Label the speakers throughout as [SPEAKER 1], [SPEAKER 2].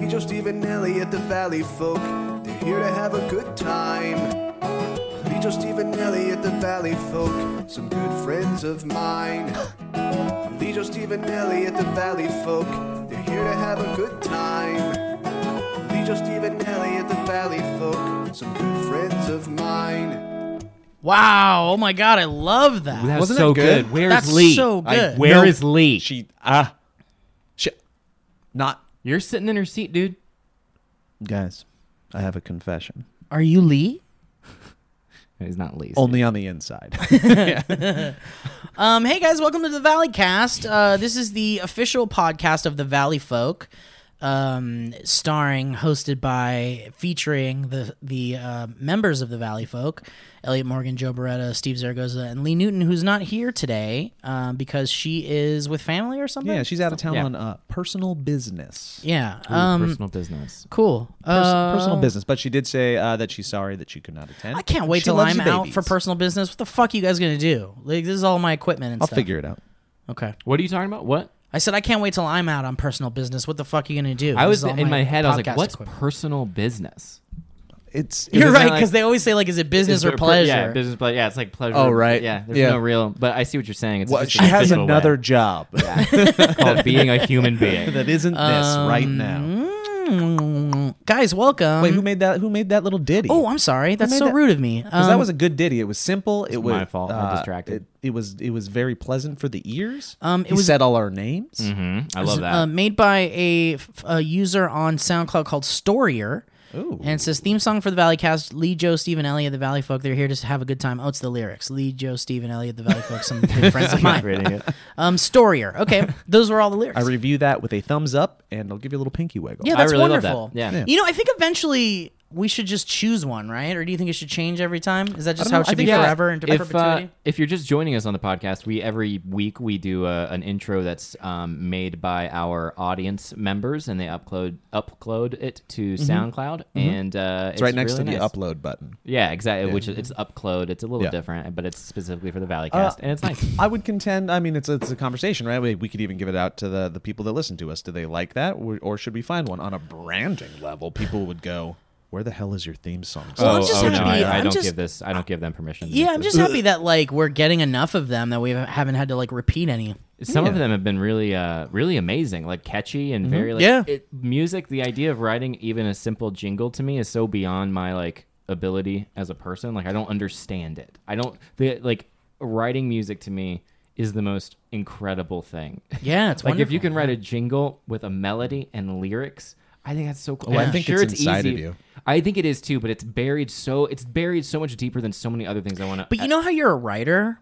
[SPEAKER 1] Angel, Stephen, Elliot, the Valley folk. They're here to have a good time. Angel, Stephen, Elliot, the Valley folk. Some good friends of mine. Angel, Stephen, Elliot, the Valley folk. They're here to have a good time. Angel, Stephen, Elliot, the Valley folk. Some good friends of mine.
[SPEAKER 2] Wow. Oh my God. I love that.
[SPEAKER 3] That was
[SPEAKER 4] Wasn't
[SPEAKER 3] so
[SPEAKER 4] that good?
[SPEAKER 3] good. Where's
[SPEAKER 2] That's
[SPEAKER 3] Lee?
[SPEAKER 2] so
[SPEAKER 3] I-
[SPEAKER 2] good.
[SPEAKER 3] where
[SPEAKER 4] Nope.
[SPEAKER 3] is Lee?
[SPEAKER 4] She ah, she, not
[SPEAKER 3] You're sitting in her seat, dude.
[SPEAKER 4] guys. I have a confession.
[SPEAKER 2] Are you Lee?
[SPEAKER 3] He's not Lee.
[SPEAKER 4] Only on the inside.
[SPEAKER 2] Um, hey guys, welcome to the Valley Cast. Uh, this is the official podcast of the Valley Folk, um, starring, hosted by, featuring the the uh, members of the Valley Folk: Elliot Morgan, Joe Beretta, Steve Zaragoza, and Lee Newton, who's not here today uh, because she is with family or something.
[SPEAKER 4] yeah, she's out of town
[SPEAKER 3] Yeah.
[SPEAKER 4] on uh, personal business.
[SPEAKER 2] yeah. Um,
[SPEAKER 3] personal business.
[SPEAKER 2] cool.
[SPEAKER 4] Pers-
[SPEAKER 2] Uh,
[SPEAKER 4] personal business, but she did say uh, that she's sorry that she could not attend.
[SPEAKER 2] I can't wait
[SPEAKER 4] She
[SPEAKER 2] till
[SPEAKER 4] loves
[SPEAKER 2] I'm
[SPEAKER 4] you
[SPEAKER 2] out
[SPEAKER 4] babies.
[SPEAKER 2] for personal business. What the fuck you guys gonna do? Like, this is all my equipment and
[SPEAKER 4] I'll
[SPEAKER 2] stuff.
[SPEAKER 4] figure it out.
[SPEAKER 2] Okay.
[SPEAKER 3] What are you talking about? What?
[SPEAKER 2] I said I can't wait till I'm out on personal business. What the fuck are you gonna do?
[SPEAKER 3] I
[SPEAKER 2] This
[SPEAKER 3] was
[SPEAKER 2] is all
[SPEAKER 3] in my head. I was
[SPEAKER 2] podcast
[SPEAKER 3] like, "What's
[SPEAKER 2] equipment.
[SPEAKER 3] personal business?"
[SPEAKER 4] It's
[SPEAKER 2] You're
[SPEAKER 4] it's
[SPEAKER 2] right
[SPEAKER 4] not
[SPEAKER 2] because
[SPEAKER 4] like-
[SPEAKER 2] they always say like, is it business
[SPEAKER 3] Is
[SPEAKER 2] or
[SPEAKER 3] there-
[SPEAKER 2] pleasure?
[SPEAKER 3] Yeah, business pleasure. Yeah, it's like pleasure.
[SPEAKER 4] Oh, right.
[SPEAKER 3] Yeah, there's
[SPEAKER 4] Yeah.
[SPEAKER 3] no real. But I see what you're saying. It's
[SPEAKER 4] Well,
[SPEAKER 3] just
[SPEAKER 4] she
[SPEAKER 3] an
[SPEAKER 4] has
[SPEAKER 3] official way
[SPEAKER 4] another job
[SPEAKER 3] called being a human being.
[SPEAKER 4] that isn't this right now.
[SPEAKER 2] Um, Mm, guys, welcome.
[SPEAKER 4] Wait, who made that? Who made that little ditty?
[SPEAKER 2] oh, I'm sorry. That's
[SPEAKER 4] made
[SPEAKER 2] so
[SPEAKER 4] that?
[SPEAKER 2] rude of me. Um,
[SPEAKER 4] 'Cause that was a good ditty. It was simple. It was
[SPEAKER 3] my fault. I'm
[SPEAKER 4] uh,
[SPEAKER 3] distracted.
[SPEAKER 4] It, it was it was very pleasant for the ears.
[SPEAKER 2] Um, it
[SPEAKER 4] He
[SPEAKER 2] was-
[SPEAKER 4] said all our names.
[SPEAKER 3] Mm-hmm. I love that.
[SPEAKER 2] uh, made by a, f- a user on SoundCloud called Storier.
[SPEAKER 4] Ooh.
[SPEAKER 2] And it says theme song for the Valley Cast. Lee, Joe, Steve, and Elliot, the Valley Folk. They're here to have a good time. Oh, it's the lyrics. Lee, Joe, Steve, and Elliot, the Valley Folk. Some good friends of mine.
[SPEAKER 3] Reading it.
[SPEAKER 2] Um, Storier. Okay, those were all the lyrics.
[SPEAKER 4] I review that with a thumbs up, and I'll give you a little pinky wiggle.
[SPEAKER 2] Yeah,
[SPEAKER 3] I
[SPEAKER 2] that's
[SPEAKER 3] really love that.
[SPEAKER 2] wonderful.
[SPEAKER 3] Yeah. Yeah.
[SPEAKER 2] You know, I think eventually we should just choose one, right? Or do you think it should change every time? Is that just
[SPEAKER 4] don't
[SPEAKER 2] how
[SPEAKER 4] know.
[SPEAKER 2] it
[SPEAKER 4] I
[SPEAKER 2] should be
[SPEAKER 4] think, yeah,
[SPEAKER 2] forever into
[SPEAKER 3] if,
[SPEAKER 2] perpetuity?
[SPEAKER 3] Uh, if you're just joining us on the podcast, we every week we do uh an intro that's um, made by our audience members, and they upload upload it to
[SPEAKER 2] Mm-hmm.
[SPEAKER 3] SoundCloud, and uh,
[SPEAKER 4] it's right next
[SPEAKER 3] really
[SPEAKER 4] to the
[SPEAKER 3] nice.
[SPEAKER 4] upload button.
[SPEAKER 3] Yeah, exactly. Which is, it's upload. It's a little
[SPEAKER 4] Yeah.
[SPEAKER 3] different, but it's specifically for the Valley
[SPEAKER 2] Uh,
[SPEAKER 3] Cast, and it's nice.
[SPEAKER 4] I would contend. I mean, it's it's a conversation, right? We, we could even give it out to the the people that listen to us. Do they like that, or, or should we find one on a branding level? People would go, "Where the hell is your theme song?"
[SPEAKER 2] Well, I'm just
[SPEAKER 3] Oh, no,
[SPEAKER 2] happy-
[SPEAKER 3] I, I
[SPEAKER 2] I'm
[SPEAKER 3] don't
[SPEAKER 2] just-
[SPEAKER 3] give this. I don't give them permission. to
[SPEAKER 2] yeah,
[SPEAKER 3] make
[SPEAKER 2] I'm
[SPEAKER 3] this.
[SPEAKER 2] just happy that like we're getting enough of them that we haven't had to like repeat any.
[SPEAKER 3] Some of them have been really, uh, really amazing, like catchy
[SPEAKER 4] Mm-hmm.
[SPEAKER 3] and very like
[SPEAKER 2] Yeah.
[SPEAKER 3] it, music. The idea of writing even a simple jingle to me is so beyond my like ability as a person. Like I don't understand it. I don't the, like writing music to me is the most incredible thing.
[SPEAKER 2] Yeah, it's
[SPEAKER 3] like
[SPEAKER 2] wonderful.
[SPEAKER 3] if you can write a jingle with a melody and lyrics. I think that's so cool.
[SPEAKER 4] Oh, I
[SPEAKER 3] And I'm
[SPEAKER 4] think
[SPEAKER 3] sure
[SPEAKER 4] it's inside of
[SPEAKER 3] easy.
[SPEAKER 4] you.
[SPEAKER 3] I think it is too, but it's buried so it's buried so much deeper than so many other things I want to.
[SPEAKER 2] But you know how you're a writer?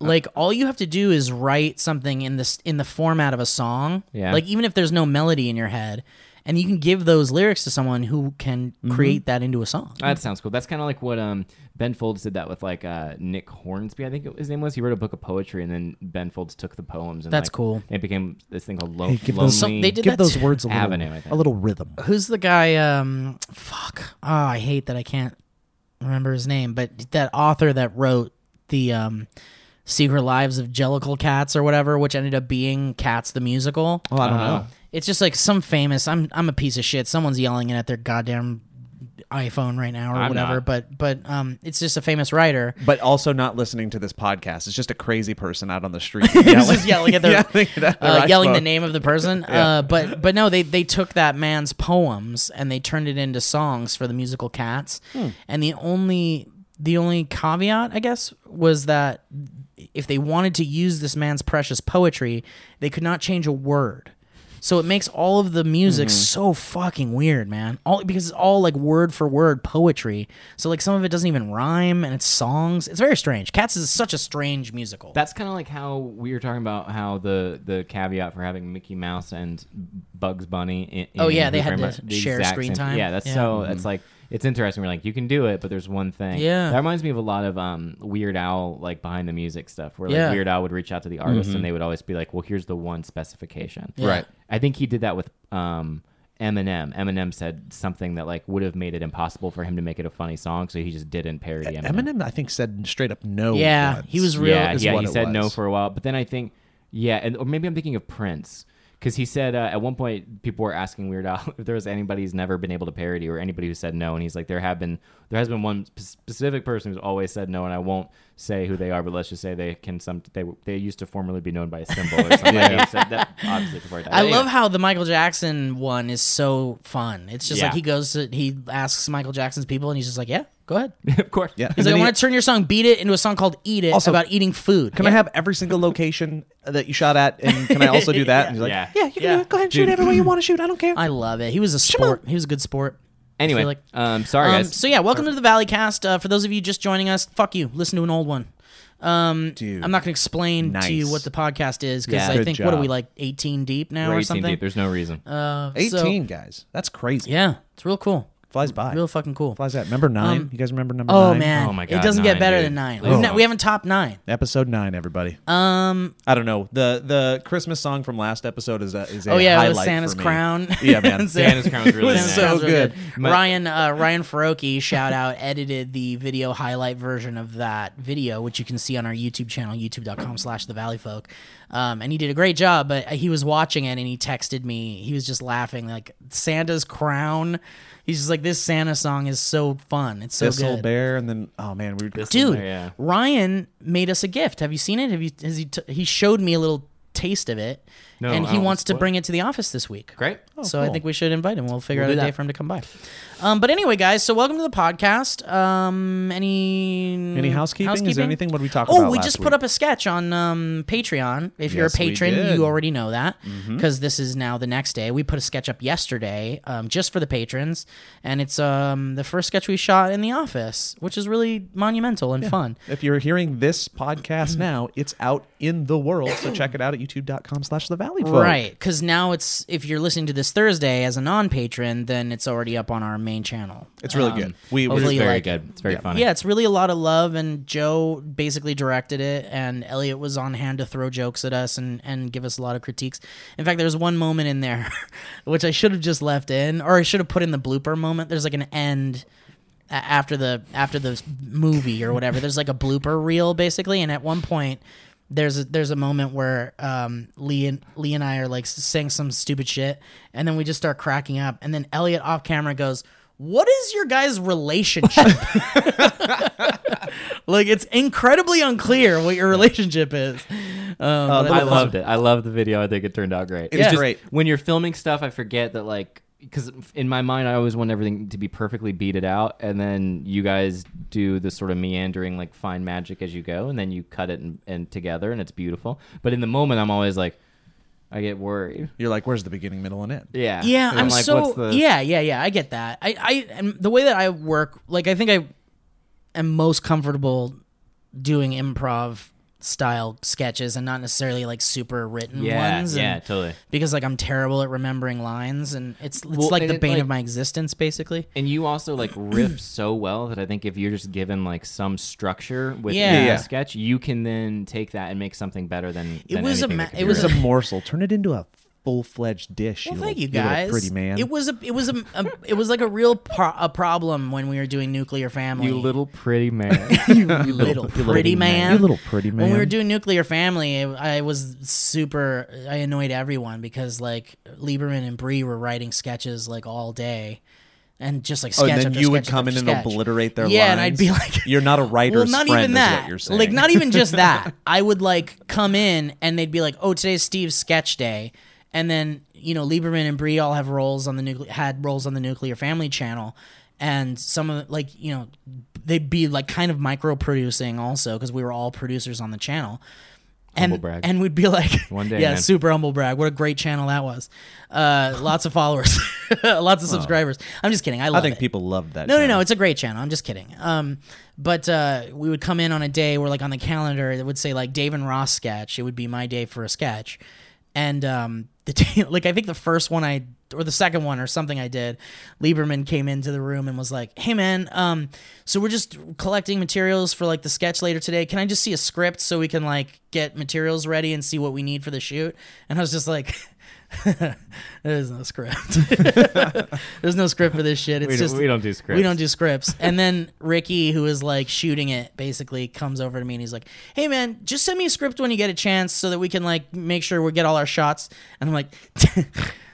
[SPEAKER 2] Like all you have to do is write something in this in the format of a song.
[SPEAKER 3] Yeah.
[SPEAKER 2] Like even if there's no melody in your head, and you can give those lyrics to someone who can
[SPEAKER 4] Mm-hmm.
[SPEAKER 2] create that into a song.
[SPEAKER 3] Ah, That sounds cool. That's kind of like what um, Ben Folds did that with like uh, Nick Hornsby, I think it- his name was. He wrote a book of poetry, and then Ben Folds took the poems. And,
[SPEAKER 2] That's
[SPEAKER 3] like,
[SPEAKER 2] cool.
[SPEAKER 3] It became this thing called Lo-
[SPEAKER 4] give
[SPEAKER 3] Lonely.
[SPEAKER 4] those
[SPEAKER 2] some- they did
[SPEAKER 4] give
[SPEAKER 2] that
[SPEAKER 4] those
[SPEAKER 2] to-
[SPEAKER 4] words a little
[SPEAKER 3] Avenue, I think.
[SPEAKER 4] a little rhythm.
[SPEAKER 2] who's the guy um fuck oh i hate that i can't remember his name but that author that wrote the um secret lives of jellicle cats or whatever which ended up being cats the musical
[SPEAKER 4] Oh, I don't know.
[SPEAKER 2] it's just like some famous i'm i'm a piece of shit someone's yelling it at their goddamn iphone right now or
[SPEAKER 3] I'm
[SPEAKER 2] whatever
[SPEAKER 3] not.
[SPEAKER 2] but but um it's just a famous writer
[SPEAKER 4] But also not listening to this podcast. It's just a crazy person out on the street
[SPEAKER 2] Who's just yelling at their,
[SPEAKER 4] Yelling at their
[SPEAKER 2] uh, yelling the
[SPEAKER 4] iPhone.
[SPEAKER 2] name of the person. uh, but but no, they they took that man's poems and they turned it into songs for the musical Cats. And the only the only caveat, I guess, was that if they wanted to use this man's precious poetry, they could not change a word. So it makes all of the music so fucking weird, man. All because it's all like word for word poetry. So like some of it doesn't even rhyme and it's songs. It's very strange. Cats is such a strange musical.
[SPEAKER 3] That's kind of like how we were talking about how the the caveat for having Mickey Mouse and Bugs Bunny. In, in
[SPEAKER 2] Oh, yeah,
[SPEAKER 3] Who
[SPEAKER 2] they had
[SPEAKER 3] Framed
[SPEAKER 2] to
[SPEAKER 3] Ra- the
[SPEAKER 2] share
[SPEAKER 3] exact
[SPEAKER 2] screen
[SPEAKER 3] same-
[SPEAKER 2] time.
[SPEAKER 3] Yeah, that's
[SPEAKER 2] Yeah.
[SPEAKER 3] so. It's like it's interesting. We're like, you can do it, but there's one thing.
[SPEAKER 2] Yeah.
[SPEAKER 3] that reminds me of a lot of um Weird Owl like behind the music stuff, where like
[SPEAKER 2] Yeah.
[SPEAKER 3] Weird Owl would reach out to the artists
[SPEAKER 2] Mm-hmm.
[SPEAKER 3] and they would always be like, well, here's the one specification.
[SPEAKER 4] Right.
[SPEAKER 3] I think he did that with um, Eminem. Eminem said something that like would have made it impossible for him to make it a funny song, so he just didn't parody Eminem.
[SPEAKER 4] E-, Eminem, I think, said straight up no.
[SPEAKER 2] Yeah,
[SPEAKER 4] once.
[SPEAKER 2] he was real.
[SPEAKER 3] yeah,
[SPEAKER 4] is
[SPEAKER 3] yeah,
[SPEAKER 4] what
[SPEAKER 3] he
[SPEAKER 4] it
[SPEAKER 3] said no
[SPEAKER 4] was.
[SPEAKER 3] for a while, but then I think yeah, and or maybe I'm thinking of Prince Because he said uh, at one point people were asking Weird Al if there was anybody he's never been able to parody or anybody who said no, and he's like, there have been there has been one p- specific person who's always said no, and I won't say who they are, but let's just say they can some they they used to formerly be known by a symbol or something. yeah. he said that obviously before that.
[SPEAKER 2] I love how the Michael Jackson one is so fun. It's just like
[SPEAKER 3] Yeah.
[SPEAKER 2] he goes to he asks Michael Jackson's people and he's just like, "Yeah, go ahead."
[SPEAKER 3] of course,
[SPEAKER 4] Yeah.
[SPEAKER 2] He's like,
[SPEAKER 4] And then
[SPEAKER 2] "I
[SPEAKER 4] he-
[SPEAKER 2] want to turn your song Beat It into a song called Eat It
[SPEAKER 4] Also-
[SPEAKER 2] about eating food."
[SPEAKER 4] Can I have every single location that you shot at, and can I also do that? And he's like,
[SPEAKER 3] Yeah.
[SPEAKER 4] yeah, you can
[SPEAKER 2] Yeah.
[SPEAKER 4] do it. Go ahead and shoot everywhere you want to shoot. I don't care.
[SPEAKER 2] I love it. He was a sport. He was a good sport. I
[SPEAKER 3] Anyway,
[SPEAKER 2] feel like-
[SPEAKER 3] um, sorry
[SPEAKER 2] Um,
[SPEAKER 3] guys.
[SPEAKER 2] so yeah, welcome to the Valley Cast. Uh, for those of you just joining us, fuck you. Listen to an old one. Um,
[SPEAKER 4] Dude,
[SPEAKER 2] I'm not going to explain
[SPEAKER 4] nice.
[SPEAKER 2] to you what the podcast is because
[SPEAKER 3] Yeah.
[SPEAKER 2] I
[SPEAKER 3] Good
[SPEAKER 2] think what are
[SPEAKER 4] job.
[SPEAKER 2] we like 18 deep now
[SPEAKER 3] We're
[SPEAKER 2] or
[SPEAKER 3] 18
[SPEAKER 2] something?
[SPEAKER 3] deep. There's no reason.
[SPEAKER 2] Uh, so-
[SPEAKER 4] 18 guys. That's crazy.
[SPEAKER 2] yeah, it's real cool.
[SPEAKER 4] Flies by.
[SPEAKER 2] Real fucking cool.
[SPEAKER 4] Flies out. Remember nine? you guys remember number
[SPEAKER 2] Oh
[SPEAKER 4] nine? Oh.
[SPEAKER 2] man,
[SPEAKER 3] Oh, my
[SPEAKER 2] it
[SPEAKER 3] God,
[SPEAKER 2] doesn't get
[SPEAKER 3] nine,
[SPEAKER 2] better
[SPEAKER 3] dude.
[SPEAKER 2] than nine.
[SPEAKER 3] Please
[SPEAKER 2] We've ne-
[SPEAKER 3] don't.
[SPEAKER 2] we haven't top nine.
[SPEAKER 4] Episode nine, everybody.
[SPEAKER 2] Um,
[SPEAKER 4] I don't know. The the Christmas song from last episode is a, is a
[SPEAKER 2] oh yeah, it was
[SPEAKER 4] highlight
[SPEAKER 2] Santa's
[SPEAKER 4] for me.
[SPEAKER 2] crown.
[SPEAKER 4] Yeah, man.
[SPEAKER 2] So-
[SPEAKER 3] Santa's crown was really
[SPEAKER 4] was
[SPEAKER 3] nice.
[SPEAKER 4] so
[SPEAKER 2] Sounds really
[SPEAKER 4] good.
[SPEAKER 3] My-
[SPEAKER 2] Ryan uh, Ryan Faroki, shout out, edited the video highlight version of that video, which you can see on our YouTube channel, youtube.com slash the valley folk. Um, and he did a great job, but he was watching it and he texted me. He was just laughing, like Santa's crown. He's just like, This Santa song is so fun. It's so
[SPEAKER 4] Thistle
[SPEAKER 2] good.
[SPEAKER 4] Bear, and then oh man, we were just
[SPEAKER 2] Dude,
[SPEAKER 3] Yeah.
[SPEAKER 2] Ryan made us a gift. Have you seen it? Have you has he t- he showed me a little taste of it.
[SPEAKER 3] No,
[SPEAKER 2] and
[SPEAKER 3] I
[SPEAKER 2] he
[SPEAKER 3] don't-
[SPEAKER 2] wants to
[SPEAKER 3] what?
[SPEAKER 2] bring it to the office this week
[SPEAKER 3] Great.
[SPEAKER 2] so I
[SPEAKER 4] cool.
[SPEAKER 2] think we should invite him. We'll figure
[SPEAKER 3] We'll
[SPEAKER 2] out
[SPEAKER 3] do
[SPEAKER 2] a day
[SPEAKER 3] that.
[SPEAKER 2] for him to come by. Um, but anyway, guys, so welcome to the podcast. Um, any
[SPEAKER 4] Any housekeeping? Is there anything? What did we talk
[SPEAKER 2] Oh,
[SPEAKER 4] about?
[SPEAKER 2] we
[SPEAKER 4] last
[SPEAKER 2] just
[SPEAKER 4] week?
[SPEAKER 2] put up a sketch on um, Patreon. If you're a
[SPEAKER 4] Yes, we
[SPEAKER 2] patron,
[SPEAKER 4] did. Mm-hmm.
[SPEAKER 2] you already know that because this is now the next day. We put a sketch up yesterday um, just for the patrons, and it's um, the first sketch we shot in the office, which is really monumental and fun.
[SPEAKER 4] If you're hearing this podcast now, it's out in the world, so check it out at youtube.com/slash the Valley Folk.
[SPEAKER 2] Right, because now it's if you're listening to this Thursday as a non-patron, then it's already up on our main channel.
[SPEAKER 4] It's really
[SPEAKER 2] Um,
[SPEAKER 4] good. We
[SPEAKER 3] It was
[SPEAKER 2] hopefully
[SPEAKER 4] we
[SPEAKER 2] you
[SPEAKER 3] very
[SPEAKER 2] like it.
[SPEAKER 3] good. It's very funny.
[SPEAKER 2] Yeah, it's really a lot of love, and Joe basically directed it, and Elliot was on hand to throw jokes at us and, and give us a lot of critiques. In fact, there's one moment in there, which I should have just left in, or I should have put in the blooper moment. There's like an end a- after the after the movie or whatever. There's like a blooper reel basically, and at one point. There's a, there's a moment where um, Lee and Lee and I are like saying some stupid shit, and then we just start cracking up. And then Elliot off camera goes, "What is your guys' relationship?" Like it's incredibly unclear what your relationship is. Um, but
[SPEAKER 3] Oh, I
[SPEAKER 2] thought-
[SPEAKER 3] loved it. I loved the video. I think it turned out great. It
[SPEAKER 4] was great.
[SPEAKER 3] When you're filming stuff, I forget that like because in my mind I always want everything to be perfectly beaded out, and then you guys do this sort of meandering like fine magic as you go, and then you cut it and, and together, and it's beautiful. But in the moment, I'm always like, I get worried.
[SPEAKER 4] You're like, where's the beginning, middle, and end?
[SPEAKER 3] Yeah.
[SPEAKER 2] Yeah,
[SPEAKER 3] And
[SPEAKER 2] I'm
[SPEAKER 3] like,
[SPEAKER 2] so
[SPEAKER 3] what's the-
[SPEAKER 2] yeah, yeah, yeah. I get that. I, I and the way that I work, like I think I am most comfortable doing improv style sketches and not necessarily like super written
[SPEAKER 3] Yeah.
[SPEAKER 2] ones.
[SPEAKER 3] yeah.
[SPEAKER 2] and-
[SPEAKER 3] Totally.
[SPEAKER 2] Because like I'm terrible at remembering lines, and it's it's
[SPEAKER 3] Well,
[SPEAKER 2] like
[SPEAKER 3] and
[SPEAKER 2] the
[SPEAKER 3] it,
[SPEAKER 2] bane
[SPEAKER 3] like-
[SPEAKER 2] of my existence, basically.
[SPEAKER 3] And you also like riff so well that I think if you're just given like some structure with
[SPEAKER 2] Yeah.
[SPEAKER 4] Yeah.
[SPEAKER 3] a sketch, you can then take that and make something better than.
[SPEAKER 2] It
[SPEAKER 3] than
[SPEAKER 2] was a
[SPEAKER 3] anything
[SPEAKER 2] ma-
[SPEAKER 3] that could
[SPEAKER 2] it
[SPEAKER 3] be
[SPEAKER 2] was
[SPEAKER 4] It's a
[SPEAKER 3] written.
[SPEAKER 4] morsel. Turn it into a full-fledged dish.
[SPEAKER 2] Well,
[SPEAKER 4] you
[SPEAKER 2] thank
[SPEAKER 4] little-
[SPEAKER 2] you
[SPEAKER 4] little
[SPEAKER 2] guys.
[SPEAKER 4] pretty man.
[SPEAKER 2] It was a it was a, a it was like a real pro- a problem when we were doing Nuclear Family.
[SPEAKER 3] You little pretty man.
[SPEAKER 2] you little pretty man.
[SPEAKER 4] You little pretty man.
[SPEAKER 2] When we were doing Nuclear Family, I was super. I annoyed everyone because like Lieberman and Bree were writing sketches like all day, and just like
[SPEAKER 4] Oh,
[SPEAKER 2] sketch
[SPEAKER 4] and then
[SPEAKER 2] after
[SPEAKER 4] you would
[SPEAKER 2] sketch
[SPEAKER 4] come in
[SPEAKER 2] after
[SPEAKER 4] and
[SPEAKER 2] sketch.
[SPEAKER 4] obliterate their
[SPEAKER 2] yeah,
[SPEAKER 4] lines.
[SPEAKER 2] and I'd be like,
[SPEAKER 4] "You're not a writer's
[SPEAKER 2] well, not
[SPEAKER 4] friend,"
[SPEAKER 2] even
[SPEAKER 4] is
[SPEAKER 2] that.
[SPEAKER 4] what you're saying.
[SPEAKER 2] Like, not even just that. I would like come in and they'd be like, "Oh, today's Steve's sketch day," and then you know Lieberman and Bree all have roles on the nucle- had roles on the Nuclear Family Channel, and some of like you know they'd be like kind of micro producing also because we were all producers on the channel. And,
[SPEAKER 3] Humble brag.
[SPEAKER 2] and we'd be like,
[SPEAKER 3] One day,
[SPEAKER 2] yeah,
[SPEAKER 3] man.
[SPEAKER 2] super humble brag. What a great channel that was. Uh, lots of followers, lots of subscribers. I'm just kidding. I love
[SPEAKER 4] I think
[SPEAKER 2] it.
[SPEAKER 4] people loved that.
[SPEAKER 2] No, no,
[SPEAKER 4] channel.
[SPEAKER 2] no. It's a great channel. I'm just kidding. Um, but uh, we would come in on a day where, like, on the calendar, it would say like Dave and Ross sketch. It would be my day for a sketch, and um, the day, like I think the first one I or the second one or something I did, Lieberman came into the room and was like, "Hey, man, um, so we're just collecting materials for like the sketch later today. Can I just see a script so we can like get materials ready and see what we need for the shoot?" And I was just like. There's no script. There's no script for this shit. It's
[SPEAKER 3] We don't-
[SPEAKER 2] just
[SPEAKER 3] we don't do scripts.
[SPEAKER 2] We don't do scripts. And then Ricky, who is like shooting it, basically comes over to me and he's like, "Hey man, just send me a script when you get a chance, so that we can like make sure we get all our shots." And I'm like,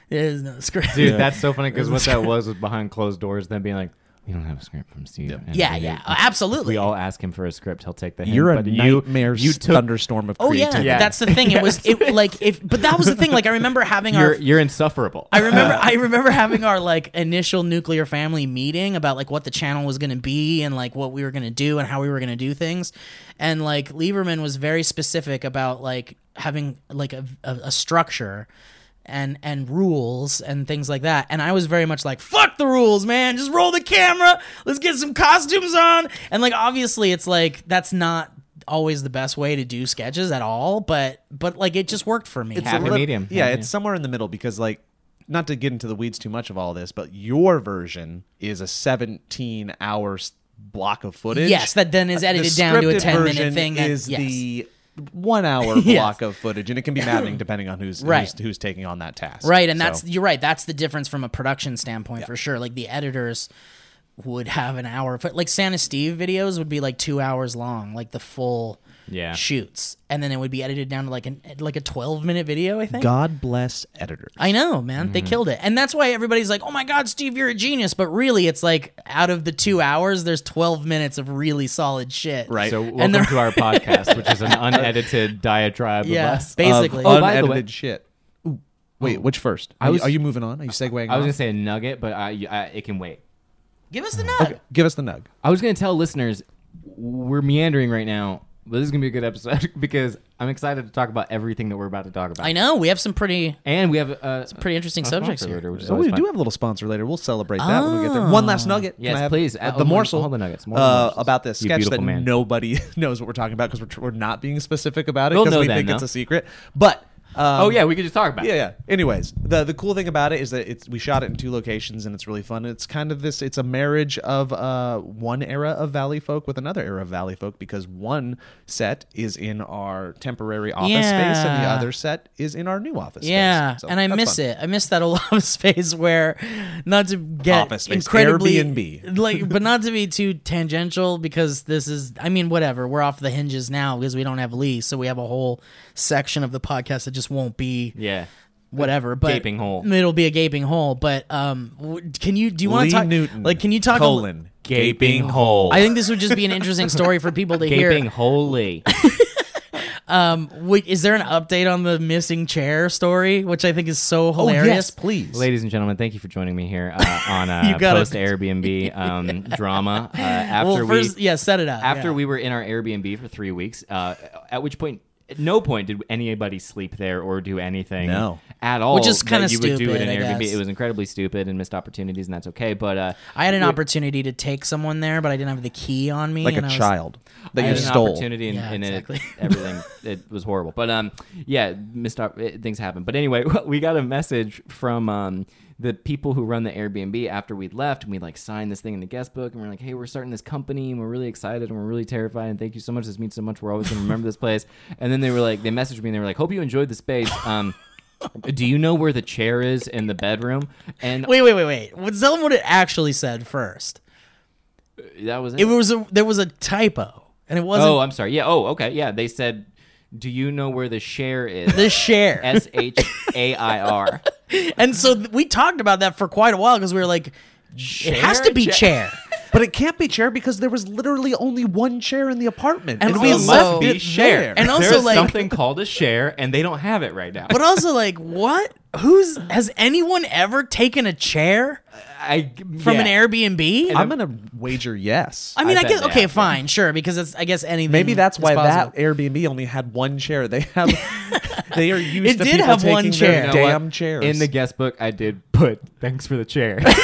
[SPEAKER 2] "There's no script."
[SPEAKER 3] Dude, that's so funny because what that was was behind closed doors, them being like, we don't have a script from Steve. And
[SPEAKER 2] yeah,
[SPEAKER 3] we-
[SPEAKER 2] yeah, absolutely.
[SPEAKER 3] We all ask him for a script. He'll take the hint.
[SPEAKER 4] You're a
[SPEAKER 3] but
[SPEAKER 4] nightmare
[SPEAKER 3] You, you took
[SPEAKER 4] thunderstorm of
[SPEAKER 2] oh yeah,
[SPEAKER 4] creativity.
[SPEAKER 3] Yeah.
[SPEAKER 2] that's the thing. It was it like if, but that was the thing. Like I remember having our
[SPEAKER 3] You're, you're insufferable.
[SPEAKER 2] I remember I remember having our like initial nuclear family meeting about like what the channel was going to be and like what we were going to do and how we were going to do things. And like Lieberman was very specific about like having like a, a, a structure and and rules and things like that. And I was very much like fuck the rules, man. Just roll the camera. Let's get some costumes on. And like obviously it's like that's not always the best way to do sketches at all, but but like it just worked for me.
[SPEAKER 4] It's a
[SPEAKER 3] Happy
[SPEAKER 4] little-
[SPEAKER 3] medium.
[SPEAKER 4] Yeah,
[SPEAKER 3] Happy.
[SPEAKER 4] it's somewhere in the middle because like not to get into the weeds too much of all this, but your version is a 17 hour s- block of footage.
[SPEAKER 2] Yes, that then is
[SPEAKER 4] The
[SPEAKER 2] edited down to a
[SPEAKER 4] scripted
[SPEAKER 2] 10 minute
[SPEAKER 4] version
[SPEAKER 2] thing that-
[SPEAKER 4] is
[SPEAKER 2] yes.
[SPEAKER 4] the one hour
[SPEAKER 2] Yes.
[SPEAKER 4] block of footage, and it can be maddening depending on who's
[SPEAKER 2] Right.
[SPEAKER 4] who's, who's taking on that task.
[SPEAKER 2] Right, and
[SPEAKER 4] So-
[SPEAKER 2] that's you're right. That's the difference from a production standpoint for sure. Like the editors would have an hour, but like Santa Steve videos would be like two hours long, like the full
[SPEAKER 3] Yeah.
[SPEAKER 2] shoots, and then it would be edited down to like an like a twelve minute video. I think.
[SPEAKER 4] God bless editors.
[SPEAKER 2] I know, man.
[SPEAKER 4] Mm-hmm.
[SPEAKER 2] They killed it. And that's why everybody's like, oh my God, Steve, you're a genius. But really, it's like out of the two hours, there's 12 minutes of really solid shit.
[SPEAKER 4] Right.
[SPEAKER 3] So
[SPEAKER 4] And
[SPEAKER 3] welcome
[SPEAKER 2] they're-
[SPEAKER 3] to our podcast, which is an unedited diatribe
[SPEAKER 2] Yeah,
[SPEAKER 3] of us.
[SPEAKER 2] basically.
[SPEAKER 3] Oh,
[SPEAKER 4] oh,
[SPEAKER 3] by the way-
[SPEAKER 4] unedited shit. Ooh. Wait, which first?
[SPEAKER 3] I
[SPEAKER 4] Are, you-
[SPEAKER 3] was-
[SPEAKER 4] are you moving on? Are you segueing?
[SPEAKER 3] I was
[SPEAKER 4] on?
[SPEAKER 3] gonna say a nugget, but I, I it can wait.
[SPEAKER 2] Give us the nug.
[SPEAKER 4] Give us the nug.
[SPEAKER 3] I was gonna tell listeners we're meandering right now, but this is gonna be a good episode because I'm excited to talk about everything that we're about to talk about.
[SPEAKER 2] I know. We have some pretty
[SPEAKER 3] And we have uh, a
[SPEAKER 2] pretty interesting subjects
[SPEAKER 3] sponsor
[SPEAKER 2] here.
[SPEAKER 3] later, which is
[SPEAKER 4] So
[SPEAKER 3] always
[SPEAKER 4] Oh, we
[SPEAKER 3] fun.
[SPEAKER 4] do have a little sponsor later. We'll celebrate that when we get there. One last
[SPEAKER 2] Ah.
[SPEAKER 4] nugget. Can
[SPEAKER 3] Yes,
[SPEAKER 4] I have,
[SPEAKER 3] please.
[SPEAKER 4] uh,
[SPEAKER 3] All
[SPEAKER 4] the
[SPEAKER 3] the-
[SPEAKER 4] morsel.
[SPEAKER 3] all the nuggets. More
[SPEAKER 4] uh,
[SPEAKER 3] morsels.
[SPEAKER 4] about this
[SPEAKER 3] You
[SPEAKER 4] sketch that
[SPEAKER 3] beautiful man.
[SPEAKER 4] nobody knows what we're talking about because we're, tr- we're not being specific about it
[SPEAKER 3] They'll
[SPEAKER 4] because
[SPEAKER 3] know
[SPEAKER 4] we
[SPEAKER 3] then,
[SPEAKER 4] think
[SPEAKER 3] no?
[SPEAKER 4] it's a secret. But um,
[SPEAKER 3] Oh yeah, we could just talk about.
[SPEAKER 4] yeah,
[SPEAKER 3] it.
[SPEAKER 4] yeah. Anyways, the the cool thing about it is that it's we shot it in two locations and it's really fun. It's kind of this it's a marriage of uh one era of Valley Folk with another era of Valley Folk because one set is in our temporary office space and the
[SPEAKER 2] Yeah.
[SPEAKER 4] other set is in our new office
[SPEAKER 2] Yeah,
[SPEAKER 4] space. So
[SPEAKER 2] and I
[SPEAKER 4] that's
[SPEAKER 2] miss
[SPEAKER 4] fun.
[SPEAKER 2] it. I miss that old office space where, not to get
[SPEAKER 4] Office space,
[SPEAKER 2] incredibly
[SPEAKER 4] Airbnb.
[SPEAKER 2] like, but not to be too tangential because this is. I mean, whatever. We're off the hinges now because we don't have Lee, so we have a whole section of the podcast that just won't be
[SPEAKER 3] Yeah.
[SPEAKER 2] whatever. But
[SPEAKER 3] gaping hole.
[SPEAKER 2] It'll be a gaping hole. But um, w- can you do you want
[SPEAKER 4] Lee
[SPEAKER 2] to talk?
[SPEAKER 4] Newton.
[SPEAKER 2] Like, can you talk? a-
[SPEAKER 4] colon
[SPEAKER 3] Gaping hole.
[SPEAKER 2] I think this would just be an interesting story for people to hear.
[SPEAKER 3] Gaping holy.
[SPEAKER 2] Wait, is there an update on the missing chair story, which I think is so
[SPEAKER 4] Oh
[SPEAKER 2] hilarious?
[SPEAKER 4] yes, please.
[SPEAKER 3] Ladies and gentlemen, thank you for joining me here uh, on
[SPEAKER 2] You
[SPEAKER 3] uh,
[SPEAKER 2] got it.
[SPEAKER 3] post Airbnb um, drama. Uh, after
[SPEAKER 2] Well, first,
[SPEAKER 3] we
[SPEAKER 2] yeah, set it up.
[SPEAKER 3] after
[SPEAKER 2] yeah.
[SPEAKER 3] we were in our Airbnb for three weeks, uh, at which point. At no point did anybody sleep there or do anything
[SPEAKER 4] No.
[SPEAKER 3] at all.
[SPEAKER 2] Which is
[SPEAKER 3] that
[SPEAKER 2] kinda
[SPEAKER 3] you would do
[SPEAKER 2] stupid,
[SPEAKER 3] in
[SPEAKER 2] I
[SPEAKER 3] an Airbnb.
[SPEAKER 2] guess.
[SPEAKER 3] It was incredibly stupid and missed opportunities, and that's okay. But uh,
[SPEAKER 2] I had an opportunity to take someone there, but I didn't have the key on me.
[SPEAKER 4] like
[SPEAKER 2] and
[SPEAKER 4] a
[SPEAKER 2] I was-
[SPEAKER 4] child that
[SPEAKER 3] I
[SPEAKER 4] you
[SPEAKER 3] had an
[SPEAKER 4] stole.
[SPEAKER 3] opportunity and,
[SPEAKER 2] Yeah,
[SPEAKER 3] and it-
[SPEAKER 2] exactly.
[SPEAKER 3] everything it was horrible but um yeah missed op- it- things happen but anyway we got a message from um the people who run the Airbnb after we left and we like signed this thing in the guest book and we're like hey we're starting this company and we're really excited and we're really terrified and thank you so much this means so much we're always going to remember this place and then they were like they messaged me and they were like hope you enjoyed the space um do you know where the chair is in the bedroom and
[SPEAKER 2] Wait, wait, wait, wait. Well, Tell them what it actually said first.
[SPEAKER 3] that was
[SPEAKER 2] It was a, there was a typo, and it wasn't
[SPEAKER 3] oh I'm sorry yeah oh okay yeah they said do you know where the share is
[SPEAKER 2] the share.
[SPEAKER 3] S H A I R.
[SPEAKER 2] and so th- we talked about that for quite a while because we were like, it has to be chair.
[SPEAKER 4] But it can't be chair because there was literally only one chair in the apartment,
[SPEAKER 2] And
[SPEAKER 4] and, we
[SPEAKER 2] also-
[SPEAKER 4] left
[SPEAKER 2] Must
[SPEAKER 4] it
[SPEAKER 2] be
[SPEAKER 4] there.
[SPEAKER 2] And also,
[SPEAKER 3] There's
[SPEAKER 2] like-
[SPEAKER 3] something called a share, and they don't have it right now.
[SPEAKER 2] But also, like, what? Who's has anyone ever taken a chair
[SPEAKER 3] I
[SPEAKER 2] from
[SPEAKER 3] yeah.
[SPEAKER 2] an Airbnb? i
[SPEAKER 4] I'm gonna wager yes.
[SPEAKER 2] mean,
[SPEAKER 3] I
[SPEAKER 2] I,
[SPEAKER 3] bet
[SPEAKER 2] guess
[SPEAKER 3] they
[SPEAKER 2] okay,
[SPEAKER 3] have.
[SPEAKER 2] fine, sure, because it's I guess anything.
[SPEAKER 4] Maybe that's
[SPEAKER 2] is
[SPEAKER 4] why
[SPEAKER 2] Mm, possible.
[SPEAKER 4] that Airbnb only had one chair. They have, they are used.
[SPEAKER 2] It
[SPEAKER 4] to
[SPEAKER 2] did
[SPEAKER 4] people
[SPEAKER 2] have one
[SPEAKER 4] taking
[SPEAKER 2] chair.
[SPEAKER 4] their
[SPEAKER 3] You know
[SPEAKER 4] damn
[SPEAKER 3] what?
[SPEAKER 4] chairs.
[SPEAKER 3] In the guest book, I did put thanks for the chair.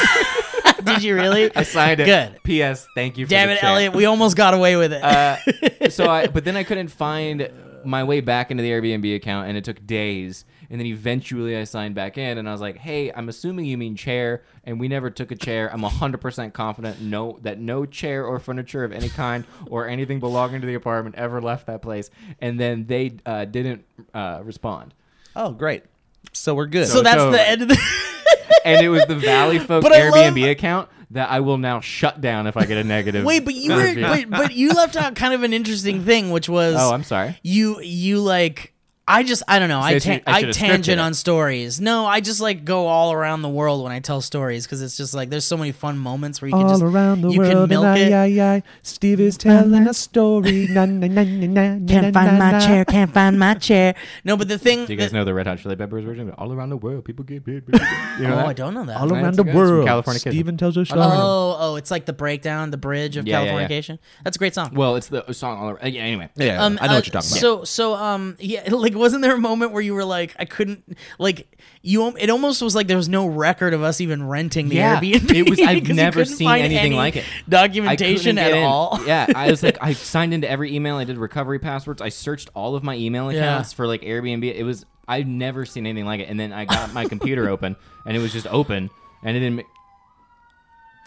[SPEAKER 2] Did you really?
[SPEAKER 3] I signed it.
[SPEAKER 2] Good.
[SPEAKER 3] P.S. Thank you. for
[SPEAKER 2] Damn
[SPEAKER 3] the
[SPEAKER 2] it,
[SPEAKER 3] chair.
[SPEAKER 2] Elliot. We almost got away with it.
[SPEAKER 3] Uh, so I, but then I couldn't find my way back into the Airbnb account, and it took days. And then eventually I signed back in, and I was like, "Hey, I'm assuming you mean chair, and we never took a chair. I'm 100% confident no that no chair or furniture of any kind or anything belonging to the apartment ever left that place." And then they uh, didn't uh, respond.
[SPEAKER 4] oh, great. So we're good.
[SPEAKER 2] So that's
[SPEAKER 3] over.
[SPEAKER 2] the end of the.
[SPEAKER 3] and it was the Valley Folk
[SPEAKER 2] But I love-
[SPEAKER 3] Airbnb account that I will now shut down if I get a negative.
[SPEAKER 2] Wait, but you were,
[SPEAKER 3] review.
[SPEAKER 2] wait, but you left out kind of an interesting thing, which was
[SPEAKER 3] Oh, I'm sorry.
[SPEAKER 2] you you like I just I don't know I
[SPEAKER 3] you-
[SPEAKER 2] ta-
[SPEAKER 3] I
[SPEAKER 2] I,
[SPEAKER 3] should've scripted
[SPEAKER 2] tangent
[SPEAKER 3] it.
[SPEAKER 2] on stories. No, I just like go all around the world when I tell stories because it's just like there's so many fun moments where you can
[SPEAKER 4] all
[SPEAKER 2] just
[SPEAKER 4] around the
[SPEAKER 2] you
[SPEAKER 4] world.
[SPEAKER 2] can milk
[SPEAKER 4] and
[SPEAKER 2] it.
[SPEAKER 4] I, I, I, Steve is telling a story. na, na, na, na, na, na,
[SPEAKER 2] Can't find
[SPEAKER 4] na,
[SPEAKER 2] my
[SPEAKER 4] na.
[SPEAKER 2] chair. Can't find my chair. No, but the thing.
[SPEAKER 3] Do you guys
[SPEAKER 2] the-
[SPEAKER 3] know the Red Hot Chili Peppers version? All around the world, people get big. people get big. You know
[SPEAKER 2] oh,
[SPEAKER 3] that?
[SPEAKER 2] I don't know that.
[SPEAKER 4] All
[SPEAKER 3] That's
[SPEAKER 4] around
[SPEAKER 3] a
[SPEAKER 4] the
[SPEAKER 3] guy. It's from
[SPEAKER 4] world.
[SPEAKER 3] California Kid.
[SPEAKER 4] Steven tells a story.
[SPEAKER 2] Oh, oh, it's like the breakdown, the bridge of
[SPEAKER 3] Yeah, yeah, yeah.
[SPEAKER 2] Californication. That's a great song.
[SPEAKER 3] Well, it's the song all around. Yeah, anyway.
[SPEAKER 4] yeah,
[SPEAKER 2] um,
[SPEAKER 4] I know
[SPEAKER 2] uh,
[SPEAKER 4] what you're talking about.
[SPEAKER 2] So, so, um, yeah, like, wasn't there a moment where you were like, I couldn't, like, you? al- It almost was like there was no record of us even renting the
[SPEAKER 3] Yeah,
[SPEAKER 2] Airbnb.
[SPEAKER 3] it was- I've
[SPEAKER 2] because you
[SPEAKER 3] never
[SPEAKER 2] couldn't
[SPEAKER 3] seen
[SPEAKER 2] find
[SPEAKER 3] anything
[SPEAKER 2] any
[SPEAKER 3] like it. I couldn't
[SPEAKER 2] Documentation
[SPEAKER 3] get
[SPEAKER 2] at
[SPEAKER 3] in.
[SPEAKER 2] all.
[SPEAKER 3] yeah, I was like, I signed into every email. I did recovery passwords. I searched all of my email
[SPEAKER 2] Yeah.
[SPEAKER 3] accounts for like Airbnb. It was I've never seen anything like it. And then I got my computer open, and it was just open, and it didn't. ma-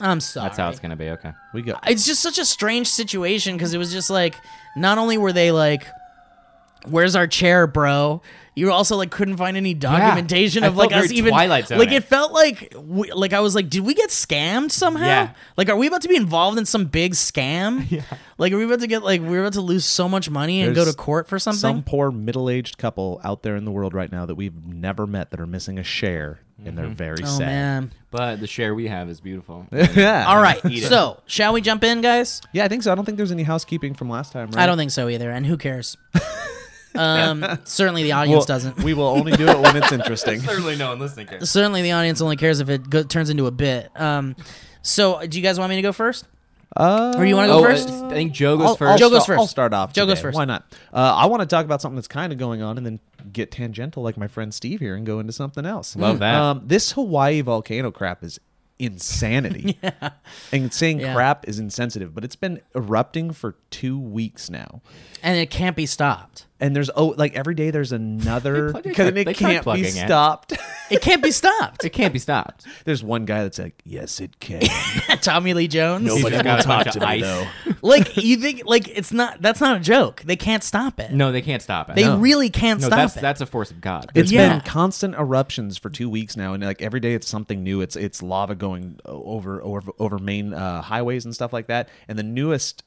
[SPEAKER 2] I'm sorry.
[SPEAKER 3] That's how it's gonna be. Okay.
[SPEAKER 4] we go.
[SPEAKER 2] it's just such a strange situation because it was just like not only were they like where's our chair bro you also like couldn't find any documentation
[SPEAKER 3] I
[SPEAKER 2] of like
[SPEAKER 3] felt
[SPEAKER 2] us
[SPEAKER 3] very
[SPEAKER 2] even
[SPEAKER 3] Twilight Zone
[SPEAKER 2] like
[SPEAKER 3] it.
[SPEAKER 2] it felt like we, like i was like did we get scammed somehow
[SPEAKER 3] Yeah.
[SPEAKER 2] like are we about to be involved in some big scam yeah. like are we about to get like we're about to lose so much money and go
[SPEAKER 4] There's
[SPEAKER 2] to court for something
[SPEAKER 4] Some poor middle-aged couple out there in the world right now that we've never met that are missing a share, and they're very
[SPEAKER 2] oh
[SPEAKER 4] sad.
[SPEAKER 2] man
[SPEAKER 3] But the share we have is beautiful.
[SPEAKER 4] yeah.
[SPEAKER 2] all right
[SPEAKER 3] Eat it.
[SPEAKER 2] so shall we jump in guys
[SPEAKER 4] Yeah, I think so. I don't think there's any housekeeping from last time. Right?
[SPEAKER 2] i don't think so either and who cares um certainly the audience doesn't
[SPEAKER 4] We will only do it when it's interesting.
[SPEAKER 3] Certainly, no one listening cares.
[SPEAKER 2] certainly the audience only cares if it go- turns into a bit. Um, so do you guys want me to go first,
[SPEAKER 4] Uh,
[SPEAKER 2] or you want to go
[SPEAKER 3] Oh,
[SPEAKER 2] first?
[SPEAKER 3] I think Joe goes
[SPEAKER 4] I'll-
[SPEAKER 3] 1st
[SPEAKER 2] Joe
[SPEAKER 4] I'll
[SPEAKER 2] goes
[SPEAKER 4] sta-
[SPEAKER 2] first.
[SPEAKER 4] I'll start off.
[SPEAKER 2] Joe goes
[SPEAKER 4] today.
[SPEAKER 2] first.
[SPEAKER 4] Why not? Uh, I want to talk about something that's kind of going on, and then get tangential like my friend Steve here, and go into something else.
[SPEAKER 3] Love that.
[SPEAKER 4] Um, this Hawaii volcano crap is insanity. And saying
[SPEAKER 2] Yeah.
[SPEAKER 4] crap is insensitive, but it's been erupting for two weeks now.
[SPEAKER 2] and it can't be stopped.
[SPEAKER 4] And there's oh, like every day there's another
[SPEAKER 3] They plug-
[SPEAKER 4] because
[SPEAKER 3] they
[SPEAKER 4] it
[SPEAKER 3] tried
[SPEAKER 4] can't be
[SPEAKER 3] plugging it.
[SPEAKER 4] stopped.
[SPEAKER 2] It can't be stopped.
[SPEAKER 3] It can't be stopped.
[SPEAKER 4] there's one guy that's like, "Yes, it can."
[SPEAKER 2] Tommy Lee Jones.
[SPEAKER 3] He's
[SPEAKER 4] Nobody
[SPEAKER 3] just
[SPEAKER 4] will
[SPEAKER 3] got a
[SPEAKER 4] talk
[SPEAKER 3] bunch
[SPEAKER 4] to
[SPEAKER 3] of ice.
[SPEAKER 4] me, though.
[SPEAKER 2] Like you think, like it's not. That's not a joke. They can't stop it.
[SPEAKER 3] No, they can't stop it.
[SPEAKER 2] they
[SPEAKER 3] no,
[SPEAKER 2] really can't
[SPEAKER 3] No,
[SPEAKER 2] stop
[SPEAKER 3] that's
[SPEAKER 2] it.
[SPEAKER 3] that's a force of God.
[SPEAKER 4] It's
[SPEAKER 2] Yeah.
[SPEAKER 4] been constant eruptions for two weeks now, and like every day it's something new. It's it's lava going o- over over over main uh, highways and stuff like that. And the newest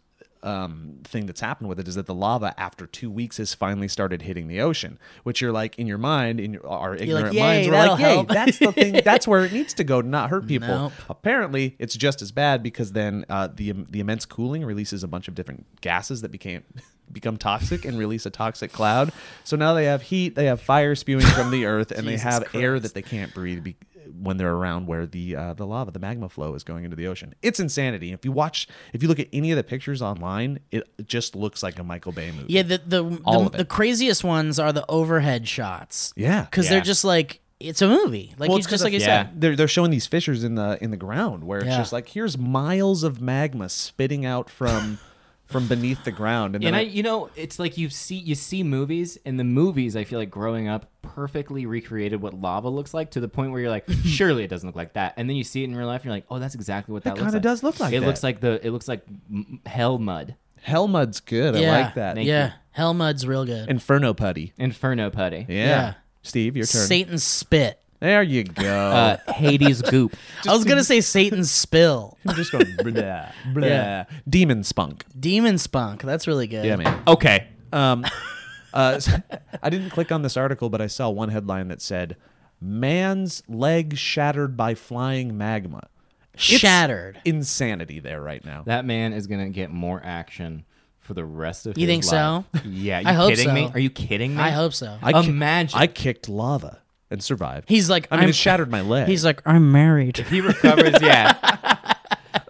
[SPEAKER 4] um, thing that's happened with it is that the lava, after two weeks, has finally started hitting the ocean. Which you're like in your mind, in your, our ignorant
[SPEAKER 2] "Yay,
[SPEAKER 4] minds, we're
[SPEAKER 2] that'll
[SPEAKER 4] like, "Yay,
[SPEAKER 2] help."
[SPEAKER 4] that's the thing. That's where it needs to go to not hurt people."
[SPEAKER 2] Nope.
[SPEAKER 4] Apparently, it's just as bad because then uh, the the immense cooling releases a bunch of different gases that became become toxic and release a toxic cloud. So now they have heat, they have fire spewing from the earth, and they
[SPEAKER 2] Jesus
[SPEAKER 4] have air
[SPEAKER 2] Christ.
[SPEAKER 4] that they can't breathe be- when they're around where the uh, the lava, the magma flow is going into the ocean. It's insanity. If you watch, if you look at any of the pictures online, it just looks like a Michael Bay movie.
[SPEAKER 2] yeah, the the
[SPEAKER 4] All
[SPEAKER 2] the,
[SPEAKER 4] of it.
[SPEAKER 2] the craziest ones are the overhead shots.
[SPEAKER 4] Yeah.
[SPEAKER 2] because
[SPEAKER 3] Yeah.
[SPEAKER 2] they're just like it's a movie. Like
[SPEAKER 4] Well,
[SPEAKER 2] it's
[SPEAKER 4] it's 'cause
[SPEAKER 2] just like you
[SPEAKER 3] of-
[SPEAKER 2] said.
[SPEAKER 3] Yeah.
[SPEAKER 4] they're they're showing these fissures in the in the ground where it's
[SPEAKER 2] Yeah.
[SPEAKER 4] just like here's miles of magma spitting out from from beneath the ground and then
[SPEAKER 3] and I,
[SPEAKER 4] I-
[SPEAKER 3] you know, it's like you see you see movies, and the movies I feel like growing up perfectly recreated what lava looks like to the point where you're like, surely it doesn't look like that, and then you see it in real life, and you're like, oh, that's exactly what that, looks
[SPEAKER 4] kinda
[SPEAKER 3] like.
[SPEAKER 4] does look like
[SPEAKER 3] it
[SPEAKER 4] that.
[SPEAKER 3] looks like the it looks like m- hell mud,
[SPEAKER 4] Hellmud's good.
[SPEAKER 2] yeah,
[SPEAKER 4] I like that.
[SPEAKER 3] Thank
[SPEAKER 2] yeah,
[SPEAKER 3] you.
[SPEAKER 2] Hellmud's real good.
[SPEAKER 4] Inferno putty.
[SPEAKER 3] inferno putty,
[SPEAKER 4] Yeah.
[SPEAKER 2] Yeah.
[SPEAKER 4] Steve, your turn.
[SPEAKER 2] Satan's spit.
[SPEAKER 4] There you go.
[SPEAKER 3] uh, Hades goop.
[SPEAKER 2] I was gonna say Satan's spill.
[SPEAKER 4] I'm just going blah blah.
[SPEAKER 2] Yeah.
[SPEAKER 4] Demon spunk.
[SPEAKER 2] Demon spunk. That's really good.
[SPEAKER 4] Yeah, man.
[SPEAKER 3] Okay,
[SPEAKER 4] Um, uh, s- I didn't click on this article, but I saw one headline that said, "Man's leg shattered by flying magma." It's
[SPEAKER 2] Shattered.
[SPEAKER 4] Insanity there right now.
[SPEAKER 3] that man is gonna get more action for the rest of
[SPEAKER 2] You
[SPEAKER 3] his
[SPEAKER 2] think so?
[SPEAKER 3] life. Yeah, you
[SPEAKER 2] I hope
[SPEAKER 3] kidding me?
[SPEAKER 2] so.
[SPEAKER 3] Are you kidding me?
[SPEAKER 2] I hope so.
[SPEAKER 4] I ki-
[SPEAKER 3] Imagine.
[SPEAKER 4] I kicked lava and survived.
[SPEAKER 2] He's like,
[SPEAKER 4] I mean,
[SPEAKER 2] I'm-
[SPEAKER 4] it shattered my leg.
[SPEAKER 2] He's like, I'm married.
[SPEAKER 3] He recovers, yeah.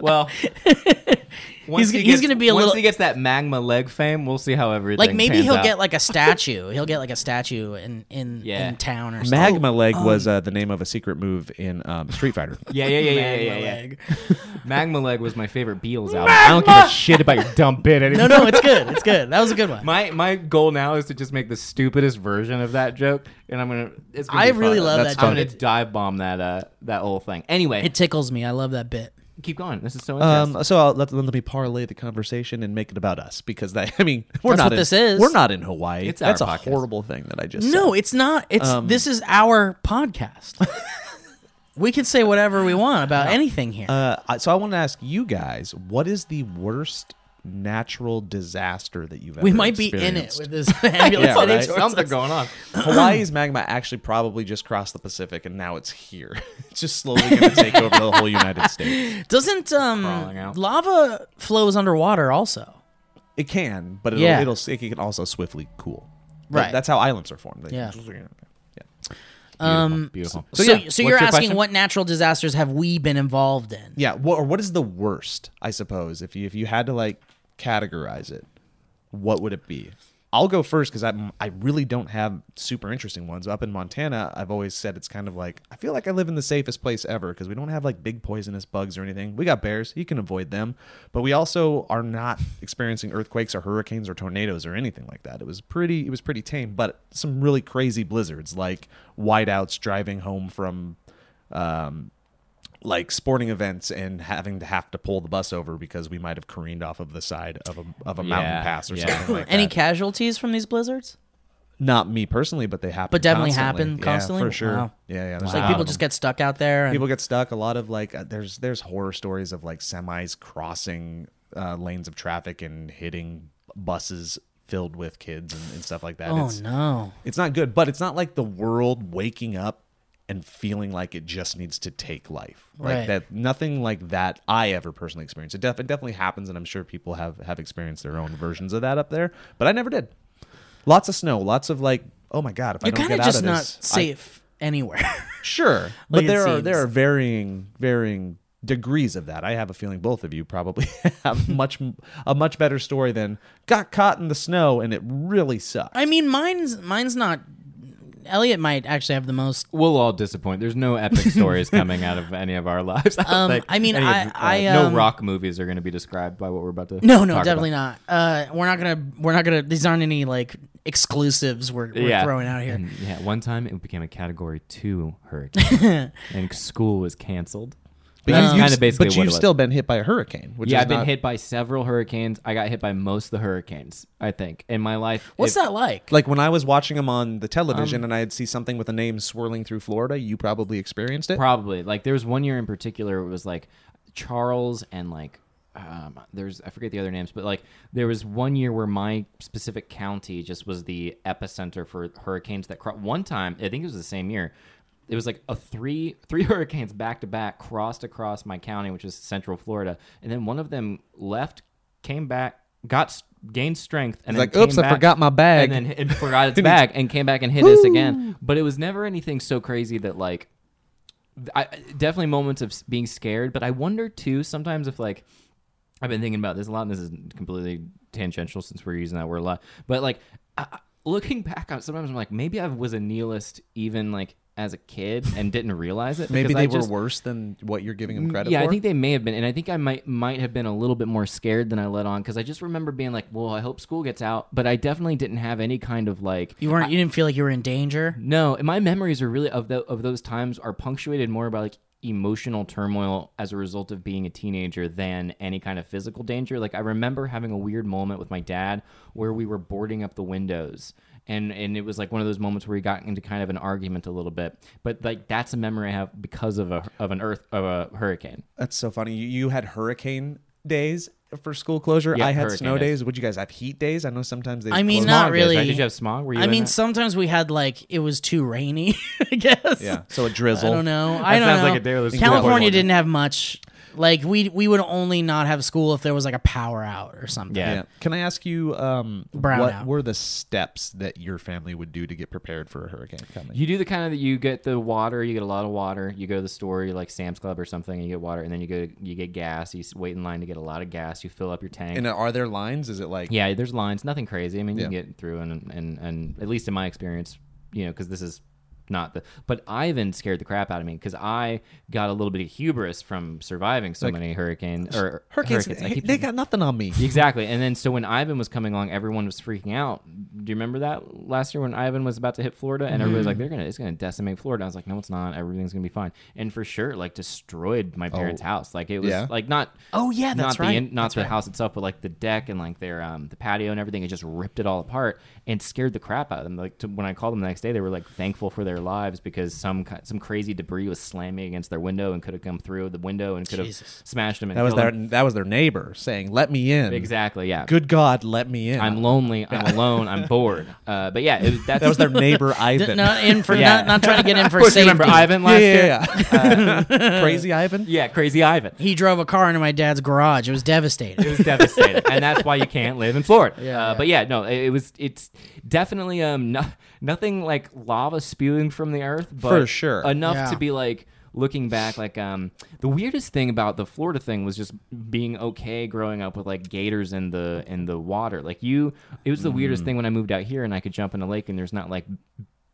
[SPEAKER 3] Well, once
[SPEAKER 2] He's-
[SPEAKER 3] he
[SPEAKER 2] he's
[SPEAKER 3] gets-
[SPEAKER 2] gonna be a
[SPEAKER 3] once
[SPEAKER 2] little-
[SPEAKER 3] he gets that magma leg fame, we'll see how everything.
[SPEAKER 2] Like maybe
[SPEAKER 3] pans
[SPEAKER 2] he'll
[SPEAKER 3] out.
[SPEAKER 2] get like a statue. He'll get like a statue in in,
[SPEAKER 3] Yeah.
[SPEAKER 2] in town or something.
[SPEAKER 4] Magma leg
[SPEAKER 2] um,
[SPEAKER 4] was uh, the name of a secret move in um, Street Fighter.
[SPEAKER 3] Yeah, yeah, yeah, yeah,
[SPEAKER 2] Magma
[SPEAKER 3] yeah, yeah.
[SPEAKER 2] leg.
[SPEAKER 3] Magma leg was my favorite Beatles album. I don't give a shit about your dumb bit anymore.
[SPEAKER 2] No, no, it's good. It's good. That was a good one.
[SPEAKER 3] My my goal now is to just make the stupidest version of that joke, and I'm gonna. It's gonna
[SPEAKER 2] I
[SPEAKER 3] be
[SPEAKER 2] really
[SPEAKER 3] fun.
[SPEAKER 2] love
[SPEAKER 4] That's
[SPEAKER 2] that.
[SPEAKER 4] fun.
[SPEAKER 3] I'm
[SPEAKER 2] joke.
[SPEAKER 3] gonna
[SPEAKER 2] It,
[SPEAKER 3] dive bomb that uh that whole thing. Anyway,
[SPEAKER 2] it tickles me. I love that bit.
[SPEAKER 3] keep going. This is so interesting.
[SPEAKER 4] Um, so I'll, let, let me parlay the conversation and make it about us because that I mean we're
[SPEAKER 2] That's
[SPEAKER 4] not
[SPEAKER 2] what
[SPEAKER 4] in,
[SPEAKER 2] this is.
[SPEAKER 4] we're not in Hawaii.
[SPEAKER 3] It's our
[SPEAKER 4] That's a
[SPEAKER 3] podcast.
[SPEAKER 4] horrible thing that I just
[SPEAKER 2] No,
[SPEAKER 4] said.
[SPEAKER 2] it's not. It's this is our podcast. we can say whatever we want about anything here.
[SPEAKER 4] Uh, I- so I want to ask you guys, what is the worst natural disaster that you've ever
[SPEAKER 2] we might be in it
[SPEAKER 4] experienced?
[SPEAKER 2] with this ambulance.
[SPEAKER 4] Yeah,
[SPEAKER 2] that
[SPEAKER 4] right?
[SPEAKER 2] is-
[SPEAKER 3] Something going on.
[SPEAKER 4] Hawaii's magma actually probably just crossed the Pacific and now it's here. it's just slowly going to take over the whole United States.
[SPEAKER 2] Doesn't
[SPEAKER 3] Crawling
[SPEAKER 2] um
[SPEAKER 3] out.
[SPEAKER 2] lava flows underwater also?
[SPEAKER 4] It can, but it'll,
[SPEAKER 2] Yeah.
[SPEAKER 4] it'll it can also swiftly cool. But
[SPEAKER 2] Right.
[SPEAKER 4] That's how islands are formed. They-
[SPEAKER 2] Yeah.
[SPEAKER 4] Yeah.
[SPEAKER 3] Um, beautiful.
[SPEAKER 2] So,
[SPEAKER 4] yeah,
[SPEAKER 2] so,
[SPEAKER 4] what's
[SPEAKER 2] you're
[SPEAKER 4] your
[SPEAKER 2] asking
[SPEAKER 4] question?
[SPEAKER 2] what natural disasters have we been involved in?
[SPEAKER 4] Yeah, what or what is the worst? I suppose if you if you had to like categorize it, what would it be? I'll go first because I I really don't have super interesting ones. Up in Montana, I've always said it's kind of like I feel like I live in the safest place ever because we don't have like big poisonous bugs or anything. We got bears, you can avoid them, but we also are not experiencing earthquakes or hurricanes or tornadoes or anything like that. It was pretty it was pretty tame, but some really crazy blizzards like whiteouts driving home from like sporting events and having to have to pull the bus over because we might have careened off of the side of a of a mountain
[SPEAKER 3] Yeah,
[SPEAKER 4] pass or
[SPEAKER 3] yeah.
[SPEAKER 4] something like
[SPEAKER 2] Any
[SPEAKER 4] that.
[SPEAKER 2] casualties from these blizzards?
[SPEAKER 4] Not me personally, but they happen.
[SPEAKER 2] But definitely
[SPEAKER 4] constantly.
[SPEAKER 2] happen
[SPEAKER 4] Yeah,
[SPEAKER 2] constantly?
[SPEAKER 4] for sure.
[SPEAKER 2] Wow.
[SPEAKER 4] Yeah, yeah. There's
[SPEAKER 2] Like people just get stuck out there. And,
[SPEAKER 4] Um, people get stuck. A lot of like uh, there's there's horror stories of like semis crossing uh, lanes of traffic and hitting buses filled with kids and, and stuff like that.
[SPEAKER 2] oh
[SPEAKER 4] it's,
[SPEAKER 2] no!
[SPEAKER 4] it's not good, but it's not like the world waking up and feeling like it just needs to take life. Like
[SPEAKER 2] Right.
[SPEAKER 4] that nothing like that I ever personally experienced. It, def- it definitely happens and I'm sure people have have experienced their own versions of that up there, but I never did. Lots of snow, lots of like oh my god, if
[SPEAKER 2] You're
[SPEAKER 4] I
[SPEAKER 2] kind
[SPEAKER 4] don't get
[SPEAKER 2] of
[SPEAKER 4] out
[SPEAKER 2] just
[SPEAKER 4] of
[SPEAKER 2] not
[SPEAKER 4] this, I-
[SPEAKER 2] safe anywhere.
[SPEAKER 4] Sure, but
[SPEAKER 2] it
[SPEAKER 4] there are
[SPEAKER 2] seems.
[SPEAKER 4] there are varying varying degrees of that. I have a feeling both of you probably have much a much better story than got caught in the snow and it really sucked.
[SPEAKER 2] I mean, mine's mine's not. Elliot might actually have the most.
[SPEAKER 3] We'll all disappoint. There's no epic stories coming out of any of our lives. I, don't
[SPEAKER 2] Um,
[SPEAKER 3] think.
[SPEAKER 2] I mean,
[SPEAKER 3] Any
[SPEAKER 2] I-
[SPEAKER 3] of, uh,
[SPEAKER 2] I, um,
[SPEAKER 3] no rock movies are going to be described by what we're about to.
[SPEAKER 2] No, no,
[SPEAKER 3] talk
[SPEAKER 2] definitely
[SPEAKER 3] about.
[SPEAKER 2] not. Uh, we're not gonna. We're not gonna. These aren't any like exclusives we're, we're throwing out here.
[SPEAKER 3] And, yeah, one time it became a Category Two hurricane, and school was canceled.
[SPEAKER 4] But
[SPEAKER 3] That's
[SPEAKER 4] you've-
[SPEAKER 3] kinda basically
[SPEAKER 4] but
[SPEAKER 3] what it
[SPEAKER 4] you've
[SPEAKER 3] was.
[SPEAKER 4] still been hit by a hurricane. Which
[SPEAKER 3] yeah,
[SPEAKER 4] is
[SPEAKER 3] I've been
[SPEAKER 4] not-
[SPEAKER 3] hit by several hurricanes. I got hit by most of the hurricanes, I think, in my life.
[SPEAKER 2] What's
[SPEAKER 3] It-
[SPEAKER 2] that like?
[SPEAKER 4] Like when I was watching them on the television
[SPEAKER 3] Um,
[SPEAKER 4] and I'd see something with a name swirling through Florida, you probably experienced it.
[SPEAKER 3] Probably. Like there was one year in particular it was like Charles and like um, there's I forget the other names, but like there was one year where my specific county just was the epicenter for hurricanes that cro- one time, I think it was the same year. It was like a three three hurricanes back to back crossed across my county, which is central Florida, and then one of them left, came back, got s- gained strength, and
[SPEAKER 4] It's
[SPEAKER 3] then
[SPEAKER 4] like, oops,
[SPEAKER 3] came
[SPEAKER 4] I
[SPEAKER 3] back,
[SPEAKER 4] forgot my bag.
[SPEAKER 3] and then hit- and forgot its bag, and came back and hit us again. But it was never anything so crazy that like I definitely moments of s- being scared, but I wonder too sometimes if like I've been thinking about this a lot, and this is completely tangential since we're using that word a lot. But like I, I- looking back on, sometimes I'm like maybe I was a nihilist even like as a kid and didn't realize it.
[SPEAKER 4] Maybe
[SPEAKER 3] because
[SPEAKER 4] they
[SPEAKER 3] I
[SPEAKER 4] were
[SPEAKER 3] just- Mm,
[SPEAKER 4] worse than what you're giving them credit
[SPEAKER 3] yeah,
[SPEAKER 4] for.
[SPEAKER 3] I think they may have been, and I think I might might have been a little bit more scared than I let on because I just remember being like, "Well, I hope school gets out," but I definitely didn't have any kind of like
[SPEAKER 2] you weren't. you didn't feel like you were in danger.
[SPEAKER 3] no, my memories are really of the, of those times are punctuated more by like emotional turmoil as a result of being a teenager than any kind of physical danger. Like I remember having a weird moment with my dad where we were boarding up the windows. And, and it was like one of those moments where we got into kind of an argument a little bit, but like that's a memory I have because of a of an earth of a hurricane.
[SPEAKER 4] That's so funny. You, you had hurricane days for school closure.
[SPEAKER 3] Yeah,
[SPEAKER 4] I had
[SPEAKER 3] hurricane
[SPEAKER 4] snow
[SPEAKER 3] days.
[SPEAKER 4] days. Would you guys have heat days? I know sometimes they.
[SPEAKER 2] I mean,
[SPEAKER 4] close-
[SPEAKER 2] not
[SPEAKER 3] Smog days,
[SPEAKER 2] really.
[SPEAKER 3] right? Did you have smog? Were you
[SPEAKER 2] I
[SPEAKER 3] in
[SPEAKER 2] mean,
[SPEAKER 3] that?
[SPEAKER 2] sometimes we had like it was too rainy. I guess.
[SPEAKER 4] Yeah, so a drizzle.
[SPEAKER 2] I don't know. I don't
[SPEAKER 3] sounds
[SPEAKER 2] know.
[SPEAKER 3] like a day with a school
[SPEAKER 2] California
[SPEAKER 3] board.
[SPEAKER 2] didn't have much. Like we we would only not have school if there was like a power out or something.
[SPEAKER 3] Yeah.
[SPEAKER 4] Yeah. Can I ask you, um,
[SPEAKER 2] Brown
[SPEAKER 4] what
[SPEAKER 2] out.
[SPEAKER 4] were the steps that your family would do to get prepared for a hurricane coming?
[SPEAKER 3] You do the kind of that you get the water, you get a lot of water. You go to the store, you like Sam's Club or something, and you get water, and then you go you get gas. You s- wait in line to get a lot of gas. You fill up your tank.
[SPEAKER 4] and are there lines? Is it like
[SPEAKER 3] yeah, there's lines, nothing crazy. I mean, you
[SPEAKER 4] Yeah.
[SPEAKER 3] can get through, and and and at least in my experience, you know, because this is not the but Ivan scared the crap out of me because I got a little bit of hubris from surviving so many hurricanes or
[SPEAKER 4] Hurricanes,
[SPEAKER 3] I
[SPEAKER 4] hey,
[SPEAKER 3] keep
[SPEAKER 4] they got nothing on me.
[SPEAKER 3] Exactly. And then so when Ivan was coming along, everyone was freaking out. Do you remember that last year when Ivan was about to hit Florida and
[SPEAKER 4] Mm-hmm.
[SPEAKER 3] everybody's like, They're gonna it's gonna decimate Florida. I was like, No, it's not, everything's gonna be fine. And for sure, like destroyed my parents' house. Like it was
[SPEAKER 4] Oh. Yeah.
[SPEAKER 3] like not
[SPEAKER 2] Oh, yeah,
[SPEAKER 3] not
[SPEAKER 2] that's
[SPEAKER 3] the
[SPEAKER 2] right.
[SPEAKER 3] in, not the house itself, but like the deck and like their um the patio and everything. It just ripped it all apart and scared the crap out of them. Like to, when I called them the next day, they were like thankful for their lives because some ki- some crazy debris was slamming against their window and could have come through the window and could have
[SPEAKER 2] Jesus.
[SPEAKER 3] smashed them. And
[SPEAKER 4] That was
[SPEAKER 3] killed
[SPEAKER 4] their
[SPEAKER 3] them.
[SPEAKER 4] that was their neighbor saying, "Let me in."
[SPEAKER 3] exactly yeah.
[SPEAKER 4] Good God, let me in.
[SPEAKER 3] I'm lonely. I'm alone. I'm bored. Uh, but yeah, it, that's
[SPEAKER 4] that was their neighbor Ivan.
[SPEAKER 2] Not in for
[SPEAKER 3] Yeah.
[SPEAKER 2] not, not trying to get in for
[SPEAKER 3] Of course, you
[SPEAKER 2] safety.
[SPEAKER 3] remember Ivan last
[SPEAKER 4] yeah, yeah,
[SPEAKER 3] year?
[SPEAKER 4] yeah. Crazy Ivan.
[SPEAKER 3] Uh, Yeah, crazy Ivan.
[SPEAKER 2] He drove a car into my dad's garage. It was devastating.
[SPEAKER 3] It was devastating, and that's why you can't live in Florida.
[SPEAKER 2] Yeah,
[SPEAKER 3] uh,
[SPEAKER 2] yeah.
[SPEAKER 3] But yeah, no, it, it was. It's definitely um no, nothing like lava spewing from the earth, but
[SPEAKER 4] For sure.
[SPEAKER 3] enough
[SPEAKER 2] Yeah.
[SPEAKER 3] to be like looking back like um the weirdest thing about the Florida thing was just being okay growing up with like gators in the in the water like you it was the
[SPEAKER 4] Mm.
[SPEAKER 3] weirdest thing when I moved out here and I could jump in a lake and there's not like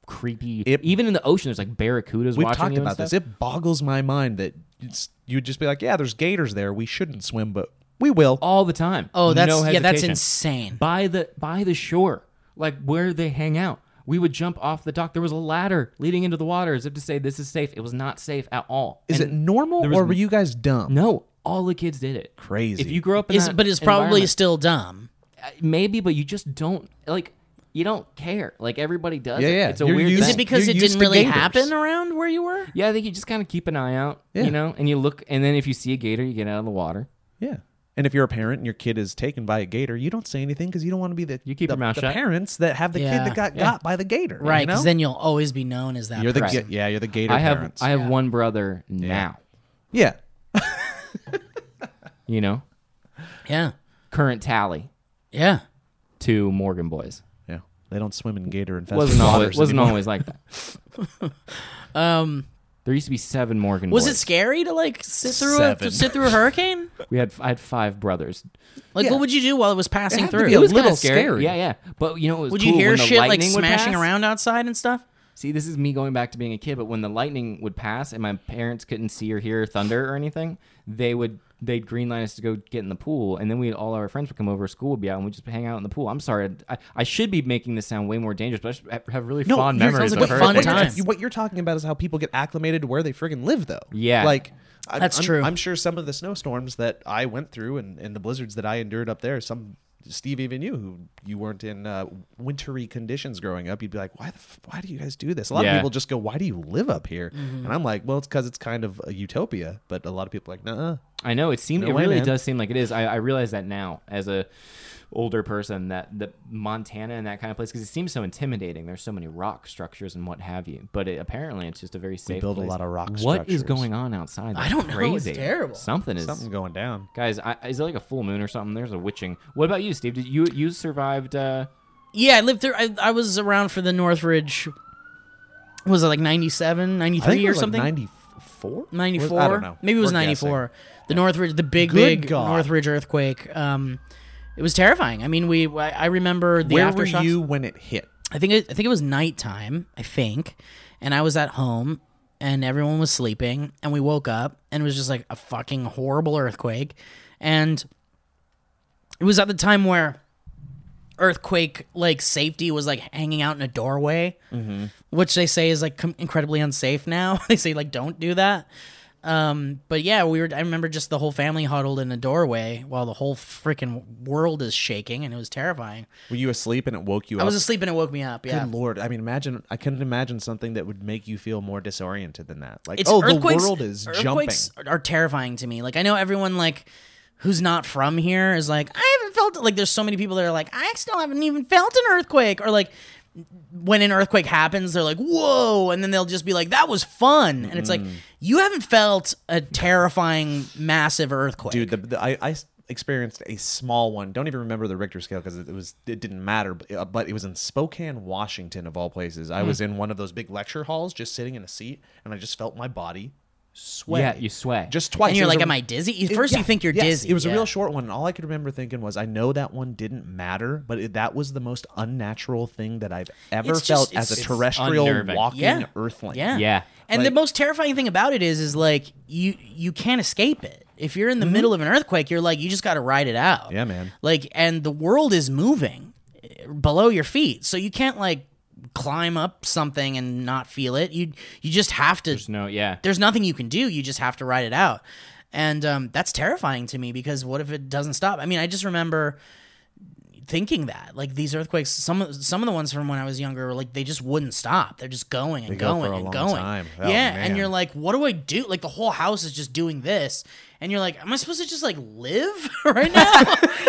[SPEAKER 3] creepy
[SPEAKER 4] It-
[SPEAKER 3] even in the ocean there's like barracudas
[SPEAKER 4] We've
[SPEAKER 3] watching
[SPEAKER 4] talked
[SPEAKER 3] you and
[SPEAKER 4] about this.
[SPEAKER 3] stuff.
[SPEAKER 4] It boggles my mind that it's, you'd just be like, "Yeah, there's gators there. We shouldn't swim, but we will."
[SPEAKER 3] all the time.
[SPEAKER 2] Oh, that's
[SPEAKER 3] No
[SPEAKER 2] yeah, that's
[SPEAKER 3] hesitation.
[SPEAKER 2] insane.
[SPEAKER 3] By the by the shore, like where they hang out. We would jump off the dock. There was a ladder leading into the water as if to say this is safe. It was not safe at all.
[SPEAKER 4] Is it
[SPEAKER 3] And
[SPEAKER 4] normal,
[SPEAKER 3] there was
[SPEAKER 4] or were you guys dumb?
[SPEAKER 3] No, all the kids did it.
[SPEAKER 4] Crazy.
[SPEAKER 3] If you grew up in
[SPEAKER 2] It's,
[SPEAKER 3] that
[SPEAKER 2] but it's probably
[SPEAKER 3] environment-
[SPEAKER 2] still dumb.
[SPEAKER 3] uh, maybe, but you just don't like. You don't care. Like everybody does.
[SPEAKER 4] Yeah,
[SPEAKER 3] it.
[SPEAKER 4] yeah.
[SPEAKER 3] It's a
[SPEAKER 4] You're
[SPEAKER 3] weird.
[SPEAKER 4] used-
[SPEAKER 2] Is
[SPEAKER 3] thing.
[SPEAKER 2] it because
[SPEAKER 4] You're
[SPEAKER 2] it
[SPEAKER 4] used
[SPEAKER 2] didn't
[SPEAKER 4] to
[SPEAKER 2] really
[SPEAKER 4] gators.
[SPEAKER 2] happen around where you were?
[SPEAKER 3] Yeah, I think you just kind of keep an eye out.
[SPEAKER 4] Yeah.
[SPEAKER 3] You know, and you look, and then if you see a gator, you get out of the water.
[SPEAKER 4] Yeah. And if you're a parent and your kid is taken by a gator, you don't say anything because you don't want to be the
[SPEAKER 3] You keep
[SPEAKER 4] the,
[SPEAKER 3] your mouth
[SPEAKER 4] the
[SPEAKER 3] shut.
[SPEAKER 4] parents that have the
[SPEAKER 2] Yeah.
[SPEAKER 4] kid that got got by the gator,
[SPEAKER 2] Right,
[SPEAKER 4] You
[SPEAKER 2] because
[SPEAKER 4] know?
[SPEAKER 2] then you'll always be known as that.
[SPEAKER 4] you're the
[SPEAKER 2] person.
[SPEAKER 4] ga- yeah, you're the gator
[SPEAKER 3] I have
[SPEAKER 4] parents.
[SPEAKER 3] I have one brother now.
[SPEAKER 4] yeah,
[SPEAKER 3] You know,
[SPEAKER 2] yeah,
[SPEAKER 3] current tally.
[SPEAKER 2] yeah.
[SPEAKER 3] to Morgan Boys.
[SPEAKER 4] yeah. They don't swim in gator infested
[SPEAKER 3] Wasn't always
[SPEAKER 4] waters
[SPEAKER 3] wasn't
[SPEAKER 4] anymore.
[SPEAKER 3] always like that.
[SPEAKER 2] Um,
[SPEAKER 3] There used to be seven Morgan
[SPEAKER 2] was
[SPEAKER 3] Boys.
[SPEAKER 2] it scary to like sit through
[SPEAKER 4] Seven.
[SPEAKER 2] a sit through a hurricane?
[SPEAKER 3] We had I had five brothers.
[SPEAKER 2] Like,
[SPEAKER 4] Yeah.
[SPEAKER 2] what would you do while it was passing
[SPEAKER 4] had to
[SPEAKER 2] through?
[SPEAKER 4] be a
[SPEAKER 2] would
[SPEAKER 4] little
[SPEAKER 3] kinda
[SPEAKER 4] scary.
[SPEAKER 3] Yeah, yeah. But you know, it was
[SPEAKER 2] you
[SPEAKER 3] cool
[SPEAKER 2] hear
[SPEAKER 3] when the
[SPEAKER 2] shit like
[SPEAKER 3] lightning would
[SPEAKER 2] smashing
[SPEAKER 3] pass.
[SPEAKER 2] around outside and stuff?
[SPEAKER 3] See, this is me going back to being a kid. But when the lightning would pass and my parents couldn't see or hear thunder or anything, they would they'd green light us to go get in the pool, and then we would all our friends would come over. School would be out, and we would just hang out in the pool. I'm sorry, I, I should be making this sound way more dangerous, but I just have- have really
[SPEAKER 4] No,
[SPEAKER 3] fond
[SPEAKER 4] you're-
[SPEAKER 3] memories
[SPEAKER 4] sounds
[SPEAKER 3] of
[SPEAKER 4] like
[SPEAKER 2] a
[SPEAKER 4] what-
[SPEAKER 3] her.
[SPEAKER 2] fun
[SPEAKER 4] what
[SPEAKER 2] time.
[SPEAKER 4] You're, what you're talking about is how people get acclimated to where they friggin' live, though.
[SPEAKER 3] Yeah.
[SPEAKER 4] like I,
[SPEAKER 2] That's
[SPEAKER 4] I'm-
[SPEAKER 2] true.
[SPEAKER 4] I'm sure some of the snowstorms that I went through and, and the blizzards that I endured up there, some Steve even you who you weren't in uh, wintry conditions growing up, you'd be like, why the f- why do you guys do this? A lot
[SPEAKER 3] Yeah.
[SPEAKER 4] of people just go, why do you live up here?
[SPEAKER 2] Mm-hmm.
[SPEAKER 4] And I'm like, well, it's because it's kind of a utopia, but a lot of people are like, nah.
[SPEAKER 3] I know it seemed
[SPEAKER 4] No
[SPEAKER 3] it
[SPEAKER 4] way,
[SPEAKER 3] really
[SPEAKER 4] man.
[SPEAKER 3] does seem like it is. I, I realize that now as a older person that the Montana and that kind of place because it seems so intimidating. There's so many rock structures and what have you, but it, apparently it's just a very safe.
[SPEAKER 4] build a
[SPEAKER 3] place.
[SPEAKER 4] lot of rock
[SPEAKER 3] What is
[SPEAKER 4] structures.
[SPEAKER 3] going on outside?
[SPEAKER 2] I
[SPEAKER 3] That's
[SPEAKER 2] don't know. It's
[SPEAKER 3] Crazy.
[SPEAKER 2] terrible.
[SPEAKER 3] Something is.
[SPEAKER 4] Something going down.
[SPEAKER 3] Guys, I, is it like a full moon or something? There's a witching. What about you, Steve? Did you you survived? Uh,
[SPEAKER 2] Yeah, I lived through. I, I was around for the Northridge. Was it like 97, 93 or something?
[SPEAKER 4] Ninety four.
[SPEAKER 2] 94
[SPEAKER 4] I don't know.
[SPEAKER 2] maybe it was
[SPEAKER 4] We're guessing.
[SPEAKER 2] 94 the northridge the big
[SPEAKER 4] Good
[SPEAKER 2] big
[SPEAKER 4] God.
[SPEAKER 2] northridge earthquake um it was terrifying i mean we i I remember the
[SPEAKER 4] Where were
[SPEAKER 2] aftershocks
[SPEAKER 4] you when it hit?
[SPEAKER 2] i think it, i think it was nighttime i think and i was at home and everyone was sleeping and we woke up and it was just like a fucking horrible earthquake and it was at the time where earthquake like safety was like hanging out in a doorway which they say is like com- incredibly unsafe now they say like don't do that um but yeah we were i remember just the whole family huddled in a doorway while the whole freaking world is shaking and it was terrifying
[SPEAKER 4] Were you asleep and it woke you
[SPEAKER 2] i
[SPEAKER 4] up?
[SPEAKER 2] was asleep and it woke me up yeah
[SPEAKER 4] Good lord! I mean, imagine I couldn't imagine something that would make you feel more disoriented than that. Like,
[SPEAKER 2] it's
[SPEAKER 4] oh, the
[SPEAKER 2] earthquakes,
[SPEAKER 4] world is jumping.
[SPEAKER 2] earthquakes are- are terrifying to me like i know everyone like who's not from here is like i haven't felt like there's so many people that are like i still haven't even felt an earthquake or like when an earthquake happens they're like whoa and then they'll just be like that was fun and it's like
[SPEAKER 4] Mm-hmm.
[SPEAKER 2] you haven't felt a terrifying massive earthquake
[SPEAKER 4] Dude, the, the, I, I s- experienced a small one. Don't even remember the Richter scale because it, it was it didn't matter. But, uh, but it was in Spokane,
[SPEAKER 2] Hmm.
[SPEAKER 4] Washington, of all places. I was in one of those big lecture halls, just sitting in a seat, and I just felt my body sway.
[SPEAKER 3] Yeah, you sway.
[SPEAKER 4] Just twice.
[SPEAKER 2] And you're
[SPEAKER 4] It was
[SPEAKER 2] like,
[SPEAKER 4] a-
[SPEAKER 2] am I dizzy? You-
[SPEAKER 4] it-
[SPEAKER 2] First,
[SPEAKER 4] yeah,
[SPEAKER 2] you think you're
[SPEAKER 4] yes,
[SPEAKER 2] dizzy.
[SPEAKER 4] It was
[SPEAKER 2] yeah.
[SPEAKER 4] a real short one, and all I could remember thinking was, I know that one didn't matter, but it, that was the most unnatural thing that I've ever
[SPEAKER 2] It's just-
[SPEAKER 4] felt
[SPEAKER 2] it's-
[SPEAKER 4] as a
[SPEAKER 2] it's
[SPEAKER 4] terrestrial
[SPEAKER 3] unnerving.
[SPEAKER 4] walking
[SPEAKER 2] Yeah.
[SPEAKER 4] earthling.
[SPEAKER 2] Yeah.
[SPEAKER 3] Yeah.
[SPEAKER 2] And the
[SPEAKER 4] Like-
[SPEAKER 2] most terrifying thing about it is, is like you you can't escape it. If you're in the middle of an earthquake, you're like you just got to ride it out.
[SPEAKER 4] Mm-hmm. Yeah, man.
[SPEAKER 2] Like, and the world is moving eh, below your feet, so you can't like climb up something and not feel it. You you just have to
[SPEAKER 3] There's no, yeah.
[SPEAKER 2] there's nothing you can do. You just have to ride it out. And um, that's terrifying to me because what if it doesn't stop? I mean, I just remember thinking that like these earthquakes some of some of the ones from when i was younger were like they just wouldn't stop they're just going and
[SPEAKER 4] go
[SPEAKER 2] going
[SPEAKER 4] for a
[SPEAKER 2] and
[SPEAKER 4] long
[SPEAKER 2] going
[SPEAKER 4] time. Oh,
[SPEAKER 2] yeah
[SPEAKER 4] man.
[SPEAKER 2] and you're like what do i do like the whole house is just doing this and you're like am i supposed to just like live right now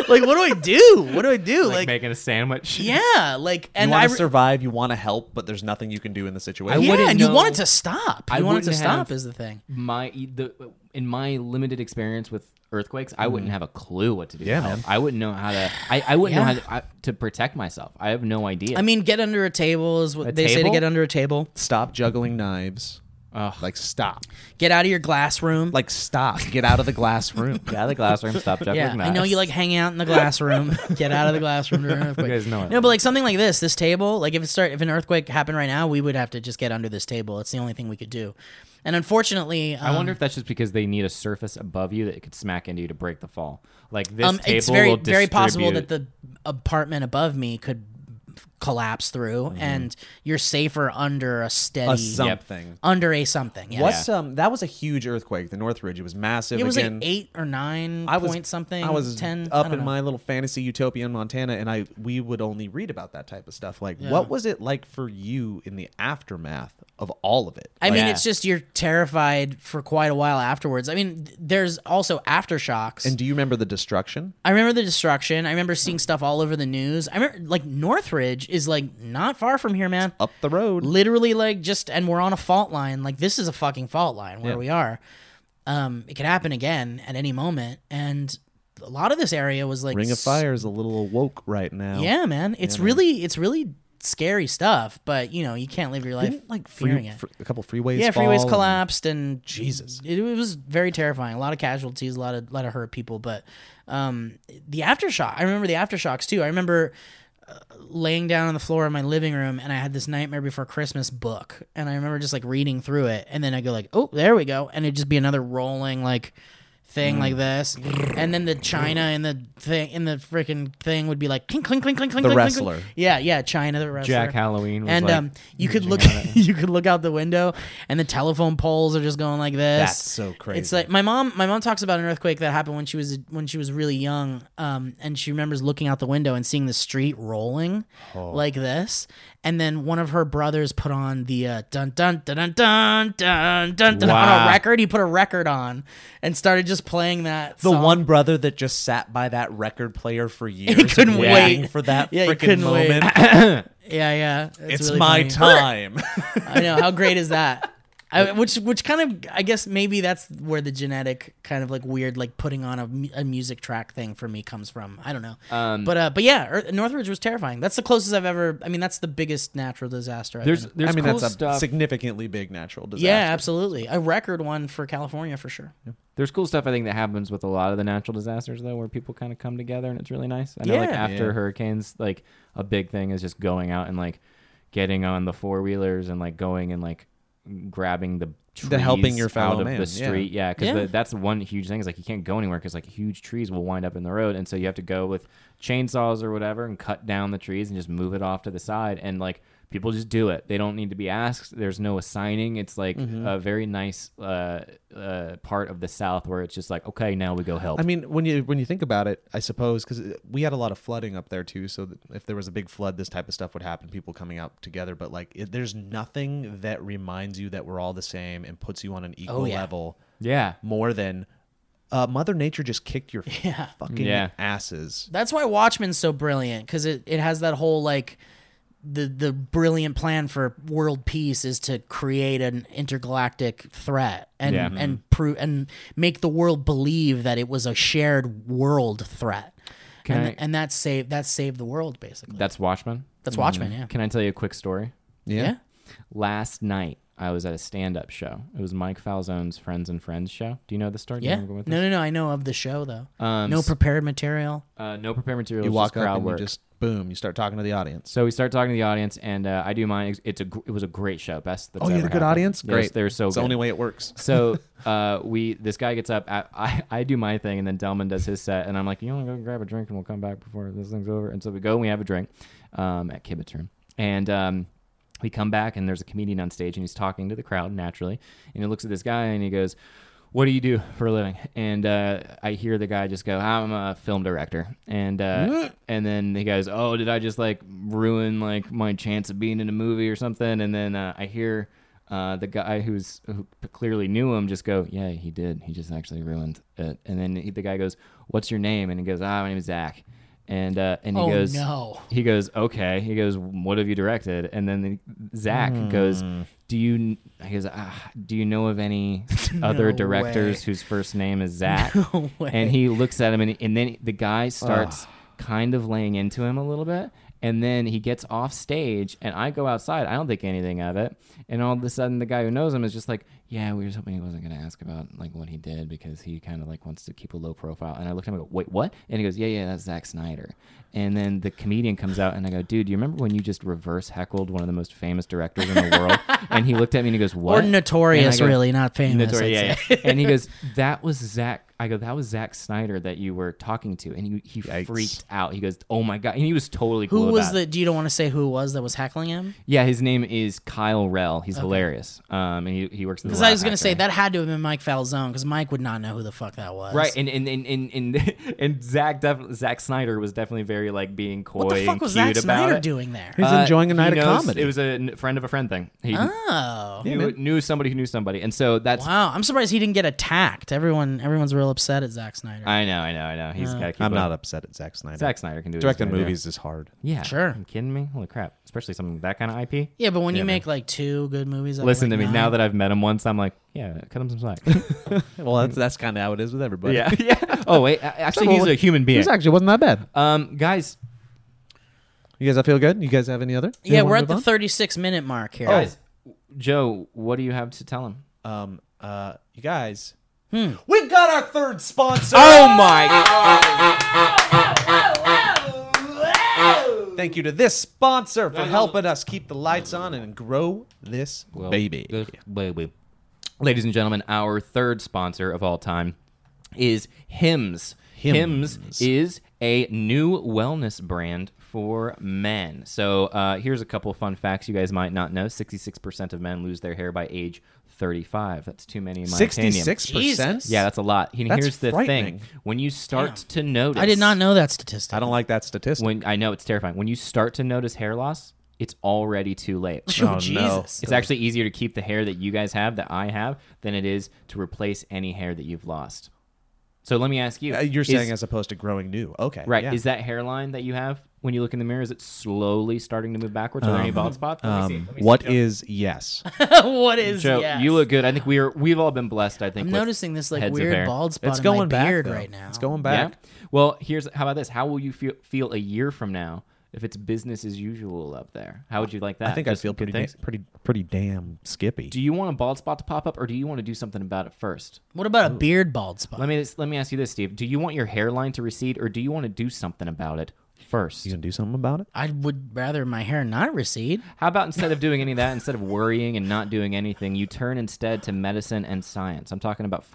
[SPEAKER 2] like what do i do what do i do
[SPEAKER 3] Like,
[SPEAKER 2] like,
[SPEAKER 3] making a sandwich.
[SPEAKER 2] yeah like
[SPEAKER 4] You
[SPEAKER 2] and i
[SPEAKER 4] want to
[SPEAKER 2] re-
[SPEAKER 4] survive, you want to help, but there's nothing you can do in the situation.
[SPEAKER 2] yeah
[SPEAKER 3] wouldn't
[SPEAKER 2] and you
[SPEAKER 3] know-
[SPEAKER 2] want it to stop you
[SPEAKER 3] I
[SPEAKER 2] want it to
[SPEAKER 3] wouldn't
[SPEAKER 2] stop
[SPEAKER 3] have-
[SPEAKER 2] is the thing
[SPEAKER 3] my e, the in my limited experience with earthquakes, I
[SPEAKER 2] Mm.
[SPEAKER 3] wouldn't have a clue what to do.
[SPEAKER 4] Yeah,
[SPEAKER 3] to help.
[SPEAKER 4] man.
[SPEAKER 3] I wouldn't know how to. I, I wouldn't
[SPEAKER 2] Yeah.
[SPEAKER 3] know how to, I, to protect myself. I have no idea.
[SPEAKER 2] I mean, get under a table is what they say to
[SPEAKER 3] table?
[SPEAKER 2] get under a table.
[SPEAKER 4] Stop juggling knives.
[SPEAKER 3] Ugh.
[SPEAKER 4] Like stop.
[SPEAKER 2] Get out of your glass room.
[SPEAKER 4] Like stop. Get out of the glass room.
[SPEAKER 3] yeah, the classroom stopped up.
[SPEAKER 2] yeah, I know you like hanging out in the glass room. get out of the glass room during an earthquake.
[SPEAKER 3] guys know it.
[SPEAKER 2] No, but like something like this, this table, like if it start if an earthquake happened right now, we would have to just get under this table. It's the only thing we could do. And unfortunately, um,
[SPEAKER 3] I wonder if that's just because they need a surface above you that it could smack into you to break the fall. Like this
[SPEAKER 2] um,
[SPEAKER 3] table
[SPEAKER 2] it's very
[SPEAKER 3] will
[SPEAKER 2] very possible that
[SPEAKER 3] distribute-
[SPEAKER 2] the apartment above me could collapse through and you're safer under a steady
[SPEAKER 4] A something.
[SPEAKER 2] under a something. Yeah.
[SPEAKER 4] What's um? That was a huge earthquake. The Northridge. It was massive.
[SPEAKER 2] It was
[SPEAKER 4] Again,
[SPEAKER 2] like eight or nine
[SPEAKER 4] I was
[SPEAKER 2] point something.
[SPEAKER 4] I was
[SPEAKER 2] ten I
[SPEAKER 4] up
[SPEAKER 2] don't
[SPEAKER 4] in
[SPEAKER 2] know.
[SPEAKER 4] my little fantasy utopia in Montana, and I we would only read about that type of stuff. Like, what was it like for you in the aftermath of all of it?
[SPEAKER 2] I mean,
[SPEAKER 3] Yeah.
[SPEAKER 2] it's just you're terrified for quite a while afterwards. I mean, th- there's also aftershocks.
[SPEAKER 4] and do you remember the destruction?
[SPEAKER 2] I remember the destruction. I remember seeing stuff all over the news. I remember like Northridge is like not far from here, man.
[SPEAKER 4] Up the road.
[SPEAKER 2] Literally, like just and we're on a fault line. Like this is a fucking fault line where we are. Um, it could happen again at any moment, and a lot of this area was like
[SPEAKER 4] Ring of
[SPEAKER 2] s-
[SPEAKER 4] Fire is a little awoke right now.
[SPEAKER 2] Yeah, man. It's really, it's really scary stuff. But you know, you can't live your life
[SPEAKER 4] Didn't, like free-
[SPEAKER 2] fearing it.
[SPEAKER 4] fr- a couple freeways.
[SPEAKER 2] Yeah, freeways
[SPEAKER 4] fall and-
[SPEAKER 2] collapsed and
[SPEAKER 4] Jesus.
[SPEAKER 2] It, it was very terrifying. A lot of casualties, a lot of lot of hurt people, but um, the aftershock. I remember the aftershocks too. I remember uh, laying down on the floor in my living room and I had this Nightmare Before Christmas book, and I remember just like reading through it, and then I go like, oh, there we go, and it'd just be another rolling like thing
[SPEAKER 4] Mm.
[SPEAKER 2] like this and then the china and the thing in the freaking thing would be like clink clink clink clink clink clink, clink.
[SPEAKER 4] wrestler.
[SPEAKER 2] yeah yeah china the wrestler
[SPEAKER 3] Jack Halloween was
[SPEAKER 2] and
[SPEAKER 3] like,
[SPEAKER 2] um, you
[SPEAKER 4] "Mm,
[SPEAKER 2] could look
[SPEAKER 3] at it.
[SPEAKER 2] you could look out the window and the telephone poles are just going like this
[SPEAKER 4] That's so crazy.
[SPEAKER 2] it's like my mom my mom talks about an earthquake that happened when she was when she was really young um, and she remembers looking out the window and seeing the street rolling
[SPEAKER 4] Oh.
[SPEAKER 2] like this and then one of her brothers put on the uh, dun dun dun dun dun dun dun, dun on
[SPEAKER 3] Wow.
[SPEAKER 2] a record he put a record on and started just playing that
[SPEAKER 4] The
[SPEAKER 2] song.
[SPEAKER 4] one brother that just sat by that record player for years,
[SPEAKER 2] couldn't
[SPEAKER 4] waiting
[SPEAKER 2] wait.
[SPEAKER 4] for that
[SPEAKER 2] Yeah, he
[SPEAKER 4] freaking
[SPEAKER 2] couldn't wait.
[SPEAKER 4] moment.
[SPEAKER 2] yeah yeah
[SPEAKER 4] It's
[SPEAKER 2] really funny.
[SPEAKER 4] my time.
[SPEAKER 2] I know. How great is that? I, which which kind of I guess maybe that's where the genetic kind of like weird like putting on a, mu- a music track thing for me comes from. I don't know.
[SPEAKER 3] Um,
[SPEAKER 2] but uh, but yeah, Earth, Northridge was terrifying. That's the closest I've ever. I mean, that's the biggest natural disaster. I've
[SPEAKER 3] There's,
[SPEAKER 2] been in.
[SPEAKER 3] there's
[SPEAKER 4] I mean,
[SPEAKER 3] cool
[SPEAKER 4] that's a
[SPEAKER 3] stuff.
[SPEAKER 4] significantly big natural disaster.
[SPEAKER 2] yeah, absolutely, a record one for California for sure.
[SPEAKER 3] There's cool stuff I think that happens with a lot of the natural disasters though, where people kind of come together and it's really nice. I know like
[SPEAKER 2] Yeah.
[SPEAKER 3] after
[SPEAKER 4] Yeah.
[SPEAKER 3] hurricanes, like a big thing is just going out and like getting on the four wheelers and like going and like grabbing the trees
[SPEAKER 4] The helping your fellow
[SPEAKER 3] out of
[SPEAKER 4] man, yeah.
[SPEAKER 3] the street. Yeah, because
[SPEAKER 2] Yeah.
[SPEAKER 3] that's one huge thing is like you can't go anywhere because like huge trees will wind up in the road, and so you have to go with chainsaws or whatever and cut down the trees and just move it off to the side and like. People just do it. They don't need to be asked. There's no assigning. It's like
[SPEAKER 4] Mm-hmm.
[SPEAKER 3] a very nice uh, uh, part of the South where it's just like, okay, now we go help.
[SPEAKER 4] I mean, when you when you think about it, I suppose because we had a lot of flooding up there too. So that if there was a big flood, this type of stuff would happen. People coming out together, but like, it, there's nothing that reminds you that we're all the same and puts you on an equal
[SPEAKER 2] Oh, yeah.
[SPEAKER 4] level
[SPEAKER 3] yeah.
[SPEAKER 4] more than uh, Mother Nature just kicked your fucking
[SPEAKER 3] Yeah.
[SPEAKER 4] asses.
[SPEAKER 2] That's why Watchmen's so brilliant because it, it has that whole like the the brilliant plan for world peace is to create an intergalactic threat and
[SPEAKER 3] Yeah.
[SPEAKER 2] and prove and make the world believe that it was a shared world threat.
[SPEAKER 3] Can
[SPEAKER 2] and,
[SPEAKER 3] I-
[SPEAKER 2] and that saved that saved the world basically.
[SPEAKER 3] That's Watchmen.
[SPEAKER 2] That's Watchmen, yeah.
[SPEAKER 3] Can I tell you a quick story?
[SPEAKER 2] yeah.
[SPEAKER 3] Last night, I was at a stand-up show. It was Mike Falzone's Friends and Friends show. Do you know the story? Do you
[SPEAKER 2] Yeah.
[SPEAKER 3] know where I'm going
[SPEAKER 2] No,
[SPEAKER 3] with this?
[SPEAKER 2] no, no. I know of the show though.
[SPEAKER 3] Um,
[SPEAKER 2] no
[SPEAKER 3] s-
[SPEAKER 2] prepared material.
[SPEAKER 3] Uh, no prepared material.
[SPEAKER 4] You
[SPEAKER 3] it's
[SPEAKER 4] walk
[SPEAKER 3] just crowd
[SPEAKER 4] up and
[SPEAKER 3] work.
[SPEAKER 4] you just boom, you start talking to the audience.
[SPEAKER 3] So we start talking to the audience, and uh, I do mine. It's a gr- it was a great show, best. That's
[SPEAKER 4] oh, you had
[SPEAKER 3] ever
[SPEAKER 4] a good
[SPEAKER 3] happened.
[SPEAKER 4] audience.
[SPEAKER 3] They were-
[SPEAKER 4] Great,
[SPEAKER 3] they were so
[SPEAKER 4] It's
[SPEAKER 3] good.
[SPEAKER 4] the only way it works.
[SPEAKER 3] So uh, we this guy gets up. I, I I do my thing, and then Delman does his set, and I'm like, you want to go grab a drink, and we'll come back before this thing's over. And so we go and we have a drink um, at Kibitz Room, and um, we come back, and there's a comedian on stage, and he's talking to the crowd naturally, and he looks at this guy, and he goes. What do you do for a living? And uh, I hear the guy just go, "I'm a film director," and uh, and then he goes, "Oh, did I just like ruin like my chance of being in a movie or something?" And then uh, I hear uh, the guy who's who p- clearly knew him just go, yeah, he did. He just actually ruined it. And then he, the guy goes, "What's your name?" And he goes, "Ah, my name is Zach." And uh, and he
[SPEAKER 2] Oh,
[SPEAKER 3] goes,
[SPEAKER 2] no.
[SPEAKER 3] He goes, "Okay." He goes, "What have you directed?" And then the, Zach goes, "Do you?" He goes, ah, "Do you know of any
[SPEAKER 2] No
[SPEAKER 3] other directors
[SPEAKER 2] way.
[SPEAKER 3] whose first name is Zach?"
[SPEAKER 2] No way.
[SPEAKER 3] And he looks at him, and, and then the guy starts kind of laying into him a little bit. And then he gets off stage, and I go outside. I don't think anything of it. And all of a sudden, the guy who knows him is just like, "Yeah, we were just hoping he wasn't going to ask about like what he did because he kind of like wants to keep a low profile." And I looked at him and go, "Wait, what?" And he goes, "Yeah, yeah, that's Zack Snyder." And then the comedian comes out, and I go, "Dude, do you remember when you just reverse heckled one of the most famous directors in the world?" and he looked at me and he goes, "What?"
[SPEAKER 2] or notorious,
[SPEAKER 3] And I go,
[SPEAKER 2] really, not famous.
[SPEAKER 3] Notori-
[SPEAKER 2] I'd
[SPEAKER 3] yeah,
[SPEAKER 2] say.
[SPEAKER 3] yeah. and he goes, "That was Zach." I go, "That was Zach Snyder that you were talking to," and he he
[SPEAKER 4] Yikes.
[SPEAKER 3] freaked out. He goes, "Oh my god!" And he was totally
[SPEAKER 2] Who
[SPEAKER 3] cool
[SPEAKER 2] was
[SPEAKER 3] about
[SPEAKER 2] the?
[SPEAKER 3] it.
[SPEAKER 2] Do you don't want to say who it was that was heckling him?
[SPEAKER 3] Yeah, his name is Kyle Rell. He's hilarious. Um, and he, he works in the
[SPEAKER 2] Because I
[SPEAKER 3] Laugh
[SPEAKER 2] was going to say
[SPEAKER 3] Factory.
[SPEAKER 2] that had to have been Mike Falzone, because Mike would not know who the fuck that was.
[SPEAKER 3] Right, and and and and and, and Zach def- Zach Snyder was definitely very like being coy
[SPEAKER 2] What the fuck
[SPEAKER 3] and
[SPEAKER 2] was
[SPEAKER 3] cute
[SPEAKER 2] Zack
[SPEAKER 3] about
[SPEAKER 2] Snyder
[SPEAKER 3] it.
[SPEAKER 2] doing there?
[SPEAKER 4] He's
[SPEAKER 3] Uh,
[SPEAKER 4] enjoying a
[SPEAKER 3] he
[SPEAKER 4] night of
[SPEAKER 3] knows-
[SPEAKER 4] comedy.
[SPEAKER 3] It was a n- friend of a friend thing. He
[SPEAKER 2] Oh.
[SPEAKER 3] knew, knew somebody who knew somebody, and so that's.
[SPEAKER 2] Wow, I'm surprised he didn't get attacked. Everyone, everyone's real upset at Zack Snyder.
[SPEAKER 3] I know, I know, I know.
[SPEAKER 2] Uh.
[SPEAKER 3] He's got.
[SPEAKER 4] I'm not upset at Zack Snyder.
[SPEAKER 3] Zack Snyder can do what he's
[SPEAKER 4] Directing
[SPEAKER 3] gonna do.
[SPEAKER 4] movies is hard.
[SPEAKER 3] Yeah,
[SPEAKER 2] Sure.
[SPEAKER 3] You kidding me? Holy crap! Especially something that kind of IP.
[SPEAKER 2] yeah, but when you make like two good movies, out of,
[SPEAKER 3] Listen
[SPEAKER 2] like,
[SPEAKER 3] to me.
[SPEAKER 2] nine-
[SPEAKER 3] Now that I've met him once, I'm like, yeah, cut him some slack.
[SPEAKER 4] Well, that's that's kind of how it is with everybody.
[SPEAKER 3] yeah, yeah. Oh wait, a- actually, he's a human being.
[SPEAKER 4] This actually wasn't that bad.
[SPEAKER 3] Um, guys,
[SPEAKER 4] You guys, I feel good. You guys have any other?
[SPEAKER 2] yeah,
[SPEAKER 4] You wanna
[SPEAKER 2] we're at
[SPEAKER 4] move
[SPEAKER 2] the
[SPEAKER 4] on?
[SPEAKER 2] 36 minute mark here.
[SPEAKER 3] guys, Joe, what do you have to tell him?
[SPEAKER 4] um, uh, you guys.
[SPEAKER 2] Hmm.
[SPEAKER 4] We got our third sponsor.
[SPEAKER 3] my! God.
[SPEAKER 4] Thank you to this sponsor for helping us keep the lights on and grow this baby.
[SPEAKER 3] baby. Ladies and gentlemen, our third sponsor of all time is Hims. Hims, is a new wellness brand for men. So uh, here's a couple of fun facts you guys might not know. 66% of men lose their hair by age 35. That's too many in my opinion.
[SPEAKER 4] Sixty-six percent.
[SPEAKER 2] Jesus.
[SPEAKER 3] Yeah, that's a lot. And
[SPEAKER 4] That's
[SPEAKER 3] here's the
[SPEAKER 4] frightening.
[SPEAKER 3] thing: when you start to notice,
[SPEAKER 2] I did not know that statistic.
[SPEAKER 4] I don't like that statistic.
[SPEAKER 3] When I know it's terrifying. When you start to notice hair loss, it's already too late.
[SPEAKER 2] Oh, Jesus.
[SPEAKER 3] It's actually easier to keep the hair that you guys have, that I have, than it is to replace any hair that you've lost. So let me ask you:
[SPEAKER 4] Uh, You're
[SPEAKER 3] is-
[SPEAKER 4] saying as opposed to growing new. Okay.
[SPEAKER 3] right?
[SPEAKER 4] yeah.
[SPEAKER 3] Is that hairline that you have when you look in the mirror? Is it slowly starting to move backwards? Are there any bald spots? Let me see. Let me see,
[SPEAKER 4] Um, what
[SPEAKER 3] Joe.
[SPEAKER 4] is yes?
[SPEAKER 2] what is
[SPEAKER 3] Joe,
[SPEAKER 2] yes?
[SPEAKER 3] you look good. I think we are. We've all been blessed. I
[SPEAKER 2] I'm
[SPEAKER 3] think with
[SPEAKER 2] noticing this like
[SPEAKER 3] heads of
[SPEAKER 2] weird
[SPEAKER 3] hair.
[SPEAKER 2] bald spot
[SPEAKER 4] It's
[SPEAKER 2] in
[SPEAKER 4] going
[SPEAKER 2] my
[SPEAKER 4] back
[SPEAKER 2] beard
[SPEAKER 4] though.
[SPEAKER 2] right now.
[SPEAKER 4] It's going back.
[SPEAKER 3] Yeah. Well, here's how about this? How will you feel feel a year from now if it's business as usual up there? How would you like that?
[SPEAKER 4] I think
[SPEAKER 3] Just
[SPEAKER 4] I feel
[SPEAKER 3] good
[SPEAKER 4] pretty,
[SPEAKER 3] things?
[SPEAKER 4] da- pretty, pretty damn skippy.
[SPEAKER 3] Do you want a bald spot to pop up, or do you want to do something about it first?
[SPEAKER 2] What about a beard bald spot?
[SPEAKER 3] Let me let me ask you this, Steve. Do you want your hairline to recede, or do you want to do something about it first?
[SPEAKER 4] You gonna do something about it?
[SPEAKER 2] I would rather my hair not recede.
[SPEAKER 3] How about instead of doing any of that, instead of worrying and not doing anything, you turn instead to medicine and science. I'm talking about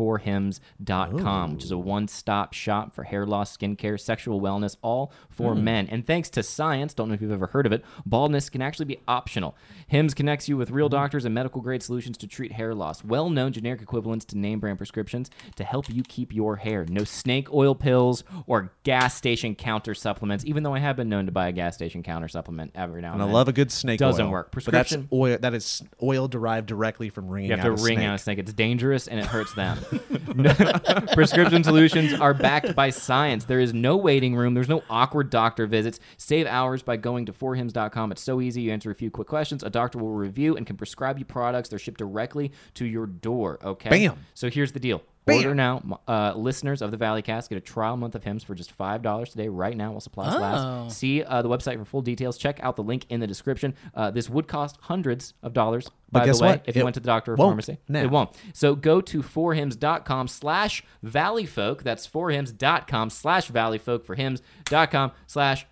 [SPEAKER 3] 4hims.com,
[SPEAKER 4] Oh.
[SPEAKER 3] which is a one stop shop for hair loss, skincare, sexual wellness, all for
[SPEAKER 4] Hmm.
[SPEAKER 3] men. And thanks to science, don't know if you've ever heard of it, baldness can actually be optional. Hims connects you with real
[SPEAKER 4] Hmm.
[SPEAKER 3] doctors and medical grade solutions to treat hair loss, well known generic equivalents to name brand prescriptions to help you keep your hair. No snake oil pills or gas station counter supplements, even though I have been known to buy a gas station counter supplement every now and,
[SPEAKER 4] And I
[SPEAKER 3] then.
[SPEAKER 4] love a good snake.
[SPEAKER 3] Doesn't
[SPEAKER 4] oil,
[SPEAKER 3] work. Prescription-
[SPEAKER 4] But that's oil. That is oil derived directly from wringing.
[SPEAKER 3] You have
[SPEAKER 4] out
[SPEAKER 3] to
[SPEAKER 4] a
[SPEAKER 3] wring
[SPEAKER 4] snake.
[SPEAKER 3] out a snake. It's dangerous and it hurts them. No- Prescription solutions are backed by science. There is no waiting room. There's no awkward doctor visits. Save hours by going to forhims.com. It's so easy. You answer a few quick questions. A doctor will review and can prescribe you products. They're shipped directly to your door. Okay.
[SPEAKER 4] Bam.
[SPEAKER 3] So here's the deal. Order now. Uh, listeners of the Valley Cast get a trial month of hymns for just $5 today, right now, while supplies
[SPEAKER 2] Oh.
[SPEAKER 3] last. See uh, the website for full details. Check out the link in the description. Uh, this would cost hundreds of dollars,
[SPEAKER 4] But
[SPEAKER 3] by
[SPEAKER 4] guess
[SPEAKER 3] the way,
[SPEAKER 4] what?
[SPEAKER 3] if you
[SPEAKER 4] It
[SPEAKER 3] went to the doctor or
[SPEAKER 4] won't
[SPEAKER 3] pharmacy.
[SPEAKER 4] now.
[SPEAKER 3] It won't. So go to forhymns.com slash valleyfolk. That's forhymns.com slash valleyfolk for hymns.com slash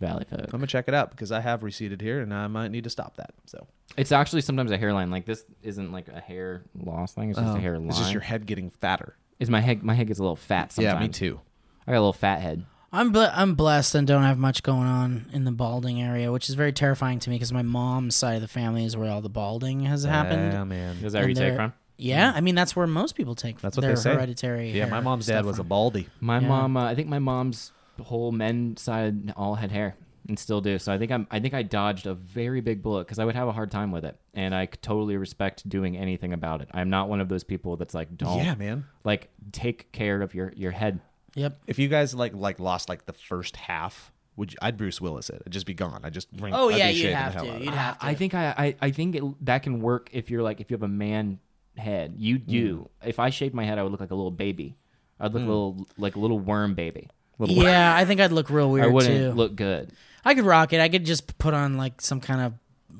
[SPEAKER 3] valleyfolk.
[SPEAKER 4] I'm gonna check it out because I have receded here, and I might need to stop that. So
[SPEAKER 3] It's actually sometimes a hairline. Like this isn't like a hair loss thing. It's just a hair line.
[SPEAKER 4] it's just Oh, your head getting fatter.
[SPEAKER 3] Is my head? My head gets a little fat. Sometimes.
[SPEAKER 4] too.
[SPEAKER 3] I got a little fat head.
[SPEAKER 2] I'm bl- I'm blessed and don't have much going on in the balding area, which is very terrifying to me because my mom's side of the family is where all the balding has happened.
[SPEAKER 4] Yeah, man.
[SPEAKER 3] Is that where you
[SPEAKER 2] And
[SPEAKER 3] take
[SPEAKER 2] they're-
[SPEAKER 3] from?
[SPEAKER 2] Yeah, I mean that's where most people take.
[SPEAKER 4] That's what
[SPEAKER 2] their
[SPEAKER 4] they say.
[SPEAKER 2] Hereditary.
[SPEAKER 4] Yeah, my
[SPEAKER 2] hair
[SPEAKER 4] mom's
[SPEAKER 2] stuff
[SPEAKER 4] dad was a
[SPEAKER 2] from.
[SPEAKER 4] baldy.
[SPEAKER 3] My
[SPEAKER 2] Yeah.
[SPEAKER 3] mom. Uh, I think my mom's whole men side all had hair and still do. So I think I'm. I think I dodged a very big bullet because I would have a hard time with it, and I c- totally respect doing anything about it. I'm not one of those people that's like, don't.
[SPEAKER 4] Yeah, man.
[SPEAKER 3] Like, take care of your your head.
[SPEAKER 2] Yep.
[SPEAKER 4] If you guys like like lost like the first half, would you, I'd Bruce Willis it? I'd just be gone. I'd just ring.
[SPEAKER 2] Oh
[SPEAKER 4] I'd
[SPEAKER 2] yeah,
[SPEAKER 4] be
[SPEAKER 2] you'd
[SPEAKER 4] shaving the
[SPEAKER 2] have
[SPEAKER 4] hell
[SPEAKER 2] to.
[SPEAKER 4] out of it.
[SPEAKER 2] You'd have to.
[SPEAKER 3] I think I. I, I think it, that can work if you're like if you have a man head. You
[SPEAKER 2] Mm.
[SPEAKER 3] do. If I shaved my head, I would look like a little baby. I'd
[SPEAKER 2] Mm.
[SPEAKER 3] look a little like a little worm baby.
[SPEAKER 2] yeah, I think I'd look real weird
[SPEAKER 3] I
[SPEAKER 2] too.
[SPEAKER 3] wouldn't look good.
[SPEAKER 2] I could rock it. I could just put on like some kind of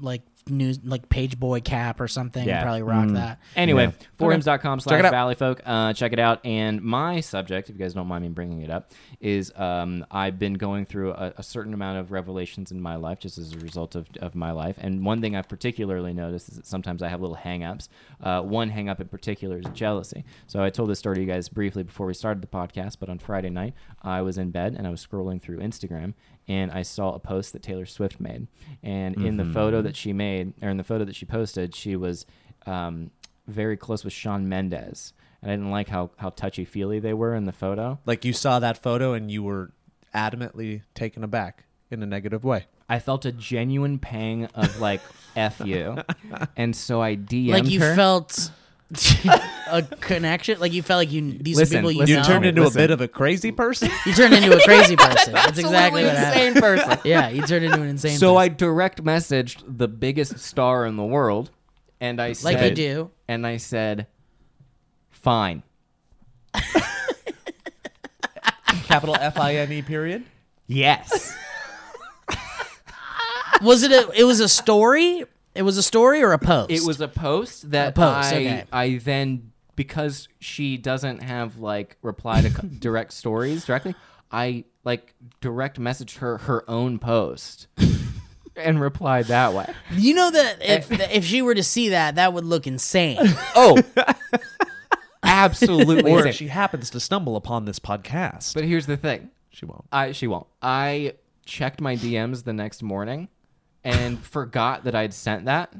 [SPEAKER 2] like news like page boy cap or something
[SPEAKER 3] Yeah. Mm.
[SPEAKER 2] and probably rock that.
[SPEAKER 3] Anyway,
[SPEAKER 4] Yeah.
[SPEAKER 3] forums.com slash
[SPEAKER 4] it out.
[SPEAKER 3] valleyfolk. Uh, check it out. And my subject, if you guys don't mind me bringing it up, is um, I've been going through a, a certain amount of revelations in my life just as a result of, of my life. And one thing I've particularly noticed is that sometimes I have little hang ups. Uh, one hang up in particular is jealousy. So I told this story to you guys briefly before we started the podcast, but on Friday night, I was in bed and I was scrolling through Instagram and I saw a post that Taylor Swift made. And in
[SPEAKER 4] Mm-hmm.
[SPEAKER 3] the photo that she made, or in the photo that she posted, she was um, very close with Sean Mendez, and I didn't like how how touchy feely they were in the photo.
[SPEAKER 4] Like you saw that photo and you were adamantly taken aback in a negative way.
[SPEAKER 3] I felt a genuine pang of like "f you," and so I DM'd
[SPEAKER 2] Like you
[SPEAKER 3] her.
[SPEAKER 2] felt a connection. Like you felt like you these
[SPEAKER 3] Listen,
[SPEAKER 2] are people you
[SPEAKER 3] listen
[SPEAKER 2] know.
[SPEAKER 3] to me. Listen.
[SPEAKER 4] of a crazy person.
[SPEAKER 2] You turned into a crazy person. That's exactly
[SPEAKER 3] Absolutely
[SPEAKER 2] what happened.
[SPEAKER 3] insane person.
[SPEAKER 2] Yeah, you turned into an insane.
[SPEAKER 3] so I
[SPEAKER 2] person.
[SPEAKER 3] direct messaged the biggest star in the world, and I said,
[SPEAKER 2] like you do.
[SPEAKER 3] and I said, "Fine."
[SPEAKER 4] Capital F I N E period.
[SPEAKER 3] Yes.
[SPEAKER 2] Was it a? It was a story. It was a story or a post.
[SPEAKER 3] It was a post that
[SPEAKER 2] A post,
[SPEAKER 3] I
[SPEAKER 2] okay.
[SPEAKER 3] I then because she doesn't have like reply to co- direct stories directly, I like direct messaged her her own post and replied that way.
[SPEAKER 2] You know that
[SPEAKER 3] Eh.
[SPEAKER 2] if if she were to see that, that would look insane.
[SPEAKER 3] Oh. Absolutely.
[SPEAKER 4] Or
[SPEAKER 3] insane.
[SPEAKER 4] if she happens to stumble upon this podcast,
[SPEAKER 3] but here's the thing.
[SPEAKER 4] she won't.
[SPEAKER 3] I she won't. I checked my DMs the next morning and forgot that I'd sent that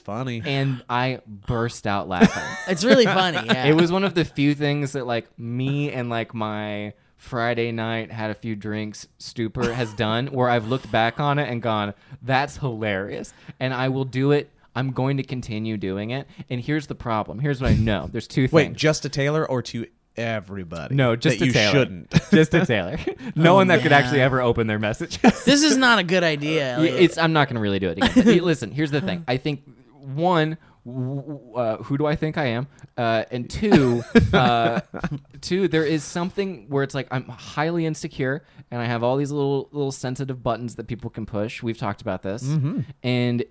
[SPEAKER 4] funny.
[SPEAKER 3] and I burst out laughing.
[SPEAKER 2] It's really funny. Yeah.
[SPEAKER 3] it was one of the few things that like me and like my Friday night had a few drinks stupor has done where I've looked back on it and gone, that's hilarious. And I will do it. I'm going to continue doing it. And here's the problem. Here's what I know. There's two
[SPEAKER 4] Wait,
[SPEAKER 3] things.
[SPEAKER 4] just to Taylor or to everybody?
[SPEAKER 3] no, just
[SPEAKER 4] that
[SPEAKER 3] to
[SPEAKER 4] you
[SPEAKER 3] Taylor.
[SPEAKER 4] shouldn't. Oh,
[SPEAKER 3] just to Taylor. No one that could
[SPEAKER 2] man.
[SPEAKER 3] actually ever open their messages.
[SPEAKER 2] This is not a good idea.
[SPEAKER 3] Yeah,
[SPEAKER 2] Elliot.
[SPEAKER 3] it's I'm not going to really do it again. But, hey, Listen, here's the thing. I think one, w- w- uh, who do I think I am? Uh, and two, uh, two, there is something where it's like I'm highly insecure, and I have all these little little sensitive buttons that people can push. We've talked about this, and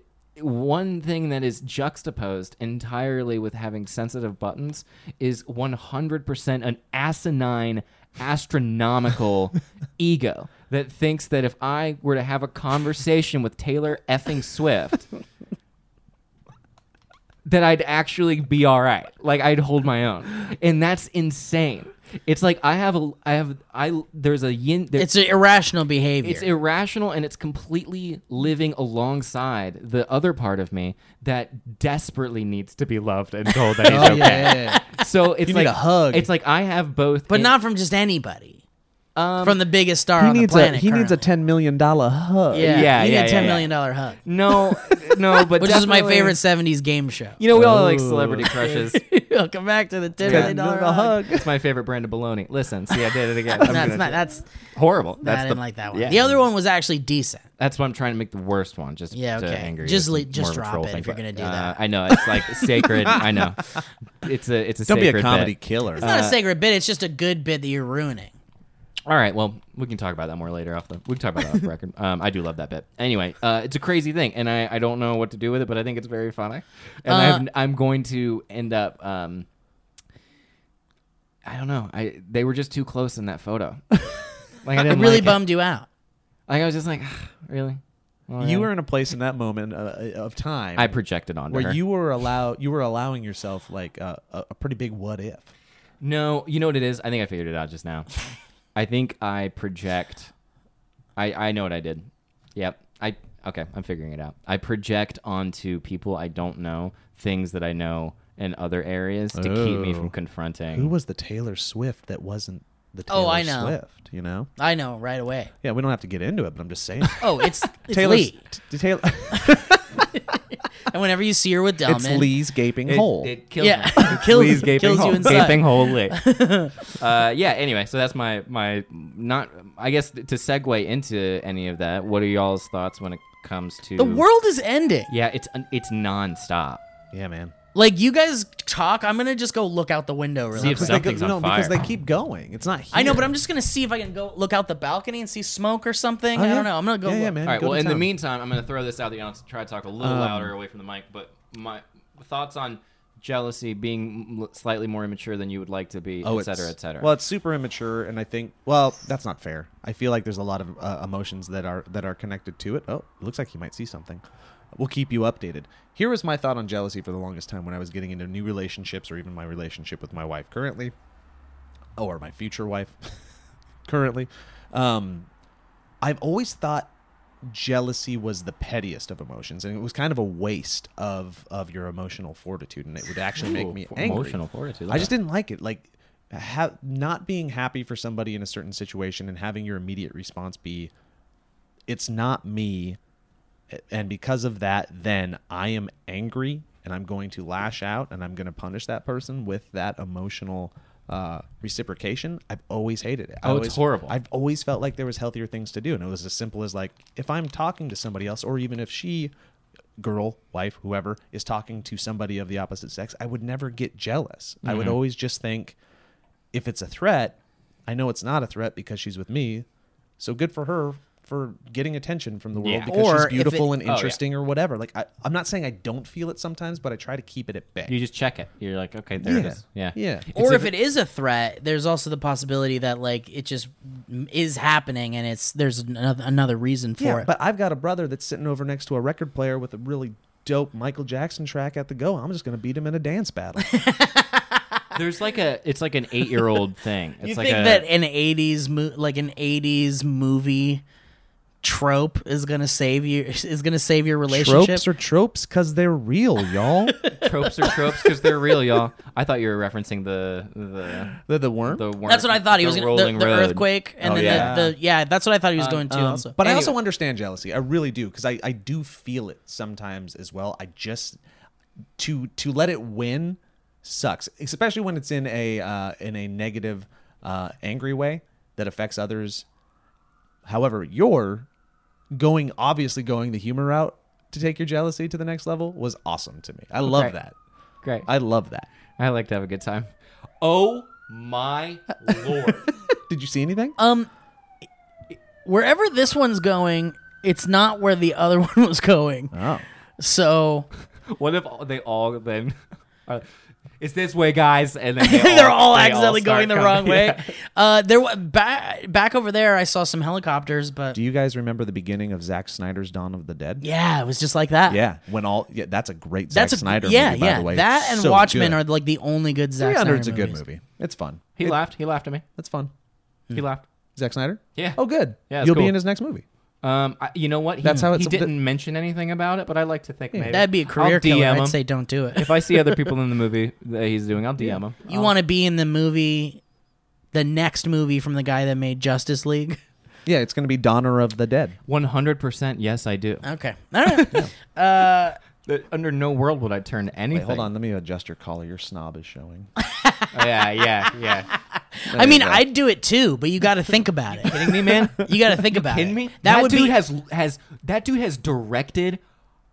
[SPEAKER 3] one thing that is juxtaposed entirely with having sensitive buttons is 100% an asinine astronomical ego that thinks that if I were to have a conversation with Taylor effing Swift, that I'd actually be all right. Like I'd hold my own, and that's insane. It's like I have a, I have, I there's a yin. There,
[SPEAKER 2] it's a irrational behavior.
[SPEAKER 3] it's irrational and it's completely living alongside the other part of me that desperately needs to be loved and told
[SPEAKER 2] Oh,
[SPEAKER 3] that he's okay. So it's
[SPEAKER 4] You need
[SPEAKER 3] like
[SPEAKER 4] a hug.
[SPEAKER 3] It's like I have both,
[SPEAKER 2] but
[SPEAKER 3] in-
[SPEAKER 2] not from just anybody.
[SPEAKER 3] Um,
[SPEAKER 2] from the biggest star
[SPEAKER 4] He
[SPEAKER 2] on
[SPEAKER 4] needs
[SPEAKER 2] the
[SPEAKER 4] a
[SPEAKER 2] planet.
[SPEAKER 4] he needs a
[SPEAKER 2] currently.
[SPEAKER 4] ten million dollar hug.
[SPEAKER 2] Yeah,
[SPEAKER 3] Yeah,
[SPEAKER 2] you
[SPEAKER 3] yeah,
[SPEAKER 2] need a
[SPEAKER 3] yeah,
[SPEAKER 2] ten
[SPEAKER 3] yeah.
[SPEAKER 2] million dollar hug,
[SPEAKER 3] No, no, but
[SPEAKER 2] which is my
[SPEAKER 3] definitely-
[SPEAKER 2] favorite '70s game show.
[SPEAKER 3] You know, we all like
[SPEAKER 4] Ooh.
[SPEAKER 3] celebrity crushes.
[SPEAKER 2] I'll come back to the ten
[SPEAKER 3] Yeah.
[SPEAKER 2] million dollar
[SPEAKER 4] The
[SPEAKER 2] hug.
[SPEAKER 4] hug.
[SPEAKER 3] It's my favorite brand of bologna. Listen, see, I did it again. I'm
[SPEAKER 2] That's
[SPEAKER 3] gonna-
[SPEAKER 2] not. That's.
[SPEAKER 3] horrible.
[SPEAKER 2] I
[SPEAKER 3] That's
[SPEAKER 2] didn't
[SPEAKER 3] the-
[SPEAKER 2] like that one.
[SPEAKER 3] yeah.
[SPEAKER 2] The other one was actually decent.
[SPEAKER 3] That's why I'm trying to make the worst one. Just
[SPEAKER 2] Yeah,
[SPEAKER 3] to
[SPEAKER 2] okay.
[SPEAKER 3] anger you.
[SPEAKER 2] Just
[SPEAKER 3] It's
[SPEAKER 2] le-
[SPEAKER 3] more
[SPEAKER 2] just
[SPEAKER 3] of a
[SPEAKER 2] drop
[SPEAKER 3] troll
[SPEAKER 2] it
[SPEAKER 3] thing,
[SPEAKER 2] if you're
[SPEAKER 3] but,
[SPEAKER 2] gonna do
[SPEAKER 3] uh,
[SPEAKER 2] that.
[SPEAKER 3] I know it's like sacred. I know. It's a it's a
[SPEAKER 4] Don't be
[SPEAKER 3] sacred
[SPEAKER 4] a comedy
[SPEAKER 3] bet.
[SPEAKER 4] killer.
[SPEAKER 2] It's not a sacred bit. It's just a good bit that you're ruining.
[SPEAKER 3] All right. Well, we can talk about that more later off the. We can talk about that off the record. Um, I do love that bit. Anyway, uh, it's a crazy thing, and I, I don't know what to do with it, but I think it's very funny, and
[SPEAKER 2] Uh,
[SPEAKER 3] I've, I'm going to end up. Um, I don't know. I they were just too close in that photo. like I
[SPEAKER 2] It
[SPEAKER 3] didn't
[SPEAKER 2] really
[SPEAKER 3] like it.
[SPEAKER 2] bummed you out.
[SPEAKER 3] Like I was just like, really. All
[SPEAKER 4] Uh, you
[SPEAKER 3] right.
[SPEAKER 4] were in a place in that moment uh, of time
[SPEAKER 3] I projected onto
[SPEAKER 4] where
[SPEAKER 3] her.
[SPEAKER 4] you were allow you were allowing yourself like a, a, a pretty big what if.
[SPEAKER 3] No, you know what it is? I think I figured it out just now. I think I project I I know what I did. Yep. I okay, I'm figuring it out. I project onto people I don't know things that I know in other areas to keep me
[SPEAKER 4] Oh.
[SPEAKER 3] from confronting.
[SPEAKER 4] Who was the Taylor Swift that wasn't the Taylor
[SPEAKER 2] Oh, I know.
[SPEAKER 4] Swift? You know,
[SPEAKER 2] I know right away.
[SPEAKER 4] yeah, we don't have to get into it, but I'm just saying.
[SPEAKER 2] Oh, it's, it's
[SPEAKER 4] Taylor,
[SPEAKER 2] Lee.
[SPEAKER 4] t- Taylor,
[SPEAKER 2] And whenever you see her with Delman,
[SPEAKER 4] it's Lee's gaping
[SPEAKER 3] it,
[SPEAKER 4] hole.
[SPEAKER 3] it kills
[SPEAKER 2] Yeah,
[SPEAKER 3] me.
[SPEAKER 2] kills,
[SPEAKER 3] Please, gaping
[SPEAKER 2] kills
[SPEAKER 3] hole.
[SPEAKER 2] you inside.
[SPEAKER 3] Gaping hole lick. uh, yeah. Anyway, so that's my my not. I guess to segue into any of that, what are y'all's thoughts when it comes to
[SPEAKER 2] The world is ending.
[SPEAKER 3] Yeah, it's it's nonstop.
[SPEAKER 4] yeah, man.
[SPEAKER 2] Like you guys talk, I'm gonna just go look out the window. Really,
[SPEAKER 3] See if
[SPEAKER 2] quick.
[SPEAKER 4] Because they go-
[SPEAKER 3] Something's on
[SPEAKER 4] no, because
[SPEAKER 3] fire.
[SPEAKER 4] they keep going. It's not. Here.
[SPEAKER 2] I know, but I'm just gonna see if I can go look out the balcony and see smoke or something.
[SPEAKER 4] Oh,
[SPEAKER 2] I
[SPEAKER 4] yeah?
[SPEAKER 2] don't know. I'm gonna go.
[SPEAKER 4] Yeah,
[SPEAKER 2] look.
[SPEAKER 4] yeah, man.
[SPEAKER 3] All right.
[SPEAKER 4] Go
[SPEAKER 3] Well,
[SPEAKER 4] to
[SPEAKER 3] in the
[SPEAKER 4] town. Um,
[SPEAKER 3] meantime, I'm going to throw this out. there, and I'll try to talk a little louder away from the mic. But my thoughts on jealousy, being m- slightly more immature than you would like to be,
[SPEAKER 4] Oh,
[SPEAKER 3] et cetera,
[SPEAKER 4] it's-
[SPEAKER 3] et cetera.
[SPEAKER 4] Well, it's super immature, and I think well, that's not fair. I feel like there's a lot of uh, emotions that are that are connected to it. Oh, it looks like you might see something. We'll keep you updated. Here was my thought on jealousy for the longest time when I was getting into new relationships or even my relationship with my wife currently, or my future wife currently. Um, I've always thought jealousy was the pettiest of emotions, and it was kind of a waste of of your emotional fortitude, and it would actually make me angry.
[SPEAKER 3] emotional fortitude.
[SPEAKER 4] I just didn't like it. Like ha- not being happy for somebody in a certain situation and having your immediate response be, "It's not me," and because of that, then I am angry and I'm going to lash out and I'm going to punish that person with that emotional. Uh, reciprocation. I've always hated it. I
[SPEAKER 3] Oh, it's
[SPEAKER 4] always-
[SPEAKER 3] horrible.
[SPEAKER 4] I've always felt like there was healthier things to do, and it was as simple as like if I'm talking to somebody else, or even if she, girl, wife, whoever, is talking to somebody of the opposite sex, I would never get jealous. I
[SPEAKER 3] Mm-hmm.
[SPEAKER 4] would always just think, if it's a threat, I know it's not a threat because she's with me, so good for her for getting attention from the world
[SPEAKER 3] Yeah.
[SPEAKER 4] because
[SPEAKER 2] Or if
[SPEAKER 4] she's
[SPEAKER 2] it-
[SPEAKER 4] beautiful and
[SPEAKER 3] Oh, yeah.
[SPEAKER 4] interesting or whatever. Like I, I'm not saying I don't feel it sometimes, but I try to keep it at bay.
[SPEAKER 3] You just check it. You're like, okay, there it
[SPEAKER 4] Yeah.
[SPEAKER 3] is. Yeah.
[SPEAKER 4] Yeah.
[SPEAKER 2] Or if it is a threat, there's also the possibility that like it just m- is happening and it's there's another, another reason for
[SPEAKER 4] Yeah,
[SPEAKER 2] it.
[SPEAKER 4] but I've got a brother that's sitting over next to a record player with a really dope Michael Jackson track at the go. I'm just gonna beat him in a dance battle.
[SPEAKER 3] There's like a, it's like an eight year old thing. It's
[SPEAKER 2] you
[SPEAKER 3] like
[SPEAKER 2] think
[SPEAKER 3] a,
[SPEAKER 2] that an '80s mo- like an '80s movie trope is gonna save you is gonna save your relationship?
[SPEAKER 4] tropes are tropes because they're real, y'all.
[SPEAKER 3] tropes are tropes because they're real, y'all. I thought you were referencing the the
[SPEAKER 4] they're the worm.
[SPEAKER 3] the worm,
[SPEAKER 2] that's what I thought he was
[SPEAKER 3] the
[SPEAKER 2] gonna the,
[SPEAKER 3] rolling
[SPEAKER 2] the
[SPEAKER 3] road.
[SPEAKER 2] earthquake and
[SPEAKER 3] Oh,
[SPEAKER 2] then
[SPEAKER 3] yeah.
[SPEAKER 2] The, the yeah. That's what I thought he was going to
[SPEAKER 4] Um,
[SPEAKER 2] also.
[SPEAKER 4] But I
[SPEAKER 2] Anyway.
[SPEAKER 4] also understand jealousy. I really do because I, I do feel it sometimes as well. I just to to let it win sucks, especially when it's in a uh, in a negative, uh, angry way that affects others. However, your going obviously going the humor route to take your jealousy to the next level was awesome to me. I love
[SPEAKER 3] Right.
[SPEAKER 4] that.
[SPEAKER 3] Great. I,
[SPEAKER 4] I love that.
[SPEAKER 3] I like to have a good time. Oh my lord.
[SPEAKER 4] Did you see anything?
[SPEAKER 2] Um, wherever this one's going, it's not where the other one was going.
[SPEAKER 4] oh.
[SPEAKER 2] So
[SPEAKER 3] What if all- they all then? Are, it's this way, guys, and then they
[SPEAKER 2] they're all
[SPEAKER 3] they
[SPEAKER 2] accidentally
[SPEAKER 3] start
[SPEAKER 2] going the
[SPEAKER 3] coming-
[SPEAKER 2] wrong way.
[SPEAKER 3] Yeah.
[SPEAKER 2] Uh, there wa- back back over there, I saw some helicopters, but
[SPEAKER 4] Do you guys remember the beginning of Zack Snyder's Dawn of the Dead?
[SPEAKER 2] yeah, it was just like that.
[SPEAKER 4] Yeah, when all yeah, that's a great
[SPEAKER 2] that's
[SPEAKER 4] Zack
[SPEAKER 2] a
[SPEAKER 4] Snyder
[SPEAKER 2] yeah
[SPEAKER 4] movie.
[SPEAKER 2] yeah
[SPEAKER 4] by the way,
[SPEAKER 2] that and
[SPEAKER 4] So
[SPEAKER 2] Watchmen
[SPEAKER 4] good.
[SPEAKER 2] are like the only good Zack
[SPEAKER 4] 300's
[SPEAKER 2] Snyder
[SPEAKER 4] a good
[SPEAKER 2] movies.
[SPEAKER 4] movie. It's fun.
[SPEAKER 3] He laughed. He laughed at me.
[SPEAKER 4] It's fun.
[SPEAKER 2] Mm.
[SPEAKER 3] He laughed.
[SPEAKER 4] Zack Snyder.
[SPEAKER 3] Yeah.
[SPEAKER 4] Oh, good.
[SPEAKER 3] Yeah, it's
[SPEAKER 4] you'll
[SPEAKER 3] cool.
[SPEAKER 4] be in his next movie.
[SPEAKER 3] Um, I, you know what? He,
[SPEAKER 4] That's how it's
[SPEAKER 3] he
[SPEAKER 4] a bit-
[SPEAKER 3] didn't mention anything about it, but I like to think maybe
[SPEAKER 2] That'd be a career
[SPEAKER 3] I'll
[SPEAKER 2] killer.
[SPEAKER 3] DM him.
[SPEAKER 2] I'd say don't do it.
[SPEAKER 3] if I see other people in the movie that he's doing, I'll DM him.
[SPEAKER 2] you want to be in the movie the next movie from the guy that made Justice League.
[SPEAKER 4] Yeah, it's going to be Donner of the Dead.
[SPEAKER 3] One hundred percent. Yes, I do.
[SPEAKER 2] Okay. All right. uh,
[SPEAKER 3] Uh, Under no world would I turn
[SPEAKER 4] Wait,
[SPEAKER 3] anything.
[SPEAKER 4] hold on. Let me adjust your collar. Your snob is showing.
[SPEAKER 3] yeah, yeah, yeah.
[SPEAKER 2] I mean,
[SPEAKER 4] go.
[SPEAKER 2] I'd do it too, but you got to think about it.
[SPEAKER 3] Kidding me, man?
[SPEAKER 2] You got to think about
[SPEAKER 3] Kidding
[SPEAKER 2] it.
[SPEAKER 3] me?
[SPEAKER 2] That, would
[SPEAKER 3] dude
[SPEAKER 2] be
[SPEAKER 3] has has that dude has directed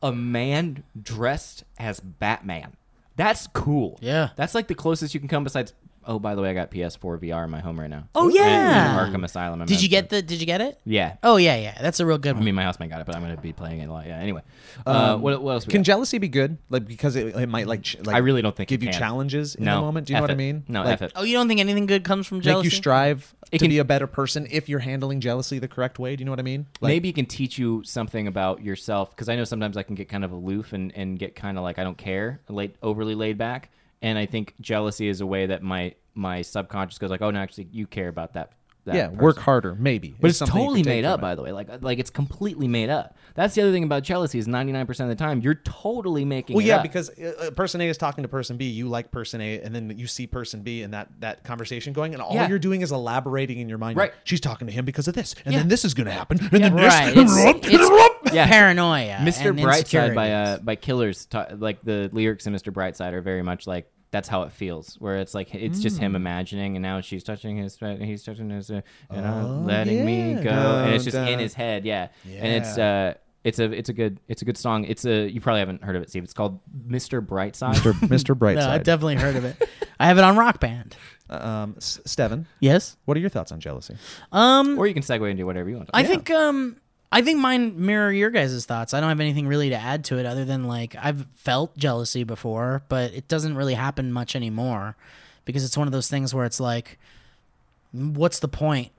[SPEAKER 3] a man dressed as Batman. That's cool.
[SPEAKER 2] Yeah.
[SPEAKER 3] that's like the closest you can come. Besides, oh by the way, I got PS4 VR in my home right now.
[SPEAKER 2] Oh,
[SPEAKER 3] And-
[SPEAKER 2] yeah.
[SPEAKER 3] and Arkham Asylum. I
[SPEAKER 2] Did you get
[SPEAKER 3] meant
[SPEAKER 2] the? Did you get it?
[SPEAKER 3] to- Yeah.
[SPEAKER 2] Oh yeah, yeah. That's a real good
[SPEAKER 3] I
[SPEAKER 2] one.
[SPEAKER 3] mean, my housemate got it, but I'm gonna be playing it a lot. Yeah. Anyway, uh, what, what else? We
[SPEAKER 4] Can
[SPEAKER 3] got?
[SPEAKER 4] jealousy be good? Like because it, it might like, ch- like
[SPEAKER 3] I really don't think it
[SPEAKER 4] give you
[SPEAKER 3] can.
[SPEAKER 4] challenges in
[SPEAKER 3] No.
[SPEAKER 4] the moment. Do you know
[SPEAKER 3] F
[SPEAKER 4] what I
[SPEAKER 3] it.
[SPEAKER 4] mean?
[SPEAKER 3] No,
[SPEAKER 4] like,
[SPEAKER 3] F it.
[SPEAKER 2] oh, you don't think anything good comes from
[SPEAKER 4] Make
[SPEAKER 2] jealousy?
[SPEAKER 4] you strive
[SPEAKER 3] It
[SPEAKER 4] to
[SPEAKER 3] can-
[SPEAKER 4] be a better person if you're handling jealousy the correct way. Do you know what I mean? Like,
[SPEAKER 3] Maybe it can teach you something about yourself because I know sometimes I can get kind of aloof and, and get kind of like I don't care, late, overly laid back. And I think jealousy is a way that my my subconscious goes like, oh no, actually you care about that. that
[SPEAKER 4] yeah,
[SPEAKER 3] person."
[SPEAKER 4] work harder. Maybe,
[SPEAKER 3] But it's totally made up, by the way. Like like it's completely made up. That's the other thing about jealousy is ninety nine percent of the time you're totally making.
[SPEAKER 4] Well,
[SPEAKER 3] it
[SPEAKER 4] yeah,
[SPEAKER 3] up.
[SPEAKER 4] because uh, uh, person A is talking to person B. You like person A, and then you see person B, and that that conversation going, and all
[SPEAKER 3] Yeah.
[SPEAKER 4] you're doing is elaborating in your mind.
[SPEAKER 3] Right.
[SPEAKER 4] She's talking to him because of this, and
[SPEAKER 3] Yeah.
[SPEAKER 4] then this is going to happen, and then this.
[SPEAKER 2] Right. It's, it's
[SPEAKER 3] Yeah.
[SPEAKER 2] paranoia.
[SPEAKER 3] Mr.
[SPEAKER 2] Uh, and
[SPEAKER 3] Brightside by
[SPEAKER 2] insecurities.
[SPEAKER 3] uh, by Killers, ta like the lyrics in Mr. Brightside are very much like that's how it feels, where it's like it's just
[SPEAKER 2] Hmm.
[SPEAKER 3] him imagining, and now she's touching his, foot, and he's touching his, uh, and
[SPEAKER 2] Oh,
[SPEAKER 3] I'm letting me
[SPEAKER 4] yeah.
[SPEAKER 3] go, and it's just
[SPEAKER 4] Dun,
[SPEAKER 3] in
[SPEAKER 4] dun.
[SPEAKER 3] his head, yeah. And it's uh,
[SPEAKER 4] Yeah.
[SPEAKER 3] it's a it's a good it's a good song. It's a you probably haven't heard of it, Steve. It's called Mr. Brightside.
[SPEAKER 4] Mr. Mr.
[SPEAKER 2] No, I've
[SPEAKER 4] Brightside,
[SPEAKER 2] definitely heard of it. I have it on Rock Band.
[SPEAKER 4] um, S- Steven,
[SPEAKER 2] Yes.
[SPEAKER 4] what are your thoughts on jealousy?
[SPEAKER 2] Um,
[SPEAKER 3] or you can segue into whatever you want.
[SPEAKER 2] I think um, I think mine mirror your guys' thoughts. I don't have anything really to add to it other than like I've felt jealousy before, but it doesn't really happen much anymore because it's one of those things where it's like, what's the point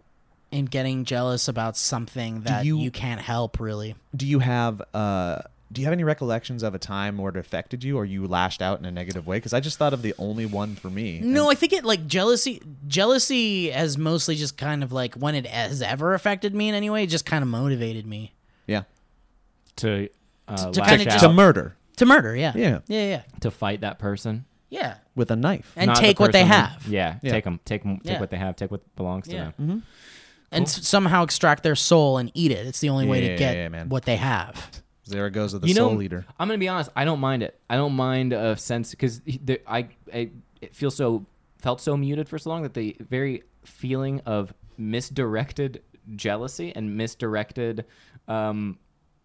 [SPEAKER 2] in getting jealous about something that
[SPEAKER 4] you-
[SPEAKER 2] you can't help really?
[SPEAKER 4] Do you have uh, do you have any recollections of a time where it affected you, or you lashed out in a negative way? Because I just thought of the only one for me.
[SPEAKER 2] No, I think it like jealousy. Jealousy has mostly just kind of like when it has ever affected me in any way, it just kind of motivated me
[SPEAKER 4] Yeah,
[SPEAKER 3] to uh,
[SPEAKER 2] to
[SPEAKER 3] lash
[SPEAKER 2] kinda
[SPEAKER 3] out,
[SPEAKER 2] just-
[SPEAKER 4] to murder
[SPEAKER 2] to murder. Yeah,
[SPEAKER 4] Yeah.
[SPEAKER 2] yeah, yeah,
[SPEAKER 3] to fight that person
[SPEAKER 2] yeah.
[SPEAKER 4] with a knife.
[SPEAKER 2] And
[SPEAKER 3] Not the
[SPEAKER 2] take what they
[SPEAKER 3] person-
[SPEAKER 2] have.
[SPEAKER 3] Yeah,
[SPEAKER 4] Yeah.
[SPEAKER 3] take them, take 'em- take
[SPEAKER 2] Yeah.
[SPEAKER 3] what they have, take what belongs to
[SPEAKER 2] Yeah.
[SPEAKER 3] them.
[SPEAKER 2] and s- somehow extract their soul and eat it. It's the only way
[SPEAKER 4] Yeah,
[SPEAKER 2] to get
[SPEAKER 4] yeah, man.
[SPEAKER 2] what they have.
[SPEAKER 4] There it goes with the
[SPEAKER 3] you know,
[SPEAKER 4] soul leader.
[SPEAKER 3] I'm gonna be honest. I don't mind it. I don't mind a sense because the, I, I it feels so felt so muted for so long that the very feeling of misdirected jealousy and misdirected um,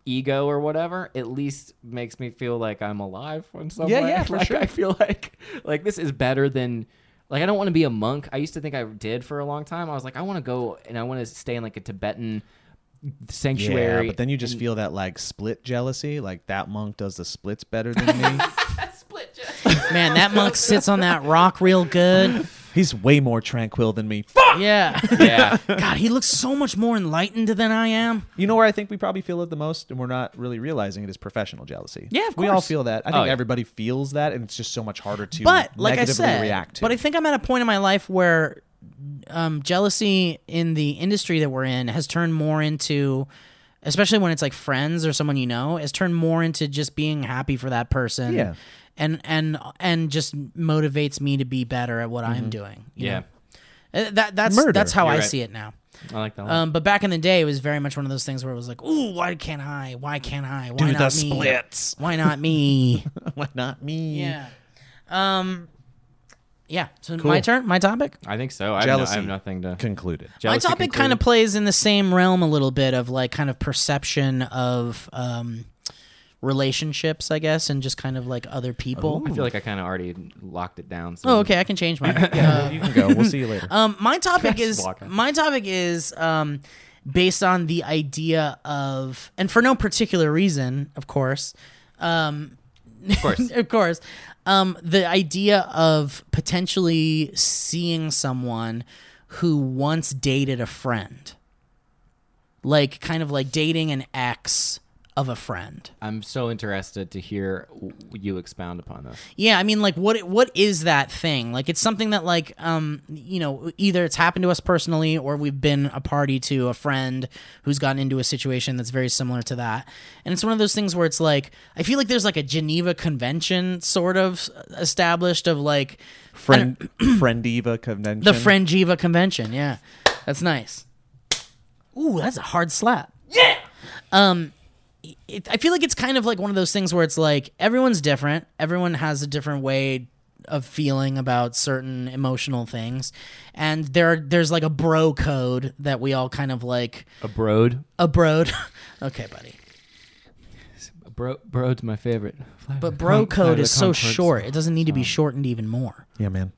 [SPEAKER 3] ego or whatever at least makes me feel like I'm alive in some
[SPEAKER 4] Yeah,
[SPEAKER 3] way.
[SPEAKER 4] yeah, for
[SPEAKER 3] like,
[SPEAKER 4] sure.
[SPEAKER 3] I feel like like this is better than. Like I don't want to be a monk. I used to think I did for a long time. I was like, I want to go and I want to stay in like a Tibetan sanctuary.
[SPEAKER 4] but then you just feel that like split jealousy, like that monk does the splits better than me.
[SPEAKER 2] Man, that monk sits on that rock real good.
[SPEAKER 4] He's way more tranquil than me. Fuck!
[SPEAKER 2] Yeah.
[SPEAKER 3] yeah,
[SPEAKER 2] God, he looks so much more enlightened than I am.
[SPEAKER 4] You know where I think we probably feel it the most, and we're not really realizing it is professional jealousy.
[SPEAKER 2] Yeah, of
[SPEAKER 4] we all
[SPEAKER 2] course.
[SPEAKER 4] feel that. I
[SPEAKER 3] Oh,
[SPEAKER 4] think
[SPEAKER 3] yeah.
[SPEAKER 4] everybody feels that, and it's just so much harder to
[SPEAKER 2] But like I
[SPEAKER 4] negatively
[SPEAKER 2] said,
[SPEAKER 4] react to.
[SPEAKER 2] but I think I'm at a point in my life where um, jealousy in the industry that we're in has turned more into, especially when it's like friends or someone you know, has turned more into just being happy for that person.
[SPEAKER 4] Yeah.
[SPEAKER 2] And and and just motivates me to be better at what
[SPEAKER 4] Mm-hmm.
[SPEAKER 2] I'm doing. you
[SPEAKER 3] yeah.
[SPEAKER 2] know? Uh, That that's
[SPEAKER 4] Murder.
[SPEAKER 2] that's how
[SPEAKER 3] You're
[SPEAKER 2] I
[SPEAKER 3] right.
[SPEAKER 2] see it now.
[SPEAKER 3] I like that. One.
[SPEAKER 2] Um, but back in the day, it was very much one of those things where it was like, "Ooh, why can't I? Why can't I? Why
[SPEAKER 4] Do
[SPEAKER 2] not
[SPEAKER 4] the
[SPEAKER 2] me?
[SPEAKER 4] splits.
[SPEAKER 2] Why not me?"
[SPEAKER 4] Why not me?
[SPEAKER 2] yeah. Um. Yeah. So my
[SPEAKER 4] Cool.
[SPEAKER 2] turn. My topic.
[SPEAKER 3] I think so. I have, no, I
[SPEAKER 4] Jealousy.
[SPEAKER 3] have nothing to.
[SPEAKER 4] Concluded.
[SPEAKER 3] Jealousy
[SPEAKER 2] my topic kind of plays in the same realm a little bit of like kind of perception of um, relationships, I guess, and just kind of like other people.
[SPEAKER 3] I feel like I kind of already locked it down. So
[SPEAKER 2] Oh, okay. I can change mine. Uh,
[SPEAKER 4] You can go. We'll see you later.
[SPEAKER 2] Um, my topic is
[SPEAKER 3] walking.
[SPEAKER 2] my topic is um, based on the idea of, and for no particular reason, of course, um,
[SPEAKER 3] Of course.
[SPEAKER 2] of course, um, the idea of potentially seeing someone who once dated a friend, like kind of like dating an ex of a friend.
[SPEAKER 3] I'm so interested to hear w- you expound upon this.
[SPEAKER 2] Yeah, I mean, like, what what is that thing? Like, it's something that, like, um, you know, either it's happened to us personally, or we've been a party to a friend who's gotten into a situation that's very similar to that. And it's one of those things where it's like, I feel like there's like a Geneva Convention sort of established of like
[SPEAKER 4] Friend Friendiva convention.
[SPEAKER 2] the friend Geneva Convention. Yeah, that's nice. Ooh, that's a hard slap. Yeah. Um, it, I feel like it's kind of like one of those things where it's like everyone's different. Everyone has a different way of feeling about certain emotional things, and there there's like a bro code that we all kind of like
[SPEAKER 3] A brode,
[SPEAKER 2] abroad. okay, buddy.
[SPEAKER 3] a bro, brode's my favorite.
[SPEAKER 2] But bro code is so short; it doesn't need to be shortened even more.
[SPEAKER 4] Yeah, man.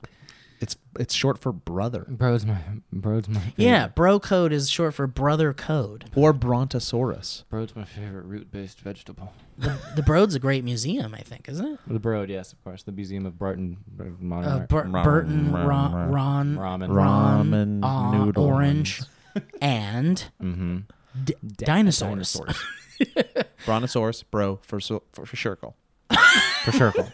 [SPEAKER 4] It's it's short for brother
[SPEAKER 3] Brode's my brode's my favorite.
[SPEAKER 2] Yeah, bro code is short for brother code.
[SPEAKER 4] or Brontosaurus.
[SPEAKER 3] brode's my favorite root-based vegetable.
[SPEAKER 2] The, the Brode's a great museum, I think, isn't it?
[SPEAKER 3] The brode, yes, of course. The Museum of Barton Modern
[SPEAKER 2] Uh,
[SPEAKER 3] Art.
[SPEAKER 2] Bur-
[SPEAKER 4] Ron-
[SPEAKER 2] Burton,
[SPEAKER 4] Ron-
[SPEAKER 2] Ron, Ron,
[SPEAKER 3] Ramen.
[SPEAKER 4] Ramen
[SPEAKER 2] uh,
[SPEAKER 4] noodle
[SPEAKER 2] orange, and d- dinosaurs.
[SPEAKER 3] Dinosaurs.
[SPEAKER 4] Brontosaurus, bro, for so- for, for circle.
[SPEAKER 3] For circle.